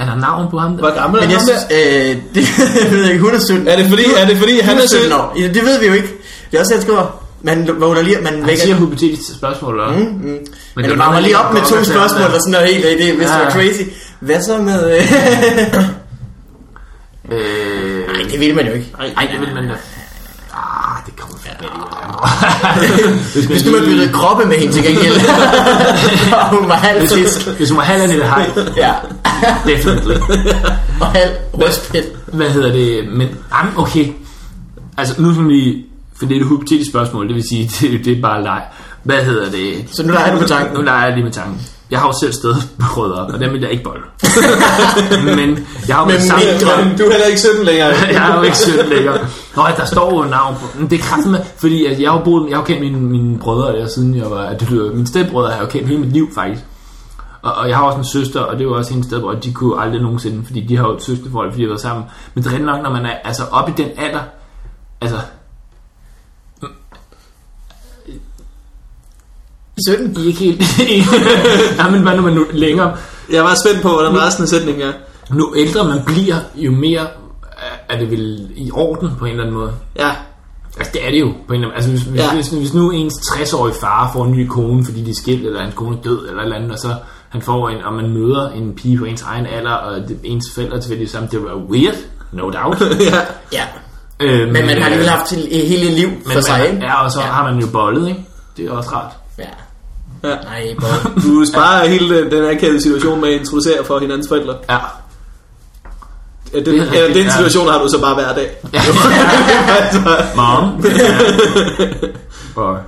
Speaker 2: Er der navn på ham? Der?
Speaker 3: Hvor gammel er
Speaker 1: Men jeg
Speaker 3: ham
Speaker 1: synes,
Speaker 3: der?
Speaker 1: øh, det, jeg ved ikke, hun er 17.
Speaker 3: Er det fordi, er det fordi han
Speaker 1: Hun
Speaker 3: er sød?
Speaker 1: år. Ja, det ved vi jo ikke. Det er også, han skriver, man vågner lige, man
Speaker 2: Han
Speaker 1: vækker...
Speaker 2: siger hypotetisk spørgsmål. Øh, Og...
Speaker 1: Mm, mm. Men,
Speaker 2: det
Speaker 1: det
Speaker 2: er
Speaker 1: varmer
Speaker 2: nok
Speaker 1: lige op med
Speaker 2: ikke
Speaker 1: to
Speaker 2: nok til
Speaker 1: spørgsmål
Speaker 2: andre.
Speaker 1: og sådan noget helt af det, hvis
Speaker 2: Ja,
Speaker 1: det var
Speaker 2: ja.
Speaker 1: crazy. Hvad så med... øh?
Speaker 2: Øh...
Speaker 1: Nej, det vil man jo ikke.
Speaker 2: Ej, det vil man da. Ah, det kommer fandme ikke. Hvis
Speaker 1: Hvis nu man
Speaker 2: lige-
Speaker 1: byttede kroppe med hende til gengæld. og hun var halv fisk.
Speaker 2: Hvis hun var halv Annette Hej,
Speaker 1: Ja,
Speaker 2: definitely.
Speaker 1: og halv røstpæt.
Speaker 2: Hvad hedder det? Men, jamen, okay. Altså, nu som vi... For det er et hypotetisk spørgsmål, det vil sige, det, det er bare leg. Hvad hedder det?
Speaker 1: Så nu leger du på tanken.
Speaker 2: Nu leger jeg lige med tanken. Jeg har jo selv stedbrødre, og dem vil jeg ikke bolle. Men jeg har jo
Speaker 1: Men
Speaker 2: været sammen
Speaker 1: mindre.
Speaker 3: Men du er heller ikke 17 længere.
Speaker 2: jeg er jo ikke sødt lækker. Nå, der står jo navn på. Men Det er kraftigt med, fordi at jeg har jo boet, jeg har jo kendt mine, mine brødre, der, siden jeg var, at det lyder, mine stedbrødre har jeg jo kendt hele mit liv faktisk. Og, og, jeg har også en søster, og det var også hendes stedbrødre, de kunne jo aldrig nogensinde, fordi de har jo et søsterforhold, fordi de har været sammen. Men det er rigtig nok, når man er altså op i den alder, altså
Speaker 1: 17.
Speaker 2: I er ikke helt... Nej, men bare når man nu længere...
Speaker 3: Jeg var spændt på, hvordan
Speaker 1: Mm.
Speaker 3: resten af sætningen er.
Speaker 2: Nu ældre man bliver, jo mere øh, er- er det vel i orden på en eller anden måde.
Speaker 3: Ja.
Speaker 2: Altså, det er det jo. På en eller anden, altså, hvis,
Speaker 3: Ja.
Speaker 2: ja. hvis, hvis, nu ens 60-årige far får en ny kone, fordi de er skilt, eller hans kone er død, eller et eller andet, og så han får en, og man møder en pige på ens egen alder, og det, ens forældre er tilfældigvis sammen, det var weird, no doubt.
Speaker 3: ja.
Speaker 1: Ja,
Speaker 2: øh,
Speaker 1: men man har alligevel haft til et hele liv for
Speaker 2: man,
Speaker 1: sig, ikke?
Speaker 2: Ja, og så ja. har man jo bollet, ikke? Det er også rart.
Speaker 1: Ja.
Speaker 3: Ja.
Speaker 1: Nej, bold.
Speaker 3: Du sparer hele den, den akavede situation med at introducere for hinandens forældre.
Speaker 2: Ja.
Speaker 3: Ja, den,
Speaker 2: Det er rigtigt,
Speaker 3: ja, den
Speaker 2: ja.
Speaker 3: situation har du så bare hver dag. altså,
Speaker 2: Mom. og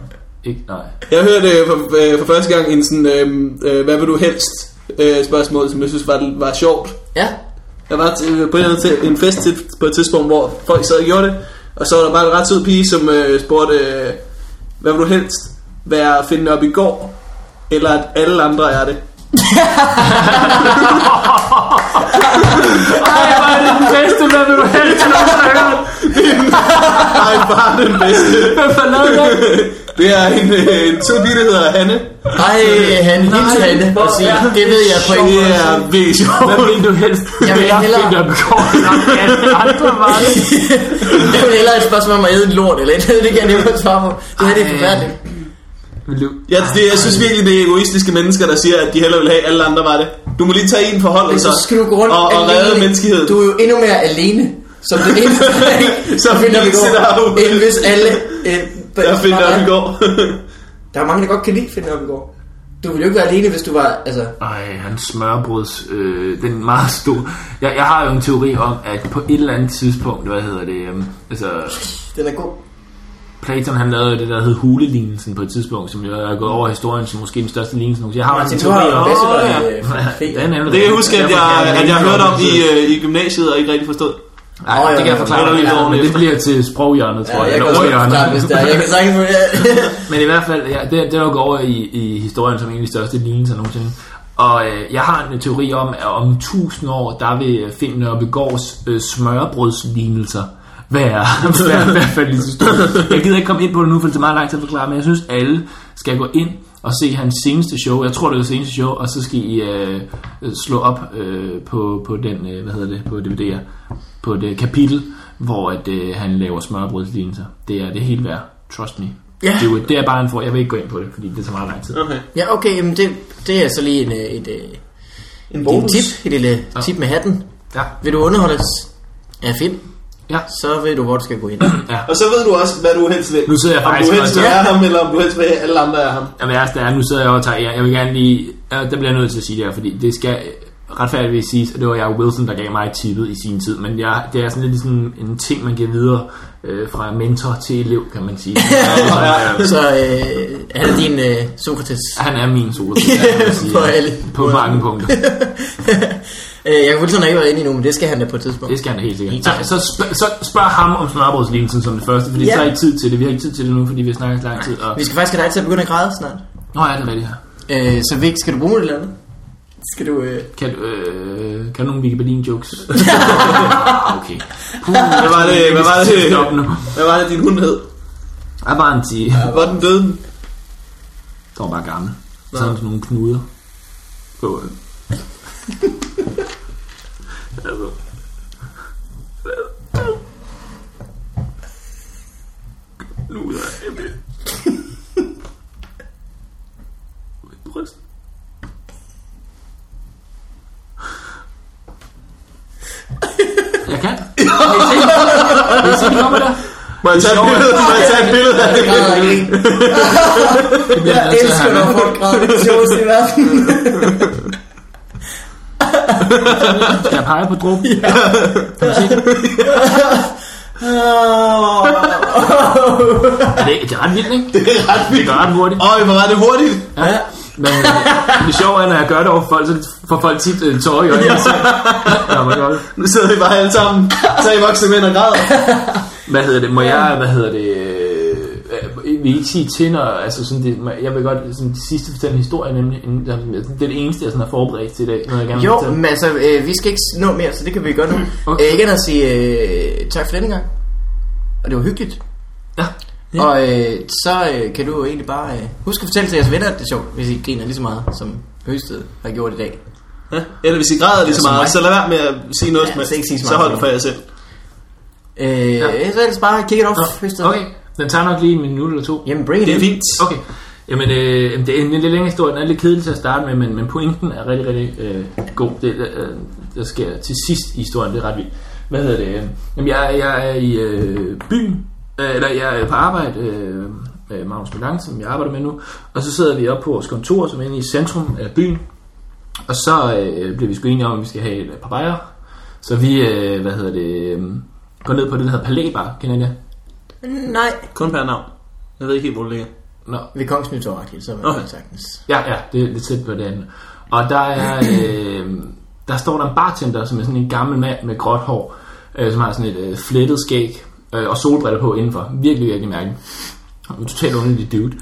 Speaker 2: ikke, nej.
Speaker 3: jeg hørte øh, for, øh, for første gang en sådan, øh, øh, hvad vil du helst øh, spørgsmål, som jeg synes var, var sjovt.
Speaker 1: Ja,
Speaker 3: Jeg var til, på en, eller anden til en fest til, på et tidspunkt, hvor folk sad og gjorde det, og så var der bare en ret sød pige, som øh, spurgte, øh, hvad vil du helst være at finde op i går, eller at alle andre er det?
Speaker 2: Ej, hvor er det den bedste, hvad vil du helst til nogen, der hører?
Speaker 3: Nej, bare den bedste.
Speaker 2: Hvem har lavet det?
Speaker 3: Det er en, øh, en to pige, der hedder Hanne.
Speaker 1: Ej, han hils Hanne og
Speaker 2: hvor
Speaker 1: sige,
Speaker 2: er
Speaker 1: det ved jeg på
Speaker 3: Det
Speaker 1: ingen måde. altså.
Speaker 3: er virkelig sjovt.
Speaker 2: Hvad vil du helst?
Speaker 1: Jeg vil hellere-
Speaker 2: Jeg begår en andre var det.
Speaker 1: Det er heller et spørgsmål om at æde en lort eller et eller andet. Det kan jeg nemmere svare på. Det her det er forfærdeligt.
Speaker 2: Vil du?
Speaker 3: Jeg, det, jeg synes virkelig, det er egoistiske mennesker, der siger, at de hellere vil have, at alle andre var det. Du må lige tage en forhold,
Speaker 1: Så Altså, skal du gå rundt
Speaker 3: og, og redde menneskeheden.
Speaker 1: Du er jo endnu mere alene som den eneste, der ikke
Speaker 3: Som den
Speaker 1: vi
Speaker 3: eneste, der er
Speaker 1: går,
Speaker 3: ude.
Speaker 1: end hvis alle... Øh,
Speaker 3: Jeg finder op i går.
Speaker 1: Der er mange, der godt kan lide Finn Nørgaard. Du ville jo ikke være alene, hvis du var... Altså,
Speaker 2: Ej, hans smørbruds, øh, den er meget stor. Jeg, jeg har jo en teori om, at på et eller andet tidspunkt, hvad hedder det, øh, altså
Speaker 1: den er god.
Speaker 2: Platon han lavede det, der hed hulelignelsen på et tidspunkt, som jeg er gået over i historien, som måske den største lignelse nogensinde. Jeg har
Speaker 1: Martin,
Speaker 2: en
Speaker 1: du har
Speaker 2: teori
Speaker 1: jo
Speaker 2: om-
Speaker 1: bedst
Speaker 2: Åh,
Speaker 1: været,
Speaker 2: ja.
Speaker 1: øh, fed.
Speaker 2: Den er-
Speaker 3: Det kan jeg huske, at
Speaker 2: Derfor kan
Speaker 3: jeg, at jeg
Speaker 2: læse
Speaker 3: hørte om i,
Speaker 2: samtidig.
Speaker 3: øh, i gymnasiet og ikke rigtig forstod.
Speaker 2: Nej,
Speaker 1: Åh, ja,
Speaker 2: det kan jeg
Speaker 1: ja,
Speaker 2: forklare
Speaker 3: det er
Speaker 2: dig
Speaker 3: lidt
Speaker 2: ja, men
Speaker 3: ordentligt.
Speaker 2: det bliver til sproghjørnet, tror
Speaker 1: Ja,
Speaker 2: jeg.
Speaker 1: jeg kan
Speaker 2: eller
Speaker 1: også
Speaker 2: ordhjørnet.
Speaker 1: forklare, hvis der Jeg kan sagtens få det.
Speaker 2: Men i hvert fald, ja, det, det er jo gået over i, i historien som en af de største lignelser nogensinde. Og øh, jeg har en teori om, at om tusind år, der vil øh, Finn Nørrebegårds øh, smørbrødslignelser være, være i hvert fald lige så store. Jeg gider ikke komme ind på det nu, for det er meget langt til at forklare, men jeg synes, alle skal gå ind og se hans seneste show. Jeg tror, det er det seneste show, og så skal I øh, øh, slå op øh, på, på den, øh, hvad hedder det, på DVD'er, på det kapitel, hvor at, øh, han laver smørbrødslignelser. Det er det hele værd. Trust me.
Speaker 1: Ja.
Speaker 2: Det er jo det er bare en for. Jeg vil ikke gå ind på det, fordi det tager meget lang tid.
Speaker 3: Okay.
Speaker 1: Ja, okay, men det, det er så lige en, øh, et, øh,
Speaker 3: En
Speaker 1: det er en tip, et lille tip med hatten.
Speaker 2: Ja.
Speaker 1: Vil du underholdes af Finn,
Speaker 2: Ja.
Speaker 1: så ved du, hvor du skal gå ind.
Speaker 3: Og så ved du også, hvad du helst vil.
Speaker 2: Nu sidder jeg
Speaker 3: om
Speaker 2: faktisk
Speaker 3: du helst
Speaker 2: og-
Speaker 3: vil være ham, eller om du helst vil have alle andre er ham.
Speaker 2: Jamen, altså, er, nu sidder jeg og tager jer. Jeg vil gerne lige... Ja, der bliver jeg nødt til at sige det her, fordi det skal øh, retfærdigvis siges, at det var jeg Wilson, der gav mig tippet i sin tid. Men jeg, det er sådan lidt sådan en ting, man giver videre øh, fra mentor til elev, kan man sige. Så, øh,
Speaker 1: Så øh, han er din øh, Sokrates.
Speaker 2: han er min sol. kan man sige.
Speaker 1: På alle-
Speaker 2: På mange punkter.
Speaker 1: Øh, jeg kunne sådan ikke været inde endnu, men det skal han da på et tidspunkt.
Speaker 2: Det skal han da helt sikkert. Så, så, spørg, så spørg ham om smørbrødslignelsen som det første, fordi
Speaker 1: Ja.
Speaker 2: så har I tid til det. Vi har ikke tid til det nu, fordi vi har snakket så lang tid. Og...
Speaker 1: Vi skal faktisk have dig til at begynde at græde snart.
Speaker 2: Nå, ja, det er rigtigt her.
Speaker 1: Øh, så Vig, skal du bruge et eller andet? Skal du... Øh...
Speaker 2: Kan, du, øh, kan du nogle Vicky Berlin jokes? okay.
Speaker 3: Hvad var det, hvad var det,
Speaker 2: Stop nu.
Speaker 3: hvad var det din hund hed?
Speaker 2: Jeg var en 10. Jeg
Speaker 3: Var den døden?
Speaker 2: var bare gammel. Så havde han sådan nogle knuder. På, øh. Altså. Nu er jeg med. Mit bryst. Jeg kan. Kan I se? Kan I se, det kommer der?
Speaker 3: Må jeg tage et billede? Må jeg Altså, tage et billede af det?
Speaker 1: Græder ikke.
Speaker 2: Det bliver
Speaker 1: Jeg
Speaker 2: nødt til at
Speaker 1: elsker,
Speaker 2: have
Speaker 1: når
Speaker 2: med.
Speaker 1: folk græder. Det er det sjoveste i verden.
Speaker 2: Skal jeg pege på dråben? Ja. Kan man se det? Er det, det er ret vildt, ikke? Det
Speaker 3: Det er ret
Speaker 2: går ret
Speaker 3: vildt.
Speaker 2: hurtigt.
Speaker 3: Øj, hvor var det hurtigt.
Speaker 2: Ja. Men øh, det sjove er, når jeg gør det over for folk, så får folk tit øh, tårer i øjnene. Så. Ja, hvor godt.
Speaker 3: Nu sidder vi bare alle sammen. Tre voksne mænd og græder.
Speaker 2: Hvad hedder det? Må jeg, hvad hedder det? øh, øh, vil I ikke sige til, når, altså sådan det, må- jeg vil godt sådan, det sidste fortælle en historie, nemlig en- det er det eneste, jeg sådan har forberedt til i dag, når jeg gerne vil
Speaker 1: Jo,
Speaker 2: fortælle.
Speaker 1: men altså, øh, vi skal ikke nå mere, så det kan vi gøre nu.
Speaker 2: Okay.
Speaker 1: Okay. Øh, ikke at sige øh, tak for denne gang. Og det var hyggeligt.
Speaker 2: Ja.
Speaker 1: Ja. Og øh, så øh, kan du jo egentlig bare øh, husk at fortælle til jeres venner, at det er sjovt, hvis I griner lige så meget, som Høsted har gjort i dag.
Speaker 3: Ja, Eller hvis I græder lige så
Speaker 1: Ja, som
Speaker 3: meget,
Speaker 1: mig.
Speaker 3: så lad være med at sige noget,
Speaker 1: Ja,
Speaker 3: som-
Speaker 1: så ikke sige så
Speaker 3: så
Speaker 1: meget.
Speaker 3: hold det for jer selv.
Speaker 1: Øh, ja. Så ellers bare kick it off, Høsted.
Speaker 2: Okay, den tager nok lige en minut eller to.
Speaker 1: Jamen, bring it
Speaker 3: Det er
Speaker 1: in.
Speaker 3: fint.
Speaker 2: Okay. Jamen, øh, det er en lidt længere historie. Den er lidt kedelig til at starte med, men, men pointen er rigtig, rigtig øh, god. Det, øh, der sker til sidst i historien. Det er ret vildt. Hvad hedder det? øh? Jamen, jeg, jeg er i øh, byen. Øh, eller jeg er på arbejde øh, med Magnus Melang, som jeg arbejder med nu. Og så sidder vi oppe på vores kontor, som er inde i centrum af byen. Og så øh, bliver vi sgu enige om, at vi skal have et øh, par bajer. Så vi, øh, hvad hedder det, øh, går ned på det, der hedder Palæbar. Kender I det?
Speaker 1: Nej.
Speaker 3: Kun per navn. Jeg ved ikke helt, hvor det ligger.
Speaker 2: Nå,
Speaker 1: Ved Kongens Nytorrakel, så er
Speaker 3: Okay.
Speaker 1: det sagtens.
Speaker 2: Ja, ja, det er lidt tæt på det andet. Og der er, øh, der står der en bartender, som er sådan en gammel mand med gråt hår, øh, som har sådan et øh, flettet skæg øh, og solbriller på indenfor. Virkelig, virkelig mærkeligt. En totalt underlig dude.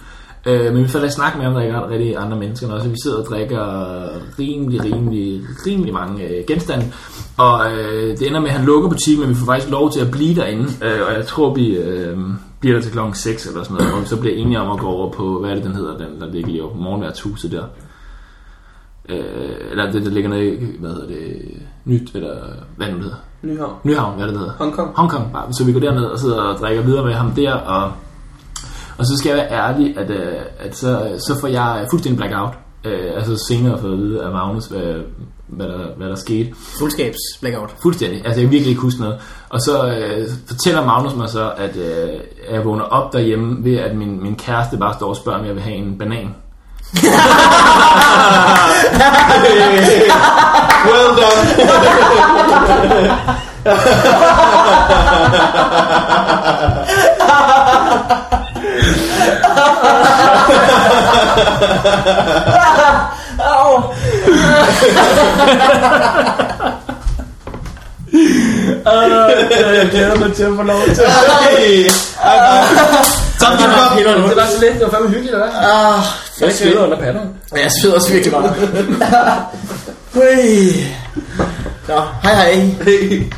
Speaker 2: Øh, men vi får da snakke med om, der ikke er rigtig andre mennesker end os. og Vi sidder og drikker rimelig, rimelig, rimelig mange øh, genstande. Og øh, det ender med, at han lukker butikken, men vi får faktisk lov til at blive derinde. Øh, og jeg tror, vi øh, bliver der til klokken 6 eller sådan noget. Og vi så bliver enige om at gå over på, hvad er det, den hedder, den der ligger lige over på morgenværtshuset der. Øh, eller det, der ligger nede i, hvad hedder det, nyt, eller hvad nu det hedder.
Speaker 4: Nyhavn.
Speaker 2: Nyhavn, hvad er det, det hedder.
Speaker 4: Hongkong.
Speaker 2: Hongkong bare. Så vi går derned og sidder og drikker videre med ham der, og, og så skal jeg være ærlig, at, øh, at så, så får jeg fuldstændig blackout. Øh, altså senere for at vide af Magnus, hvad, hvad, der, hvad der skete.
Speaker 1: Fuldskabs blackout.
Speaker 2: Fuldstændig. Altså, jeg kan virkelig ikke huske noget. Og så øh, fortæller Magnus mig så, at øh, jeg vågner op derhjemme ved, at min, min kæreste bare står og spørger, om jeg vil have en banan.
Speaker 3: Well done.
Speaker 4: Au!
Speaker 2: Jeg glæder mig til at få lov til.
Speaker 3: Hey. Tak for det.
Speaker 1: Piller nu.
Speaker 2: Det var så lidt. Det var fandme hyggeligt, eller hvad?
Speaker 1: Ah,
Speaker 2: Jeg sveder under panderne.
Speaker 1: Ja, jeg sveder også virkelig meget. Ui. Nå, hej hej.
Speaker 3: Hey.